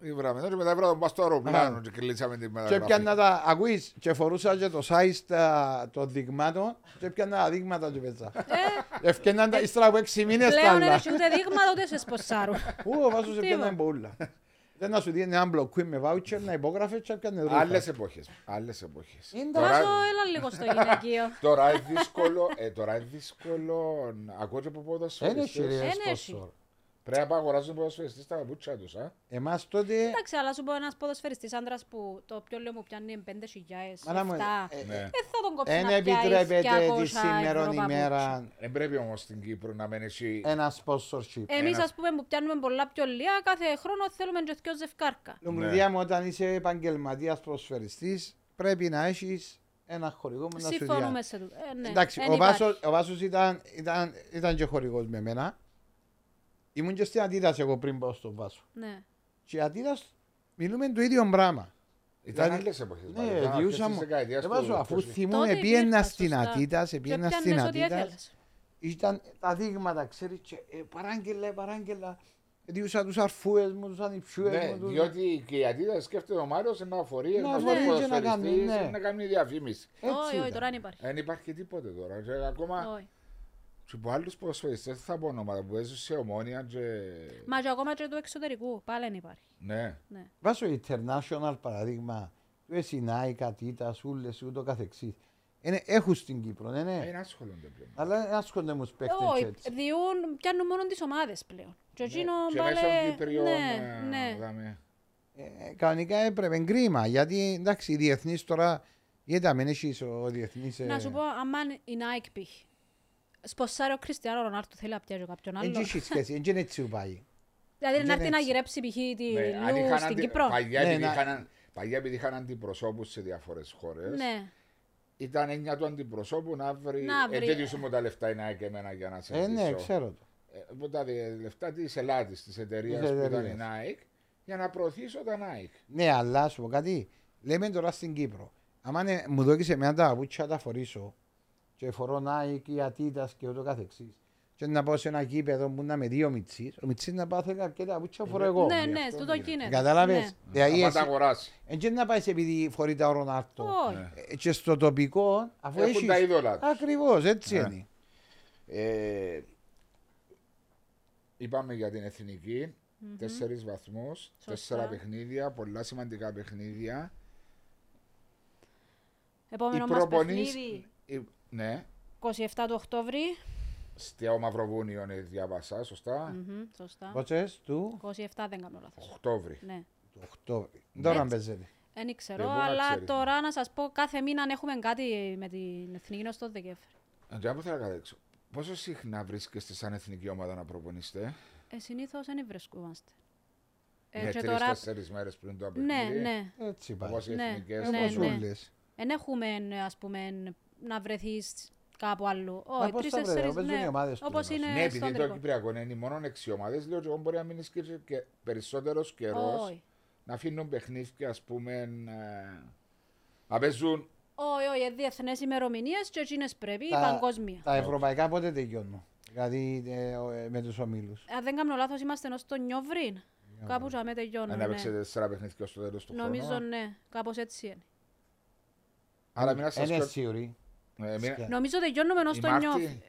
Speaker 1: Ήβρα με τον και μετά ήβρα τον πας στο αεροπλάνο
Speaker 3: Α.
Speaker 1: και κλείσαμε την
Speaker 3: Και πιάνα
Speaker 1: μεταγραφή.
Speaker 3: τα, ακούεις, και φορούσα και το size τα- των δειγμάτων και πιάνα τα δείγματα και πέτσα. Ευκαιναν τα ύστερα από έξι μήνες τα
Speaker 2: Ε, Πλέον
Speaker 3: άλλα.
Speaker 2: έρχεσαι ούτε δείγματα ούτε σε σποσάρουν.
Speaker 3: Ού, ο Βάσος
Speaker 2: Τίποτα.
Speaker 3: έπιανε εμπούλα. Δεν να σου δίνει έναν μπλοκουί με βάουτσερ να υπόγραφε και έπιανε ρούχα.
Speaker 1: Άλλες εποχές, άλλες εποχές.
Speaker 3: Είναι
Speaker 1: Τώρα-
Speaker 2: Βάζω έλα λίγο στο γυναικείο.
Speaker 1: Τώρα είναι δύσκολο, ε, τώρα είναι δύσκολο, να- ακούω και από
Speaker 3: Ε, Δεν
Speaker 1: ποδοσφαιριστές.
Speaker 3: έχει ρε
Speaker 2: Εν έχει.
Speaker 3: σπόσορ.
Speaker 1: Πρέπει να πάω αγοράζουν ποδοσφαιριστές τα παπούτσια τους, α.
Speaker 3: Εμάς τότε...
Speaker 2: Εντάξει, αλλά σου πω ένας ποδοσφαιριστής άντρας που το πιο λίγο μου πιάνει 5.000, 7.
Speaker 3: Μάνα μου, ε,
Speaker 2: Δεν
Speaker 1: Ναι.
Speaker 2: θα τον κόψει
Speaker 3: Δεν
Speaker 2: να πιάσει
Speaker 3: επιτρέπεται
Speaker 2: 200
Speaker 3: τη
Speaker 2: ευρώ
Speaker 3: σήμερα
Speaker 2: παπούτσι.
Speaker 3: ημέρα
Speaker 1: Δεν πρέπει όμως στην Κύπρο να μένει εσύ.
Speaker 3: ένας sponsorship.
Speaker 2: Εμείς
Speaker 1: Ένας-
Speaker 2: ας πούμε που πιάνουμε πολλά πιο λίγα, κάθε χρόνο θέλουμε και δυο ζευκάρκα.
Speaker 3: Λουμπριδιά μου, όταν είσαι επαγγελματίας προσφεριστής, πρέπει να έχεις ένα χορηγό που να σου
Speaker 2: Συμφωνούμε
Speaker 3: διάνει.
Speaker 2: σε τούτο. Ε, ναι.
Speaker 3: Εντάξει,
Speaker 2: Εν
Speaker 3: ο
Speaker 2: υπάρχει.
Speaker 3: Βάσος, ο Βάσος ήταν, ήταν, ήταν και χορηγός με μένα. Ήμουν και στην Αντίδας εγώ πριν πάω στον Βάσο.
Speaker 2: Ναι.
Speaker 3: Και η Αντίδας μιλούμε το ίδιο πράγμα.
Speaker 1: Ήταν
Speaker 3: δηλαδή-
Speaker 1: άλλες εποχές.
Speaker 3: Ναι,
Speaker 1: μάλλον, ήταν αρχές
Speaker 3: διούσα
Speaker 1: της
Speaker 3: μου.
Speaker 1: δεκαετίας
Speaker 3: Ε,
Speaker 1: του
Speaker 3: Βάσο, αφού
Speaker 1: 20.
Speaker 3: θυμούν,
Speaker 2: Τότε
Speaker 3: επίαινα
Speaker 2: υπήρχαν,
Speaker 3: στην
Speaker 2: σωστά.
Speaker 3: Αντίδας,
Speaker 2: Και
Speaker 3: επίαινα στην
Speaker 2: πιάνες ό,τι
Speaker 3: Αντίδας.
Speaker 2: έθελες.
Speaker 3: ήταν τα δείγματα, ξέρεις, και, ε, παράγγελα, παράγγελα. Διούσα τους αρφούες μου, τους ανιψιούες
Speaker 1: Ναι,
Speaker 3: μου. τους-
Speaker 1: διότι και η αντίδραση σκέφτεται ο Μάριος να αφορεί
Speaker 3: Να
Speaker 1: ένας
Speaker 3: αφορεί και να κάνει,
Speaker 1: ποδοσφαιριστής
Speaker 3: ναι.
Speaker 1: να κάνει διαφήμιση.
Speaker 3: Έτσι
Speaker 2: Όχι, όχι,
Speaker 3: ήταν.
Speaker 2: τώρα δεν υπάρχει.
Speaker 1: Δεν υπάρχει τίποτε τώρα. Και ακόμα
Speaker 2: Όχι.
Speaker 1: και από άλλους ποδοσφαιριστές θα πω ονόματα που έζουν σε ομόνια και...
Speaker 2: Μα και ακόμα και του εξωτερικού, πάλι δεν υπάρχει.
Speaker 1: Ναι.
Speaker 2: Ναι.
Speaker 3: Βάσο international παραδείγμα, του Εσινάη, Κατήτα, Σούλε, ούτω καθεξής. Είναι, έχουν στην Κύπρο, ναι, ναι.
Speaker 1: Ε, Είναι ασχολούνται πλέον.
Speaker 3: Αλλά δεν άσχονται μου
Speaker 2: Ε,
Speaker 3: παίχτε
Speaker 2: Όχι,
Speaker 3: έτσι.
Speaker 2: διούν, πιάνουν μόνο τις ομάδες πλέον. Και εκείνο
Speaker 1: Ναι, Και
Speaker 2: πάλι...
Speaker 1: μέσω Κυπριών,
Speaker 2: Ναι,
Speaker 1: ε,
Speaker 2: ναι.
Speaker 1: δάμε.
Speaker 3: Ε, κανονικά έπρεπε κρίμα, γιατί εντάξει, οι διεθνείς τώρα. Γιατί αν έχεις ο ε, διεθνής.
Speaker 2: Να σου πω, άμα η Nike π.χ. Σποσάρει ο Κριστιανό Ρονάρτο, θέλει να πιάσει κάποιον
Speaker 3: Δεν
Speaker 2: άλλο.
Speaker 3: έχει σχέση, δεν είναι έτσι που πάει.
Speaker 2: Δηλαδή να
Speaker 3: δεν
Speaker 2: έρθει να
Speaker 3: έτσι.
Speaker 2: γυρέψει π.χ. τη
Speaker 1: Ναι, αν
Speaker 2: Λου
Speaker 1: είχαν
Speaker 2: στην
Speaker 1: αντι-
Speaker 2: Κύπρο.
Speaker 1: Παλιά
Speaker 3: Ναι,
Speaker 1: επειδή
Speaker 3: να-
Speaker 1: είχαν- παλιά επειδή είχαν αντιπροσώπους σε διάφορες χώρες,
Speaker 2: Ναι,
Speaker 1: ήταν έννοια του αντιπροσώπου να βρει.
Speaker 2: Να
Speaker 1: Ε,
Speaker 2: βρει.
Speaker 1: τέτοιου σου μου τα λεφτά είναι και εμένα για να σε
Speaker 3: Ε, ναι,
Speaker 1: ζήσω.
Speaker 3: ξέρω το.
Speaker 1: Ε, μου τα δι- λεφτά της Ελλάδης, της εταιρείας
Speaker 3: Της
Speaker 1: που ήταν η
Speaker 3: εταιρείας.
Speaker 1: Nike, για να προωθήσω τα Nike.
Speaker 3: Ναι, αλλά σου πω κάτι. Λέμε τώρα στην Κύπρο. Αν μου δώκεις εμένα τα παπούτσια τα φορήσω και φορώ Nike ή Adidas και ούτω καθεξής και να πάω σε ένα κήπεδο που να με δύο μητσίς, ο μητσίς να πάω θέλει να πιέται τα παπούτσια φορώ εγώ.
Speaker 2: ναι,
Speaker 1: γι'
Speaker 2: ναι,
Speaker 1: αυτό
Speaker 2: στο Ναι. το
Speaker 1: είναι.
Speaker 2: γίνεται.
Speaker 3: Κατάλαβες. Δηλαδή
Speaker 1: Αν τα
Speaker 3: εσύ,
Speaker 1: αγοράσει.
Speaker 3: εν και να πάεις επειδή φορεί τα Ρονάρτο.
Speaker 1: Ναι.
Speaker 2: Όχι.
Speaker 3: Ε, Και στο τοπικό, αφού
Speaker 1: Έχουν
Speaker 3: έχεις...
Speaker 1: τα είδωλα τους.
Speaker 3: Ακριβώς, έτσι
Speaker 1: Ναι.
Speaker 3: είναι.
Speaker 1: Ε, είπαμε για την εθνικη Τέσσερις βαθμούς, τέσσερα παιχνίδια, πολλά σημαντικά παιχνίδια.
Speaker 2: Επόμενο μας
Speaker 1: προπονείς-
Speaker 2: παιχνίδι,
Speaker 1: οι- Ναι,
Speaker 2: 27 του Οκτώβρη.
Speaker 1: στο Μαυροβούνιο είναι διάβασα, σωστά.
Speaker 2: Μμμ, Σωστά.
Speaker 3: Πότσες του
Speaker 2: 27 δεν κάνω λάθος.
Speaker 1: Οκτώβρη.
Speaker 2: Ναι.
Speaker 3: του Οκτώβρη. Τώρα
Speaker 2: Έτσι.
Speaker 3: παίζεται.
Speaker 2: Δεν
Speaker 1: Ε,
Speaker 2: ξέρω,
Speaker 1: πού να
Speaker 2: αλλά
Speaker 1: ξέρεις.
Speaker 2: τώρα να σας πω κάθε μήνα αν έχουμε κάτι με την Εθνική Νόση το Δεκέμβρη.
Speaker 1: Αντρέα, που θέλω να καταλήξω. Πόσο συχνά βρίσκεστε σαν εθνική ομάδα να προπονείστε,
Speaker 2: Ε, συνήθως δεν βρισκόμαστε. Ε,
Speaker 1: Ναι,
Speaker 2: και
Speaker 1: τρει-τέσσερι μέρες πριν το
Speaker 2: Ναι,
Speaker 1: παιχνίδι.
Speaker 2: ναι.
Speaker 3: Έτσι πάει.
Speaker 1: Όπω οι
Speaker 2: Ναι,
Speaker 1: εθνικές.
Speaker 2: ναι,
Speaker 3: Όπως
Speaker 2: ναι.
Speaker 3: όλες.
Speaker 2: Εν έχουμε, ας πούμε, να βρεθείς κάπου αλλού.
Speaker 3: Μα
Speaker 2: Όχι,
Speaker 3: πώς
Speaker 2: τρεις,
Speaker 3: τα βρε,
Speaker 2: τέσσερις,
Speaker 3: παίζουν οι
Speaker 2: ναι.
Speaker 3: ομάδες του
Speaker 2: Όπως
Speaker 3: ενός.
Speaker 1: Ναι,
Speaker 2: είναι στον
Speaker 1: επειδή το
Speaker 2: τελικό.
Speaker 1: Κυπριακό είναι μόνο έξι ομάδες, λέω ότι εγώ μπορεί να μείνει και, σε- και περισσότερος καιρός.
Speaker 2: Όχι.
Speaker 1: Να αφήνουν παιχνίδια, ας πούμε. ε, Να παίζουν.
Speaker 2: Όχι, όχι, ε, διεθνές ημερομηνίες και εκείνες πρέπει, η
Speaker 3: Τα-
Speaker 2: παγκόσμια.
Speaker 3: Τα ευρωπαϊκά πότε τελειώνουν. Δηλαδή ε, ο- ε, με τους ομίλους.
Speaker 2: Αν δεν κάνω λάθος, είμαστε ενός τον Νιόβριν. Κάπου θα με τελειώνουν,
Speaker 1: Να
Speaker 2: ναι.
Speaker 1: παίξετε τέσσερα παιχνίδια στο τέλος του
Speaker 2: Νομίζω,
Speaker 1: χρόνου.
Speaker 2: ναι, κάπως έτσι είναι.
Speaker 1: Άρα μην Ε, σα
Speaker 3: Είναι
Speaker 1: κρατήσει.
Speaker 3: σίγουροι. σκιά.
Speaker 2: Νομίζω τελειώνουμε ενός
Speaker 1: Η
Speaker 2: τον
Speaker 1: Μάρτη.
Speaker 2: Νιόβριν.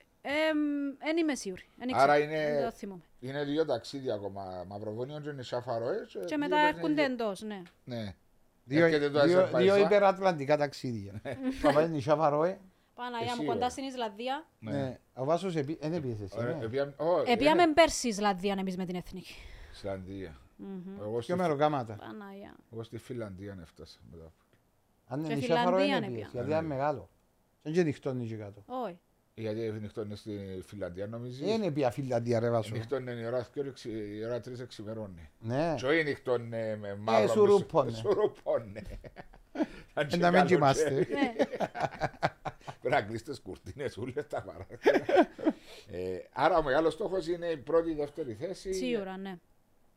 Speaker 2: Δεν είμαι σίγουρη. Εν
Speaker 1: Άρα
Speaker 2: ξέρω.
Speaker 1: είναι-
Speaker 2: Δεν το θυμούμαι.
Speaker 1: Είναι δύο ταξίδια ακόμα. Μαυροβούνιο και Νησαφαρόε.
Speaker 2: Και μετά έρχονται εντός, ναι.
Speaker 1: Ναι.
Speaker 3: Δύο,
Speaker 1: Έρχεται το
Speaker 3: δύο,
Speaker 1: Αζερβαϊτζάν. Ναι.
Speaker 3: δύο υπερατλαντικά ταξίδια. Θα πάει νησιά Φαρόε.
Speaker 2: Παναγία μου,
Speaker 1: Εσύ,
Speaker 2: κοντά
Speaker 1: ρε.
Speaker 2: στην Ισλανδία.
Speaker 1: Ναι.
Speaker 3: ε, Ο Βάσος δεν έπιε εσύ. ναι.
Speaker 1: Ωραία, επία- Ω,
Speaker 2: Επίαμε πέρσι Ισλανδία εμείς με την εθνική.
Speaker 1: ε, Ισλανδία.
Speaker 2: Μμμ.
Speaker 1: Εγώ
Speaker 3: Ποιο
Speaker 1: στη-
Speaker 3: μεροκάματα.
Speaker 2: Παναγιά.
Speaker 1: εγώ στη Φιλανδία έφτασα μετά.
Speaker 3: Αν είναι
Speaker 2: Και
Speaker 3: νησιάφαρο,
Speaker 2: Φιλανδία
Speaker 3: δεν
Speaker 2: είναι
Speaker 3: έπιε.
Speaker 2: πια.
Speaker 3: Γιατί
Speaker 1: Ναι.
Speaker 3: είναι μεγάλο. Δεν και νυχτώνει και κάτω.
Speaker 2: Όχι.
Speaker 1: Γιατί νυχτώνει στη Φιλανδία νομίζεις.
Speaker 3: Δεν έπιε Φιλανδία, ρε Βάσο.
Speaker 1: Νυχτώνει η ώρα δυο, εξι- η ώρα τρεις εξημερώνει.
Speaker 3: Ναι. Ε,
Speaker 1: Και όχι νυχτώνει με μαύρο. μισό-
Speaker 3: σουρούπωνε.
Speaker 1: Σουρούπωνε. Αν και
Speaker 3: Ε, Να μην
Speaker 1: κάνω
Speaker 3: κοιμάστε.
Speaker 1: και-
Speaker 2: Ναι,
Speaker 1: Πρέπει να κλείσει τις κουρτίνες ούλες τα παράθυρα. Ε, Άρα ο μεγάλος στόχος είναι η πρώτη ή δεύτερη θέση.
Speaker 2: Σίγουρα, ναι.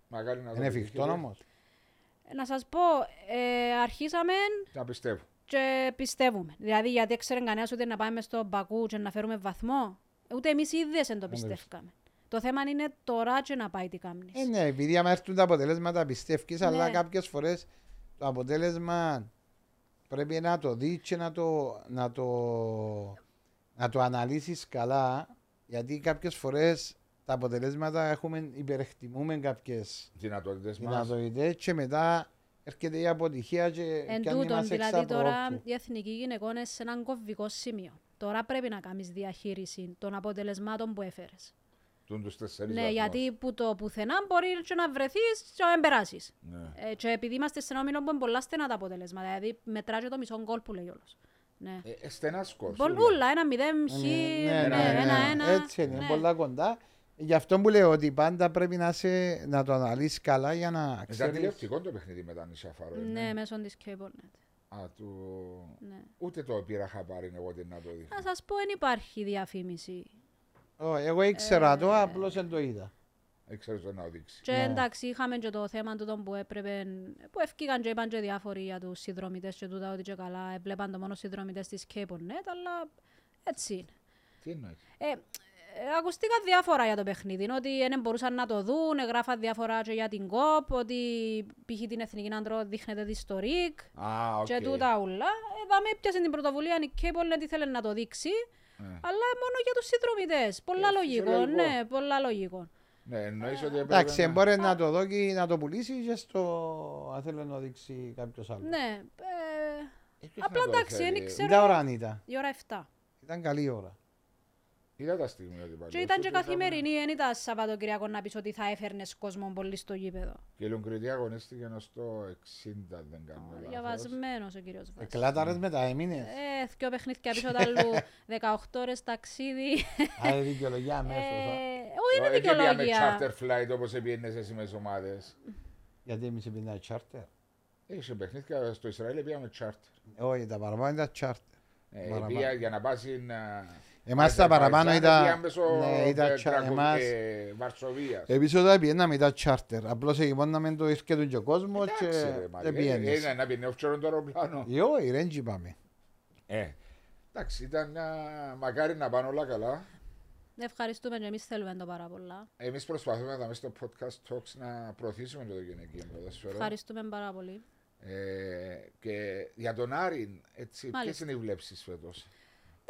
Speaker 1: Μακάρι να το
Speaker 3: Είναι εφικτό
Speaker 1: πετύχετε.
Speaker 3: όμω.
Speaker 2: Να σας πω, ε, αρχίσαμε
Speaker 1: Να πιστεύω.
Speaker 2: και πιστεύουμε. Δηλαδή, γιατί ξέρει κανένας ούτε να πάμε στο Μπακού και να φέρουμε βαθμό. Ούτε εμείς οι ίδιε δεν το πιστεύκαμε. Το θέμα είναι τώρα και να πάει τι κάμνη.
Speaker 3: Ε, ναι, επειδή άμα έρθουν τα αποτελέσματα πιστεύει, αλλά
Speaker 2: Ναι.
Speaker 3: κάποιες φορές το αποτέλεσμα πρέπει να το δεις και να το, να το, να το αναλύσεις καλά. Γιατί κάποιες φορές τα αποτελέσματα έχουμε, υπερεκτιμούμε κάποιες
Speaker 1: Δυνατότητες μας.
Speaker 3: δυνατότητες και μετά έρχεται η αποτυχία και
Speaker 2: Εν
Speaker 3: κάνει
Speaker 2: τούτον,
Speaker 3: μας
Speaker 2: δηλαδή τώρα
Speaker 3: εξαπρόπτου.
Speaker 2: η εθνική γυναικών είναι σε έναν κομβικό σημείο. Τώρα πρέπει να κάνεις διαχείριση των αποτελεσμάτων που έφερες.
Speaker 1: Τούν τους τέσσερις
Speaker 2: Ναι,
Speaker 1: βαθμούς.
Speaker 2: γιατί που το πουθενά μπορεί και να βρεθείς και να περάσεις.
Speaker 1: Ναι.
Speaker 2: Ε, και επειδή είμαστε σε ένα όμιλο που είναι πολλά στενά τα αποτελέσματα, δηλαδή μετράει και το μισό γκολ που λέει όλος. Ναι.
Speaker 1: Ε, ε, Στενά σκορ.
Speaker 2: Πολλούλα, ένα μηδέν, χ,
Speaker 3: Ναι, ναι, ναι, ναι.
Speaker 2: ένα, ένα.
Speaker 3: Έτσι είναι, πολλά κοντά. Γι' αυτό που λέω ότι πάντα πρέπει να, σε, να το αναλύσεις καλά για να
Speaker 1: Ήταν
Speaker 3: ξέρεις.
Speaker 1: τηλεοπτικό Ε, το παιχνίδι με τα νησιά Φαρό. ε.
Speaker 2: Ναι, μέσω της Cablenet.
Speaker 1: Α, του...
Speaker 2: Ναι.
Speaker 1: Ούτε το πήρα χαμπάρι εγώ την να το δείχνω.
Speaker 2: Να σας πω, δεν υπάρχει διαφήμιση.
Speaker 3: Εγώ ήξερα το,
Speaker 1: Ε.
Speaker 3: απλώς δεν το είδα.
Speaker 1: Δεν ξέρω Ε, το να δείξει.
Speaker 2: Και εντάξει, είχαμε και το θέμα τούτο που έπρεπε, που ευκήκαν και είπαν και διάφοροι για τους συνδρομητές και τούτα ότι και καλά, έβλεπαν το μόνο συνδρομητές της Cablenet, αλλά έτσι είναι.
Speaker 1: Τι εννοείς.
Speaker 2: Ε, ε, ακουστήκαν διάφορα για το παιχνίδι. είναι Ότι δεν μπορούσαν να το δουν, γράφαν διάφορα και για την ΚΟΠ, ότι π.χ. την Εθνική Άντρο δείχνεται τη στο ΡΙΚ
Speaker 1: Α, οκ.
Speaker 2: και τούτα ούλα. Ε, δαμε πιάσε την πρωτοβουλία η Κέμπολ ότι θέλει να το δείξει,
Speaker 1: Ε.
Speaker 2: αλλά μόνο για τους συνδρομητές. Πολλά
Speaker 1: Ε,
Speaker 2: λογικό,
Speaker 1: φυσιολογικό.
Speaker 2: ναι, πολλά λογικό.
Speaker 1: Ναι,
Speaker 2: Ε,
Speaker 1: εννοείς ότι έπρεπε
Speaker 3: Εντάξει,
Speaker 1: να-
Speaker 3: μπορεί να το δω και να το πουλήσει και στο. Αν θέλει να το δείξει κάποιος άλλος.
Speaker 2: Ναι, ε,
Speaker 1: Ε, ποιος
Speaker 2: απλά
Speaker 1: να το
Speaker 2: εντάξει,
Speaker 1: θέλει,
Speaker 2: δεν
Speaker 1: ε.
Speaker 2: ξέρω,
Speaker 3: Ήταν ώρα αν ήταν.
Speaker 2: η ώρα 7.
Speaker 3: Ήταν καλή η ώρα.
Speaker 1: Είδα τα στιγμή ότι πάλι.
Speaker 2: Και ήταν και
Speaker 1: Ούτε
Speaker 2: καθημερινή, δεν ήταν Σαββατοκυριακό να πεις ότι θα έφερνες κόσμο πολύ στο γήπεδο.
Speaker 1: είχαμε- Και η Λουγκριτή αγωνίστηκε ως το 60, δεν κάνω λάθος. Ε,
Speaker 2: Διαβασμένος ο κύριος Βάσης.
Speaker 3: Εκλάταρε μετά, έμεινες.
Speaker 2: Ε, δυο παιχνίδια πίσω τα άλλου, 18 ώρες ταξίδι.
Speaker 3: Άρα δικαιολογία αμέσω.
Speaker 2: Ε, Όχι, είναι
Speaker 1: Ε, δεν
Speaker 2: δικαιολογία.
Speaker 1: πήγαμε charter flight όπως έπιενες εσύ με τις ομάδες.
Speaker 3: Γιατί εμείς επειδή τσάρτερ.
Speaker 1: Είχε παιχνίδια στο Ισραήλ πήγαμε charter.
Speaker 3: Όχι, τα παραπάνω ήταν τσάρτερ.
Speaker 1: Ε,
Speaker 3: Παραπάνω.
Speaker 1: πήγα για να πας στην... α,
Speaker 3: Εμάς τα παραπάνω
Speaker 1: Αζερβαϊτζάν,
Speaker 3: ήταν-
Speaker 1: πήγαμε στο,
Speaker 3: ναι, ήταν
Speaker 1: ε,
Speaker 3: τσα-
Speaker 1: Κρακο-
Speaker 3: εμάς-
Speaker 1: ε, Βαρσοβίας.
Speaker 3: Επίσης όταν πιέναμε ήταν τσάρτερ. Απλώς εγυμόναμε το ήρκετο και ο κόσμος
Speaker 1: Εντάξει, ρε,
Speaker 3: και
Speaker 1: Μαρία,
Speaker 3: δεν
Speaker 1: ε, ε,
Speaker 3: πιένε.
Speaker 1: ε, να πιένει offshore το αεροπλάνο.
Speaker 3: Όχι, δεν τσιπάμε.
Speaker 1: Ε, Εντάξει, ήταν α, μακάρι να πάνε όλα καλά.
Speaker 2: Ευχαριστούμε και εμείς θέλουμε το πάρα πολλά.
Speaker 1: Εμείς προσπαθούμε να δούμε στο podcast talks να προωθήσουμε το γυναικείο ποδοσφαιρό.
Speaker 2: Ευχαριστούμε πάρα πολύ.
Speaker 1: Ε, και για τον Άρη, έτσι, ποιες
Speaker 2: Μάλιστα.
Speaker 1: είναι οι βλέψεις φέτος.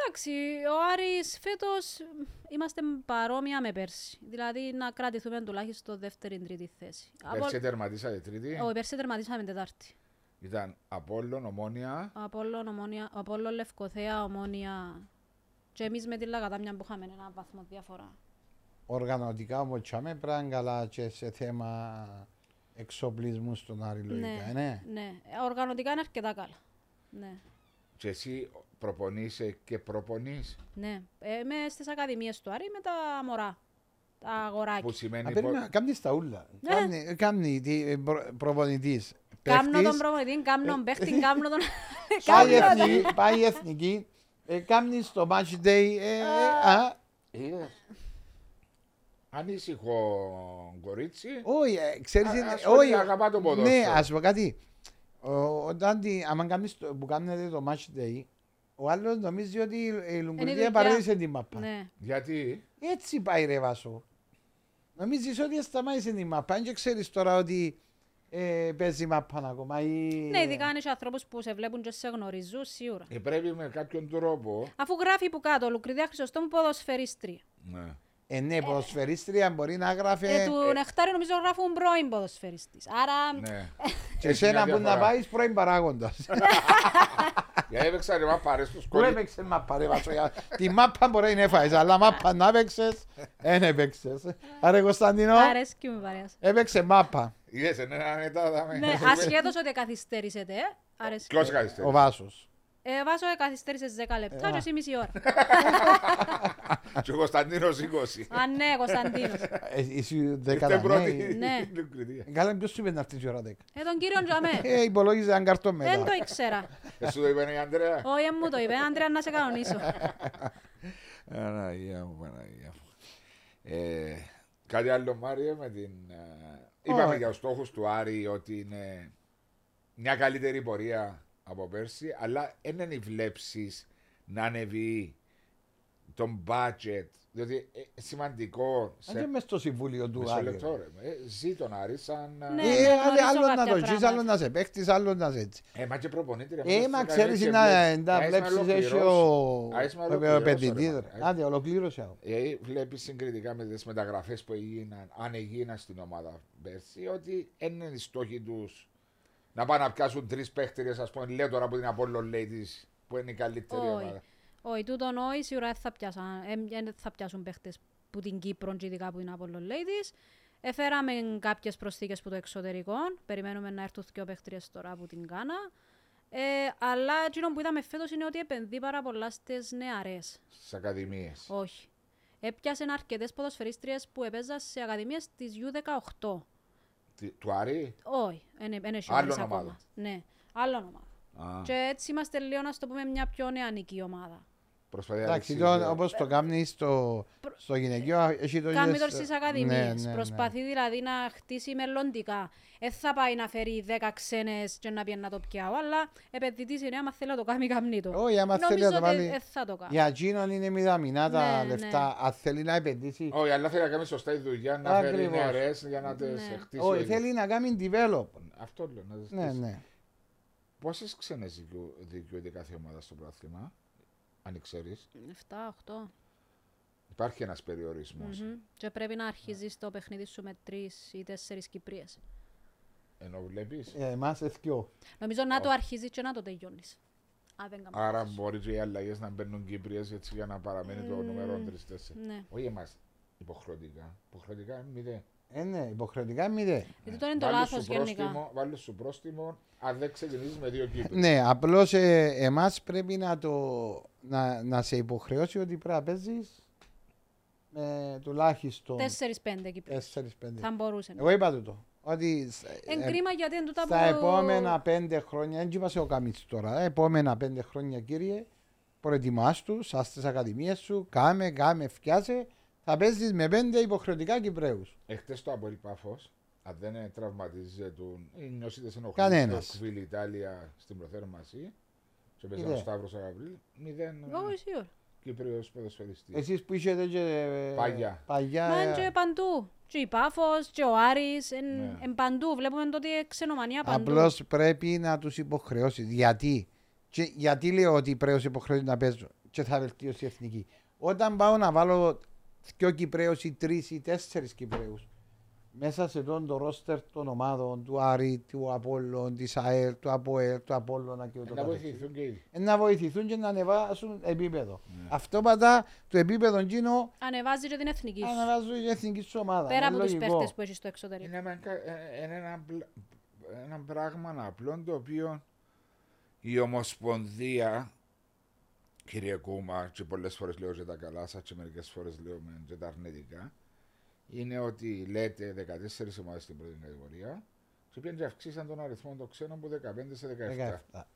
Speaker 2: Εντάξει, ο Άρης φέτος μ, είμαστε παρόμοια με πέρσι. Δηλαδή να κρατηθούμε τουλάχιστον δεύτερη-τρίτη θέση. Από...
Speaker 1: Πέρσι τερματίσατε τρίτη.
Speaker 2: Ο πέρσι τερματίσαμε τετάρτη.
Speaker 1: Ήταν Απόλλων, Ομόνια.
Speaker 2: Ο Απόλλων, ομόνια... ο Απόλλων Λευκοθέα, Ομόνια και εμείς με τη Λαγατάμια που είχαμε ένα βαθμό διαφορά.
Speaker 3: Οργανωτικά όμω τσάμε πράγμα καλά και σε θέμα εξοπλισμού στον Άρη λογικά. Ναι.
Speaker 2: ναι. Ε, Οργανωτικά είναι αρκετά καλά. Ναι.
Speaker 1: Και εσύ προπονείσαι και προπονείς.
Speaker 2: Ναι, ε, με στις ακαδημίες του Άρη με τα μωρά.
Speaker 1: Που
Speaker 2: Τα αγοράκια.
Speaker 1: σημαίνει...
Speaker 3: Α,
Speaker 1: πο-
Speaker 3: περίμενα, Κάμνεις τα ούλα.
Speaker 2: Ναι.
Speaker 3: Κάμνει- Κάμνει τι, ε, προ- προπονητής.
Speaker 2: Κάμνω τον
Speaker 3: παίχτης,
Speaker 2: προπονητή, κάμνω τον παίχτη, κάμνω τον.
Speaker 3: πάει η
Speaker 2: κάμνω τον-
Speaker 3: εθνική- Πάει η εθνική. ε, Κάμνεις το match day. ε, ε, α,
Speaker 1: Ανήσυχο κορίτσι.
Speaker 3: Όχι, ε, ξέρεις,
Speaker 1: Α,
Speaker 3: είναι-
Speaker 1: ας πω ότι
Speaker 3: όχι,
Speaker 1: αγαπά το
Speaker 3: Ναι,
Speaker 1: ποδόσφαιρο.
Speaker 3: ας πω κάτι. Ο- Όταν τη- άμα κάνεις το- που κάνετε το match day, ο άλλος νομίζει ότι η- η Λουγκριτία
Speaker 2: δουλειά.
Speaker 3: παρέδεισε την μαπά.
Speaker 2: Ναι,
Speaker 1: Γιατί
Speaker 3: Έτσι πάει ρε Βάσο. Νομίζεις ότι σταμάτησε η μαπά, αν και ξέρεις τώρα ότι ε, παίζει η μαπά ακόμα. Ή...
Speaker 2: ναι, ειδικά αν είσαι ανθρώπου που σε βλέπουν και σε γνωρίζουν, σίγουρα.
Speaker 1: ε, πρέπει με κάποιον τρόπο.
Speaker 2: Αφού γράφει που κάτω, Λουκριδιά Χρυσοστόμου ποδοσφαιρίστρια.
Speaker 1: Ναι.
Speaker 3: Ε, ναι, ποδοσφαιρίστρια μπορεί να γράφει.
Speaker 2: Ε, του Νεκτάριου νομίζω γράφουν πρώην ποδοσφαιριστής. Άρα,
Speaker 1: ναι. Έχει
Speaker 3: και εσένα
Speaker 1: μια
Speaker 3: που να
Speaker 1: διαφορά.
Speaker 3: πάει πρώην παράγοντας.
Speaker 1: Γιατί έπαιξα ρε μαπάρε στο
Speaker 3: Του
Speaker 1: σχολείο.
Speaker 3: έπαιξε μάπα ρε Βασόγια. Τη μάπα μπορεί να είναι έφαγες, αλλά μάπα να έπαιξες, δεν έπαιξες. Άρα Κωνσταντινό,
Speaker 2: Αρέσκει μου παρέα. σας.
Speaker 3: έπαιξε μάπα
Speaker 1: Είδες ένα νετά, δάμε.
Speaker 2: Ναι, ασχέτως ότι καθυστερήσετε, ε, αρέσκει.
Speaker 1: Ποιος
Speaker 3: ο
Speaker 1: καθυστερεί.
Speaker 3: Βάσος.
Speaker 2: Ε, Βάζω ε, καθυστέρησες 10 λεπτά και εσύ μισή ώρα.
Speaker 1: Και ο Κωνσταντίνος 20.
Speaker 2: Α, ναι, Κωνσταντίνος.
Speaker 3: Ε, Εσύ
Speaker 1: Είστε πρώτη.
Speaker 3: δεκατανέη.
Speaker 2: Ναι.
Speaker 1: στην Λουκριτία.
Speaker 3: Καλά, ποιος σου είπε να έρθεις η ώρα δέκα.
Speaker 2: Ε, τον κύριον Τζαμέ.
Speaker 3: Ε, υπολόγιζε έναν καρτό
Speaker 2: Δεν το
Speaker 3: μετά.
Speaker 2: ήξερα.
Speaker 1: Εσύ Ε, το ναι, είπαν η Αντρέα.
Speaker 2: Όχι, ε, μου το είπε. Αντρέα, να σε κανονίσω.
Speaker 1: Παναγία μου, Παναγία μου. Ε, κάτι άλλο, Μάριε, με την. ε, Είπαμε
Speaker 3: Ω.
Speaker 1: για στόχους του Άρη ότι είναι μια καλύτερη πορεία από πέρσι, αλλά δεν είναι οι βλέψεις να ανεβεί τον budget. Διότι ε, σημαντικό.
Speaker 3: Αν και
Speaker 1: Σε...
Speaker 3: μες στο συμβούλιο του
Speaker 1: Μισό
Speaker 3: Άρη.
Speaker 1: λεπτό, ρε. Ε, ζει τον Άρη σαν. ε,
Speaker 2: Ναι.
Speaker 3: Ε,
Speaker 2: να
Speaker 3: άλλο-
Speaker 2: γνωρίζω
Speaker 3: άλλο να
Speaker 2: κάποια
Speaker 3: το ζεις,
Speaker 2: πράγματα.
Speaker 3: άλλο να σε παίχτης, άλλο να σε έτσι.
Speaker 1: Ε, μα και προπονήτρια.
Speaker 3: Ε, μα
Speaker 1: μάλιστα,
Speaker 3: ξέρεις,
Speaker 1: έτσι
Speaker 3: είναι
Speaker 1: βλέπεις.
Speaker 3: τα
Speaker 1: Α, είσαι
Speaker 3: βλέψεις έχει
Speaker 1: ολοκληρώσω.
Speaker 3: ο
Speaker 1: Α, είσαι
Speaker 3: ο
Speaker 1: ολοκληρώσω, ρε,
Speaker 3: επενδυτής.
Speaker 1: μα.
Speaker 3: ρε. Άντε, ολοκλήρωσε.
Speaker 1: Ε, βλέπεις συγκριτικά με τις μεταγραφές που έγιναν, αν έγιναν στην ομάδα πέρσι, ότι εν είναι οι στόχοι τους να πάνε να πιάσουν τρεις παίχτερε, ας πούμε, λέω τώρα από την Apollo Ladies, που είναι η καλύτερη
Speaker 2: Όχι.
Speaker 1: ομάδα.
Speaker 2: Όχι, τούτον όχι, σίγουρα δεν θα πιάσαν, ε, δεν θα πιάσουν παίχτες που την Κύπρο και ειδικά που είναι από Ladies. Έφεραμε κάποιες προσθήκες που το εξωτερικό. Περιμένουμε να έρθουν και παίχτριες τώρα από την Κάνα. Ε, αλλά εκείνο που είδαμε φέτος είναι ότι επενδύει πάρα πολλά στις νεαρές.
Speaker 1: Στις ακαδημίες.
Speaker 2: Όχι. Έπιασε αρκετές ποδοσφαιρίστριες που έπαιζαν σε ακαδημίες της U18.
Speaker 1: Του Άρη.
Speaker 2: Όχι, ε, δεν
Speaker 1: Άλλων ομάδων.
Speaker 2: ακόμα. Ναι, άλλο ομάδα.
Speaker 1: Α,
Speaker 2: Και έτσι είμαστε λίγο, να το πούμε, μια πιο νεανική ομάδα.
Speaker 1: Προσπαθεί να
Speaker 3: Εντάξει,
Speaker 1: δείξει-
Speaker 3: το, όπως
Speaker 2: ε,
Speaker 3: το κάνει στο, στο γυναικείο, έχει το
Speaker 2: Κάνει τώρα
Speaker 3: ίδιο-
Speaker 2: στι ακαδημίε.
Speaker 3: Ναι, ναι, ναι.
Speaker 2: Προσπαθεί δηλαδή να χτίσει μελλοντικά. Δεν θα πάει να φέρει 10 ξένες και να πει να το πιάω, αλλά επενδυτής είναι άμα θέλει να το κάνει, καμνεί το.
Speaker 3: Όχι, άμα θέλει να
Speaker 2: Νομίζω
Speaker 3: το
Speaker 2: ότι
Speaker 3: βάλει.
Speaker 2: δεν θα το κάνει.
Speaker 3: Για εκείνον είναι μηδαμινά τα
Speaker 2: Ναι,
Speaker 3: λεφτά. Αν θέλει να επενδύσει.
Speaker 1: Όχι, αλλά θέλει να κάνει σωστά τη δουλειά, να φέρει
Speaker 3: Ακριβώς.
Speaker 1: νεαρές για να τις
Speaker 2: Ναι.
Speaker 1: χτίσει.
Speaker 3: Όχι, θέλει να κάνει develop.
Speaker 1: Αυτό λέω. Να τις
Speaker 3: Ναι,
Speaker 1: χτίσει.
Speaker 3: ναι.
Speaker 1: Πόσες ξένες δικαιούνται κάθε ομάδα στο πρωτάθλημα, αν ξέρεις.
Speaker 2: 7-8.
Speaker 1: Υπάρχει ένας περιορισμός.
Speaker 2: Μμμ. Και πρέπει να αρχίζεις το παιχνίδι σου με τρεις ή τέσσερις Κυπρίες.
Speaker 1: Ενώ βλέπεις.
Speaker 3: Ε, Εμάς εθκιό.
Speaker 2: Νομίζω να το αρχίζεις και να το τελειώνεις. Α, δεν κάνω.
Speaker 1: Άρα μπορεί και οι αλλαγές να μπαίνουν Κύπριε έτσι για να παραμένει το νούμερο 3-4.
Speaker 2: Ναι.
Speaker 1: Όχι εμάς υποχρεωτικά. Υποχρεωτικά είναι μηδέν.
Speaker 3: Ε, ναι, υποχρεωτικά μηδέν.
Speaker 2: Γιατί τώρα είναι το
Speaker 1: Βάλεις
Speaker 2: λάθος
Speaker 1: σου
Speaker 2: γενικά.
Speaker 1: πρόστιμο- Βάλεις σου πρόστιμο αν δεν ξεκινήσεις με δύο Κύπριου.
Speaker 3: Ναι, απλώς ε, εμάς πρέπει να, το, να, να σε υποχρεώσει ότι πρέπει να παίζεις ε, τουλάχιστον
Speaker 2: 4-5 Κυπρίε.
Speaker 3: 4-5.
Speaker 2: Θα μπορούσε.
Speaker 3: Εγώ είπα τούτο. Ότι σ-
Speaker 2: Εν
Speaker 3: ε,
Speaker 2: κρίμα γιατί είναι τούτα
Speaker 3: Στα
Speaker 2: που-
Speaker 3: επόμενα πέντε χρόνια, δεν είπα σε ο Καμίτσι τώρα, τα επόμενα πέντε χρόνια κύριε, προετοιμάς του, σαν στις ακαδημίες σου, κάμε, κάμε, φτιάσε, θα παίζεις με πέντε υποχρεωτικά Κυπρέους.
Speaker 1: Εχθές το Απόλυ Πάφο, αν δεν τραυματίζεται, τον- ή νιώσετε σε ενοχλήσει
Speaker 3: Κανένας.
Speaker 1: στο Κβίλ Ιταλία στην προθέρμανση. Και παίζει
Speaker 3: Μηδέν.
Speaker 1: ο Σταύρο Αγαβλή, μηδέν
Speaker 2: Εγώ σίγουρα.
Speaker 1: Κύπριο ποδοσφαιριστής.
Speaker 3: Εσείς που είσετε και... ε,
Speaker 1: Παγιά.
Speaker 3: Παγιά.
Speaker 2: Μα είναι
Speaker 3: ε,
Speaker 2: και παντού. Και η Πάφος, και ο Άρης, εν,
Speaker 1: Ναι.
Speaker 2: εν παντού. Βλέπουμε τότε ξενομανία παντού.
Speaker 3: Απλώς πρέπει να τους υποχρεώσεις. Γιατί. Και γιατί λέω ότι πρέπει υποχρεώσει να παίζουν και θα βελτίωσει η εθνική. Όταν πάω να βάλω δυο Κυπρέους ή τρεις ή τέσσερις Κυπρέους μέσα σε τον το ρόστερ των ομάδων του Άρη, του Απόλλων, της ΑΕΛ, του ΑΠΟΕΛ, του Απόλλωνα και ούτω
Speaker 1: Να
Speaker 3: καθεξής.
Speaker 1: βοηθηθούν και οι
Speaker 3: Ε, Να βοηθηθούν και να ανεβάσουν επίπεδο. Αυτόματα το επίπεδο εκείνο
Speaker 2: Ανεβάζει και την εθνική σου.
Speaker 3: ανεβάζουν η εθνική σου ομάδα.
Speaker 2: Πέρα
Speaker 3: Είναι
Speaker 2: από τους
Speaker 3: λογικό.
Speaker 2: παίχτες που έχεις στο εξωτερικό.
Speaker 1: Είναι, με, κα- ε, είναι ένα, πλ- ένα πράγμα απλό το οποίο η Ομοσπονδία, κύριε Κούμα, και πολλές φορές λέω για τα καλά σας και μερικές φορές λέω με- για τα αρνητικά, είναι ότι λέτε 14 ομάδες στην πρώτη κατηγορία και πήγαινε και αυξήσαν τον αριθμό των ξένων από 15 σε 17.
Speaker 3: 17.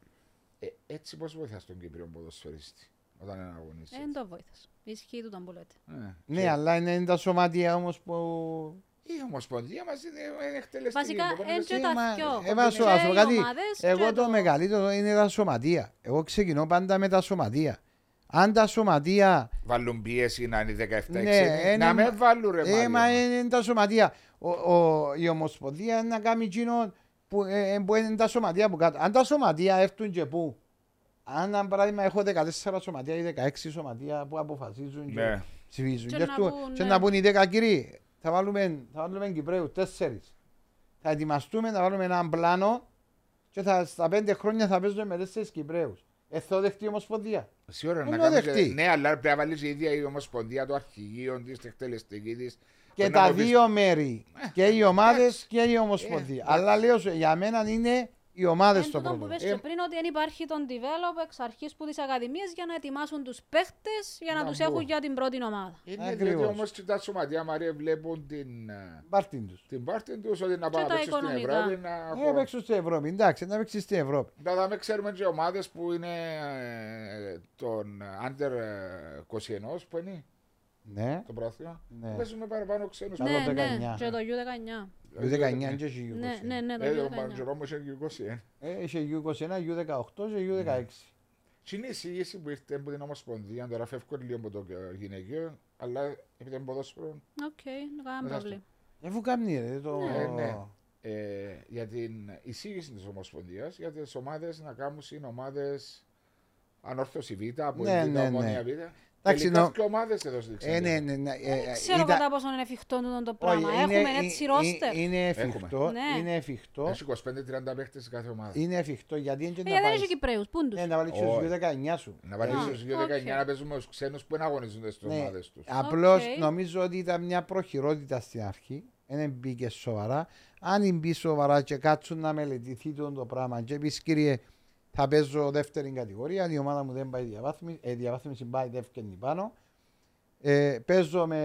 Speaker 1: Ε, έτσι πώς βοηθάς τον Κύπριο ποδοσφαιριστή όταν είναι αγωνιστής.
Speaker 2: Δεν Ε, το βοήθας. Ισχύει τούτον που λέτε.
Speaker 1: Ναι.
Speaker 3: Ναι, αλλά είναι τα σωματεία όμως που
Speaker 1: Η Ομοσπονδία μας είναι είναι εκτελεστική.
Speaker 2: Βασικά,
Speaker 1: το παίρνει
Speaker 2: εν
Speaker 1: σε-
Speaker 2: και τα
Speaker 3: Μα,
Speaker 2: θκυο.
Speaker 3: ε, βάσο,
Speaker 2: Και
Speaker 3: ας πω
Speaker 2: οι
Speaker 3: κάτι.
Speaker 2: ομάδες και
Speaker 3: Εγώ το
Speaker 2: το-
Speaker 3: μεγαλύτερο είναι τα σωματεία. Εγώ ξεκινώ πάντα με τα σωματεία. Αν τα σωματεία.
Speaker 1: Βάλουν πίεση να είναι 17
Speaker 3: Ναι,
Speaker 1: ξένοι.
Speaker 3: είναι-
Speaker 1: Να με βάλουν ρε
Speaker 3: Ε,
Speaker 1: Μάριο.
Speaker 3: μα είναι τα σωματεία. Ο, ο, η Ομοσπονδία είναι να κάνει εκείνο που, ε, ε, που είναι τα σωματεία που κάτω. Αν τα σωματεία έρθουν και πού. Αν, αν παράδειγμα, έχω 14 σωματεία ή 16 σωματεία που αποφασίζουν και
Speaker 1: Ναι.
Speaker 3: ψηφίζουν.
Speaker 2: Και
Speaker 3: Και,
Speaker 2: να
Speaker 3: αυτού-
Speaker 2: πούν,
Speaker 3: και
Speaker 2: ναι.
Speaker 3: να πούν οι 10 κύριοι, θα βάλουμε, θα βάλουμε Κυπρέους, 4. Θα ετοιμαστούμε, θα βάλουμε έναν πλάνο και θα, στα 5 χρόνια θα παίζουμε με 4 Κυπρέου. Εθώ δεχτεί η Ομοσπονδία.
Speaker 1: Σίγουρα
Speaker 3: Μόνο
Speaker 1: να κάνεις,
Speaker 3: δεχτεί.
Speaker 1: ε, Ναι, αλλά πρέπει να βάλεις η ίδια η Ομοσπονδία, το αρχηγείο τη, την εκτελεστική τη.
Speaker 3: Και τα δύο μέρη. και οι ομάδες και η Ομοσπονδία.
Speaker 1: εντάξει.
Speaker 3: Αλλά λέω σου, για μένα είναι οι ομάδες
Speaker 2: Εν
Speaker 3: το
Speaker 2: τούτο Ε, που
Speaker 3: πρόβλημα. Ε,
Speaker 2: πες και πριν ότι δεν υπάρχει τον develop εξ αρχής που τις ακαδημίες για να ετοιμάσουν τους παίχτες για να
Speaker 1: Να
Speaker 2: τους
Speaker 1: μπω.
Speaker 2: έχουν για την πρώτη ομάδα.
Speaker 1: Είναι διότι
Speaker 3: Ακριβώς.
Speaker 1: όμως και τα σωματεία Μαρία βλέπουν την, ε,
Speaker 3: Πάρτιν τους.
Speaker 1: την πάρτη τους ότι να
Speaker 2: Και
Speaker 1: πάνε
Speaker 2: τα
Speaker 1: να παίξουν στην
Speaker 2: οικονομικά.
Speaker 1: Ευρώπη. Να...
Speaker 3: Ε, παίξουν στην Ευρώπη. Εντάξει, να παίξεις στην Ευρώπη.
Speaker 1: Να δάμε, ξέρουμε και ομάδες που είναι ε, των under ε, 21 που είναι
Speaker 3: Ναι.
Speaker 1: το πρόθυμα.
Speaker 3: Ναι.
Speaker 1: Παίζουν με παραπάνω ξένους.
Speaker 3: Ναι.
Speaker 2: Ναι, ναι,
Speaker 3: 19.
Speaker 2: και το U19.
Speaker 3: Του 19 και έχει
Speaker 2: Ναι,
Speaker 3: U21.
Speaker 2: ναι, ναι, το
Speaker 1: Ε, ο
Speaker 2: U19.
Speaker 1: Μπαντζερό μου είχε και 21.
Speaker 3: Ε, Είχε
Speaker 2: Ναι,
Speaker 3: U21, U18 και U16.
Speaker 1: Τι είναι η εισήγηση που ήρθε από την Ομοσπονδία, τώρα φεύγω λίγο από το ε, γυναικείο, αλλά επειδή είναι ποδόσφαιρο,
Speaker 2: Οκ, δεν κάνουμε
Speaker 1: Μετά
Speaker 2: πρόβλημα.
Speaker 3: Ε, Αφού κάνει ρε το...
Speaker 1: Ε, ναι. ε, για την εισήγηση της Ομοσπονδίας, για τις ομάδες να κάνουν είναι ομάδε ανόρθωση Β, από
Speaker 3: Ναι,
Speaker 1: την
Speaker 3: ναι, ναι.
Speaker 1: Ομόνια Β.
Speaker 3: Εντάξει,
Speaker 1: Τελικά
Speaker 3: νο-
Speaker 1: και ομάδες εδώ στην
Speaker 3: Ε, ναι,
Speaker 1: Ξένη.
Speaker 3: ναι, ναι, ε, ε,
Speaker 2: Δεν ξέρω
Speaker 3: ήταν-
Speaker 2: κατά πόσο είναι εφικτό τούτο το
Speaker 3: Όχι,
Speaker 2: πράγμα.
Speaker 3: είναι-
Speaker 2: Έχουμε έτσι
Speaker 3: ε,
Speaker 2: ρόστερ.
Speaker 3: ε, Είναι εφικτό,
Speaker 2: Έχουμε. Ναι.
Speaker 3: είναι εφικτό,
Speaker 1: Έχει 25-30 παίχτες σε κάθε ομάδα.
Speaker 3: είναι εφικτό γιατί είναι και
Speaker 2: Ε,
Speaker 3: να
Speaker 2: δεν έχει
Speaker 3: βάλεις,
Speaker 2: Κυπρέους, πού είναι τους.
Speaker 3: ναι, να βάλεις τους
Speaker 1: Όχι.
Speaker 3: U19 σου. Ε,
Speaker 1: Να βάλεις
Speaker 2: Α,
Speaker 1: στους 2-19
Speaker 2: οκ.
Speaker 1: να παίζουμε του ξένους που δεν αγωνίζονται στις
Speaker 3: Ναι,
Speaker 1: ομάδες τους.
Speaker 3: Απλώς
Speaker 2: Οκ.
Speaker 3: νομίζω ότι ήταν μια προχειρότητα στην αρχή. Ε, Δεν μπήκε σοβαρά. Αν μπει σοβαρά και κάτσουν να μελετηθεί το, το πράγμα και πεις κύριε θα παίζω δεύτερη κατηγορία, η ομάδα μου δεν πάει διαβάθμιση, ε, διαβάθμιση πάει δεύτερη πάνω. Ε, παίζω με,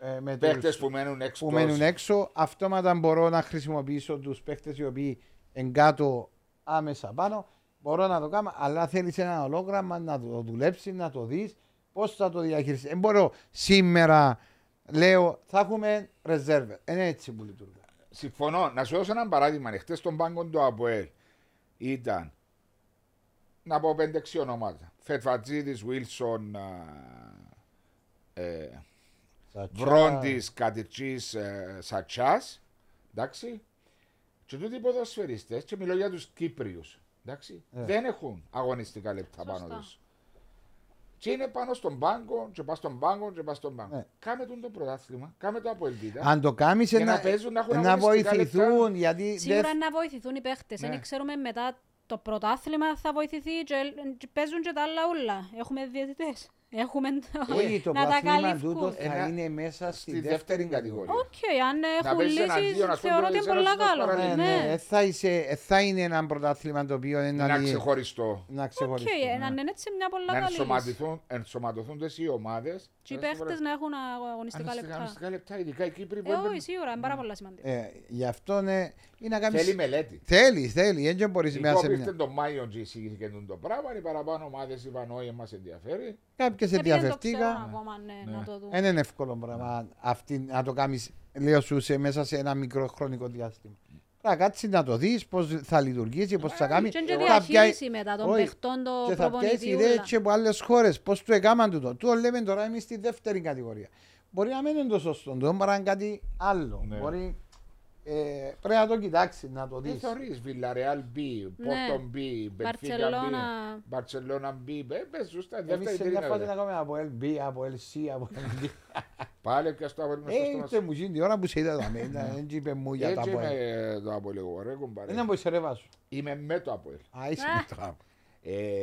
Speaker 3: ε, με
Speaker 1: Παίχτε
Speaker 3: τους
Speaker 1: που μένουν έξω.
Speaker 3: που μένουν έξω, αυτόματα μπορώ να χρησιμοποιήσω τους παίχτες οι οποίοι εγκάτω άμεσα πάνω. Μπορώ να το κάνω, αλλά θέλεις ένα ολόγραμμα να το δουλέψεις, να το δεις, πώς θα το διαχειριστείς. Δεν μπορώ σήμερα, λέω, θα έχουμε ρεζέρβε. Είναι έτσι που λειτουργεί.
Speaker 1: Συμφωνώ. Να σου δώσω ένα παράδειγμα. Χθε στον πάγκο του Αποέλ ήταν να πω 5-6 ονόματα. Φετφατζίδη, Βίλσον, ε, Βρόντι, Κατητσή, Σατσά. ε, Εντάξει. Και τούτοι οι ποδοσφαιριστές, και μιλώ για τους Κύπριους. Εντάξει.
Speaker 3: Ε.
Speaker 1: Δεν έχουν αγωνιστικά λεπτά πάνω
Speaker 2: Σωστά.
Speaker 1: τους. Και είναι πάνω στον πάγκο, και πας στον πάγκο, και πας στον πάγκο.
Speaker 3: Ε.
Speaker 1: Κάμε τον το πρωτάθλημα, κάμε το Αποελβίτα.
Speaker 3: Αν το κάνεις,
Speaker 1: Για
Speaker 3: ε,
Speaker 1: να
Speaker 3: να,
Speaker 1: παίζουν, να έχουν
Speaker 3: ε,
Speaker 1: αγωνιστικά
Speaker 3: βοηθηθούν,
Speaker 1: λεπτά.
Speaker 3: γιατί
Speaker 2: Σίγουρα
Speaker 3: δεν-
Speaker 2: να βοηθηθούν οι παίχτες.
Speaker 1: Ναι.
Speaker 2: Δεν ξέρουμε μετά το πρωτάθλημα θα βοηθηθεί και και παίζουν και τα άλλα όλα. Έχουμε διαιτητές. Έχουμε
Speaker 3: όχι, το
Speaker 2: να τα Ε,
Speaker 3: πρωτάθλημα τούτο
Speaker 2: καλυφθούν.
Speaker 3: θα
Speaker 1: Ένα-
Speaker 3: είναι μέσα στη,
Speaker 1: στη δεύτερη κατηγορία.
Speaker 2: Οκ, αν έχουν
Speaker 1: παίζεις έναν δύο, να
Speaker 2: λύσεις
Speaker 1: σου
Speaker 2: θεωρώ ότι
Speaker 1: δώσεις
Speaker 2: είναι
Speaker 1: ένα
Speaker 2: πολλά
Speaker 1: στο
Speaker 2: καλό.
Speaker 1: παραλίγο.
Speaker 3: Ναι, ναι, ε, θα, είσαι- ε, θα είναι ένα πρωτάθλημα το οποίο είναι
Speaker 1: Να
Speaker 3: αλλη-
Speaker 1: ξεχωριστώ.
Speaker 3: να
Speaker 2: Οκ,
Speaker 3: ξεχωριστούν, ναι.
Speaker 2: έναν είναι έτσι μια πολλά
Speaker 1: Να
Speaker 2: καλή λύση.
Speaker 1: ενσωματωθούν, ενσωματωθούν τες οι ομάδες.
Speaker 2: Και οι παίχτες να έχουν αγωνιστικά λεπτά.
Speaker 1: Αγωνιστικά λεπτά, ειδικά οι Κύπροι που
Speaker 2: Ε, όχι,
Speaker 1: έπαιρναν.
Speaker 2: σίγουρα, είναι πάρα πολλά σημαντικό.
Speaker 3: Ε, γι' αυτό ναι, είναι να κάνεις...
Speaker 1: Θέλει Ε, μελέτη.
Speaker 3: Θέλει, θέλει, δεν μπορείς
Speaker 1: Η
Speaker 3: μέσα σε
Speaker 1: κόπη
Speaker 3: μια...
Speaker 1: ήρθε τον Μάιο και εισηγήθηκε τον το πράγμα. Οι παραπάνω ομάδες είπαν όχι, μα ε, ενδιαφέρει.
Speaker 3: Κάποιες
Speaker 2: Ε, Επειδή δεν το ξέρουν
Speaker 3: ενδιαφερθήκα. Ε,
Speaker 2: ακόμα, ναι, να το δούμε.
Speaker 3: Δεν είναι εύκολο πράγμα αυτή, να το κάνεις, λέω σου, σε, μέσα σε ένα μικρό χρονικό διάστημα. Να κάτσεις να το δεις πώς θα λειτουργήσει, πώς θα κάνει.
Speaker 2: Και είναι Ε, και
Speaker 3: Θα πιάει-
Speaker 2: διαχείριση μετά των
Speaker 3: Όχι.
Speaker 2: παιχτών, το
Speaker 3: και θα πιάσει
Speaker 2: προπονητή.
Speaker 3: ιδέες
Speaker 2: ούλα.
Speaker 3: και από άλλες χώρες. Πώς το έκαναν τούτο. Του λέμε τώρα εμείς στη δεύτερη κατηγορία. Μπορεί να μην είναι το σωστό, το μπορεί να είναι κάτι άλλο.
Speaker 1: Ναι. Ε,
Speaker 3: Μπορεί, ε, πρέπει να το κοιτάξει, να το
Speaker 1: Δεν
Speaker 3: δεις.
Speaker 1: θεωρείς Βιλαρεάλ B,
Speaker 2: Ναι.
Speaker 1: Πόρτον B,
Speaker 2: Μπαρτσελώνα.
Speaker 1: Μπαρσελόνα B. ε, Παίζουν στα
Speaker 3: Εμείς σε μια φάση να
Speaker 1: δεύτερη.
Speaker 3: κάνουμε από LB, από LC, από LD.
Speaker 1: Πάλι και στο απόλυτο
Speaker 3: Ε,
Speaker 1: στο
Speaker 3: ήρθε μου γίνει η ώρα που σε είδα εδώ. Δεν είπε μου για τα
Speaker 1: Έτσι
Speaker 3: από LB.
Speaker 1: είμαι το απόλυτο. Ρε κουμπάρε.
Speaker 3: Δεν μπορείς σε ρεβάσου.
Speaker 1: Είμαι με το απόλυτο.
Speaker 3: Α, είσαι
Speaker 2: Α.
Speaker 3: τώρα.
Speaker 1: Ε,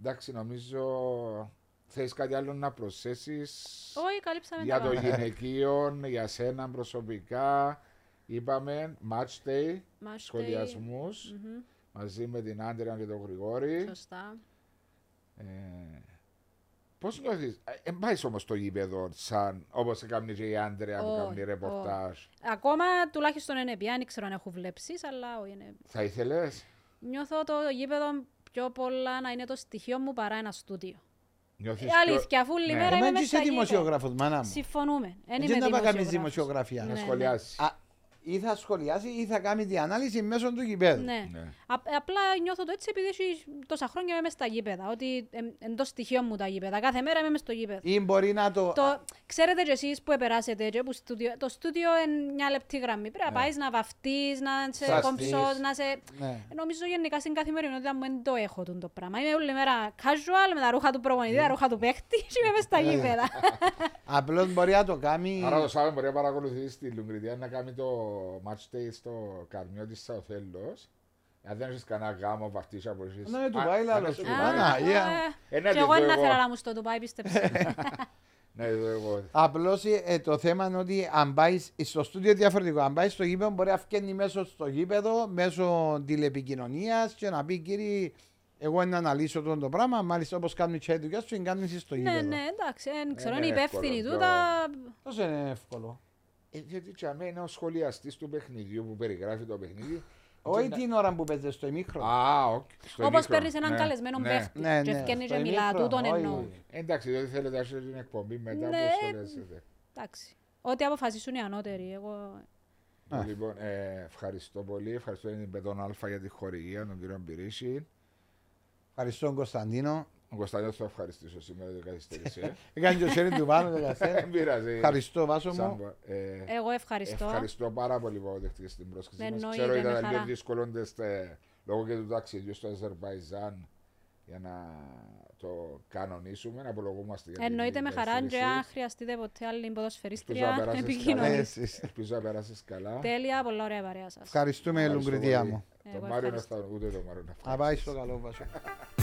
Speaker 1: εντάξει, νομίζω θες κάτι άλλο να προσθέσεις
Speaker 2: Όχι, καλύψαμε τα
Speaker 1: για το
Speaker 2: πάντα.
Speaker 1: γυναικείο, για σένα προσωπικά. Είπαμε match day,
Speaker 2: Match Mm. day.
Speaker 1: σχολιασμους
Speaker 2: Μμμ,
Speaker 1: μαζί με την Άντρια και τον Γρηγόρη.
Speaker 2: Σωστά.
Speaker 1: Ε, πώς νιώθεις, ε, εν πάεις όμως στο γήπεδο σαν όπως έκανε και η Άντρια που
Speaker 2: Όχι,
Speaker 1: κάνει ρεπορτάζ.
Speaker 2: Ακόμα τουλάχιστον είναι πια, δεν ξέρω αν έχω βλέψεις, αλλά όχι είναι.
Speaker 1: Θα ήθελες,
Speaker 2: Νιώθω το γήπεδο πιο πολλά να είναι το στοιχείο μου παρά ένα στούντιο.
Speaker 1: νιώθεις
Speaker 2: Ε, αλήθεια, αφού όλη
Speaker 1: ναι.
Speaker 2: μέρα είμαι
Speaker 3: Εμένα και
Speaker 2: μέσα
Speaker 3: είσαι
Speaker 2: στα γήπεδα.
Speaker 3: δημοσιογράφος, μάνα μου. Ε,
Speaker 2: Συμφωνούμε. Δεν
Speaker 3: Δεν
Speaker 2: είμαι
Speaker 3: θα πάμε
Speaker 2: δημοσιογράφος.
Speaker 3: δημοσιογραφία.
Speaker 1: να
Speaker 2: ναι.
Speaker 1: σχολιάσεις.
Speaker 3: Α, Ή θα σχολιάσει ή θα κάνει την ανάλυση μέσω του γηπέδου.
Speaker 2: Ναι.
Speaker 1: Ναι.
Speaker 2: Α- απλά νιώθω το έτσι επειδή έχει τόσα χρόνια είμαι μες στα γήπεδα. Ότι εν- εν το στοιχείο μου τα γήπεδα. Κάθε μέρα είμαι μες στο γήπεδο.
Speaker 3: Ή μπορεί να το.
Speaker 2: Το, ξέρετε κι εσείς που επεράσετε και που στούδιο, το στούντιο είναι μια λεπτή γραμμή.
Speaker 1: Ναι.
Speaker 2: Πρέπει να πάεις να βαφτείς, να σε
Speaker 3: Σαστείς.
Speaker 2: κομψός, να σε...
Speaker 3: Ναι.
Speaker 2: Νομίζω γενικά στην καθημερινότητα μου δεν το έχω τούτο το πράγμα. Είμαι όλη μέρα casual με τα ρούχα του προπονητή, τα ρούχα του παίχτη και είμαι μες στα γήπεδα.
Speaker 3: Απλώς μπορεί να το κάνει.
Speaker 1: Άρα το Σάββατο μπορεί να παρακολουθήσει τη Λουγκριτιά να κάνει το match day στο Καρμιό της Σαοθέλο. Αν δεν έχεις κανένα γάμο, βαφτίσια που έχεις...
Speaker 3: Ναι, του πάει λάλος του. Παναγία.
Speaker 1: Ε, ναι,
Speaker 2: Και
Speaker 1: το
Speaker 2: εγώ
Speaker 1: δω
Speaker 2: να
Speaker 1: εγώ. Ε,
Speaker 2: θέλω να μου στο Ντουμπάι, πίστεψε.
Speaker 1: Ναι, εδώ εγώ.
Speaker 3: Απλώς ε, το θέμα είναι ότι αν πάεις στο στούντιο διαφορετικό. Αν πάεις στο γήπεδο, μπορεί να φκένει μέσω στο γήπεδο, μέσω τηλεπικοινωνίας και να πει κύριε, εγώ να αναλύσω τον το πράγμα. Μάλιστα, όπως κάνουν και οι δουλειά σου, κάνεις εσύ στο
Speaker 2: Ναι,
Speaker 3: γήπεδο.
Speaker 2: ναι, εντάξει, δεν ξέρω,
Speaker 1: είναι
Speaker 2: είναι υπεύθυνοι
Speaker 1: Ε, εύκολο,
Speaker 2: τούτα.
Speaker 3: Τόσο είναι εύκολο.
Speaker 1: Ε, Γιατί τσαμέ είναι ο σχολιαστής του παιχνιδιού που περιγράφει το παιχνίδι.
Speaker 3: Όχι την ώρα που παίζεις στο ημίχρονο.
Speaker 1: Α, οκ. στο
Speaker 2: Όπως
Speaker 1: μικρό.
Speaker 2: παίρνεις έναν
Speaker 1: Ναι,
Speaker 2: καλεσμένο
Speaker 1: ναι.
Speaker 2: παίχτη
Speaker 3: Ναι,
Speaker 2: και
Speaker 3: ναι,
Speaker 2: ευκαινεί
Speaker 3: στο
Speaker 2: και μιλά,
Speaker 3: ημίχρονο,
Speaker 2: τούτον
Speaker 3: όχι.
Speaker 2: εννοώ.
Speaker 1: Εντάξει, διότι θέλετε να έχετε την εκπομπή μετά
Speaker 2: Ναι.
Speaker 1: που σχολιάσετε.
Speaker 2: Εντάξει. Ό,τι αποφασίσουν οι ανώτεροι, εγώ...
Speaker 3: Α.
Speaker 1: Λοιπόν, ε, ευχαριστώ πολύ. Ευχαριστώ την Μπετόν Αλφα για τη χορηγία, τον κύριο Μπυρίση.
Speaker 3: Ευχαριστώ τον Κωνσταντίνο.
Speaker 1: Ο Κωνσταντίνος θα ευχαριστήσω σήμερα, δεν καθυστέρησε.
Speaker 3: Έκανε το χέρι του πάνω, δεν
Speaker 1: Δεν
Speaker 3: καστέλ.
Speaker 1: πειράζει.
Speaker 3: Ευχαριστώ, Βάσο
Speaker 1: Σαν
Speaker 3: μου.
Speaker 1: πο- ε,
Speaker 2: Εγώ ευχαριστώ.
Speaker 1: Ευχαριστώ πάρα πολύ που αποδεχτήκες την πρόσκληση
Speaker 2: Με
Speaker 1: μας.
Speaker 2: εννοείται,
Speaker 1: Ξέρω
Speaker 2: με
Speaker 1: ήταν λίγο
Speaker 2: χαρά.
Speaker 1: δύσκολο ντες, ε, λόγω και του ταξιδιού στο Αζερβαϊζάν για να το κανονίσουμε, να απολογούμαστε. για την
Speaker 2: Εννοείται με χαρά και
Speaker 1: καθυστέρηση.
Speaker 2: αν χρειαστείτε ποτέ άλλη
Speaker 1: Ελπίζω να
Speaker 2: ποδοσφαιρίστρια,
Speaker 1: περάσεις
Speaker 3: Ε,
Speaker 1: καλά.
Speaker 2: επικοινωνία.
Speaker 3: εσείς.
Speaker 1: Ελπίζω να περάσεις
Speaker 3: Ναι.
Speaker 1: καλά.
Speaker 2: Τέλεια, πολλά ωραία παρέα σας.
Speaker 3: Ευχαριστούμε,
Speaker 1: Ευχαριστώ
Speaker 3: Λουγκριτία
Speaker 1: πολύ.
Speaker 3: μου.
Speaker 1: Το
Speaker 2: Εγώ
Speaker 1: Μάριο να
Speaker 2: ευχαριστώ.
Speaker 1: φτάνω, ούτε το Μάριο να φτάνω.
Speaker 3: Να πάει στο καλό, Βάσο.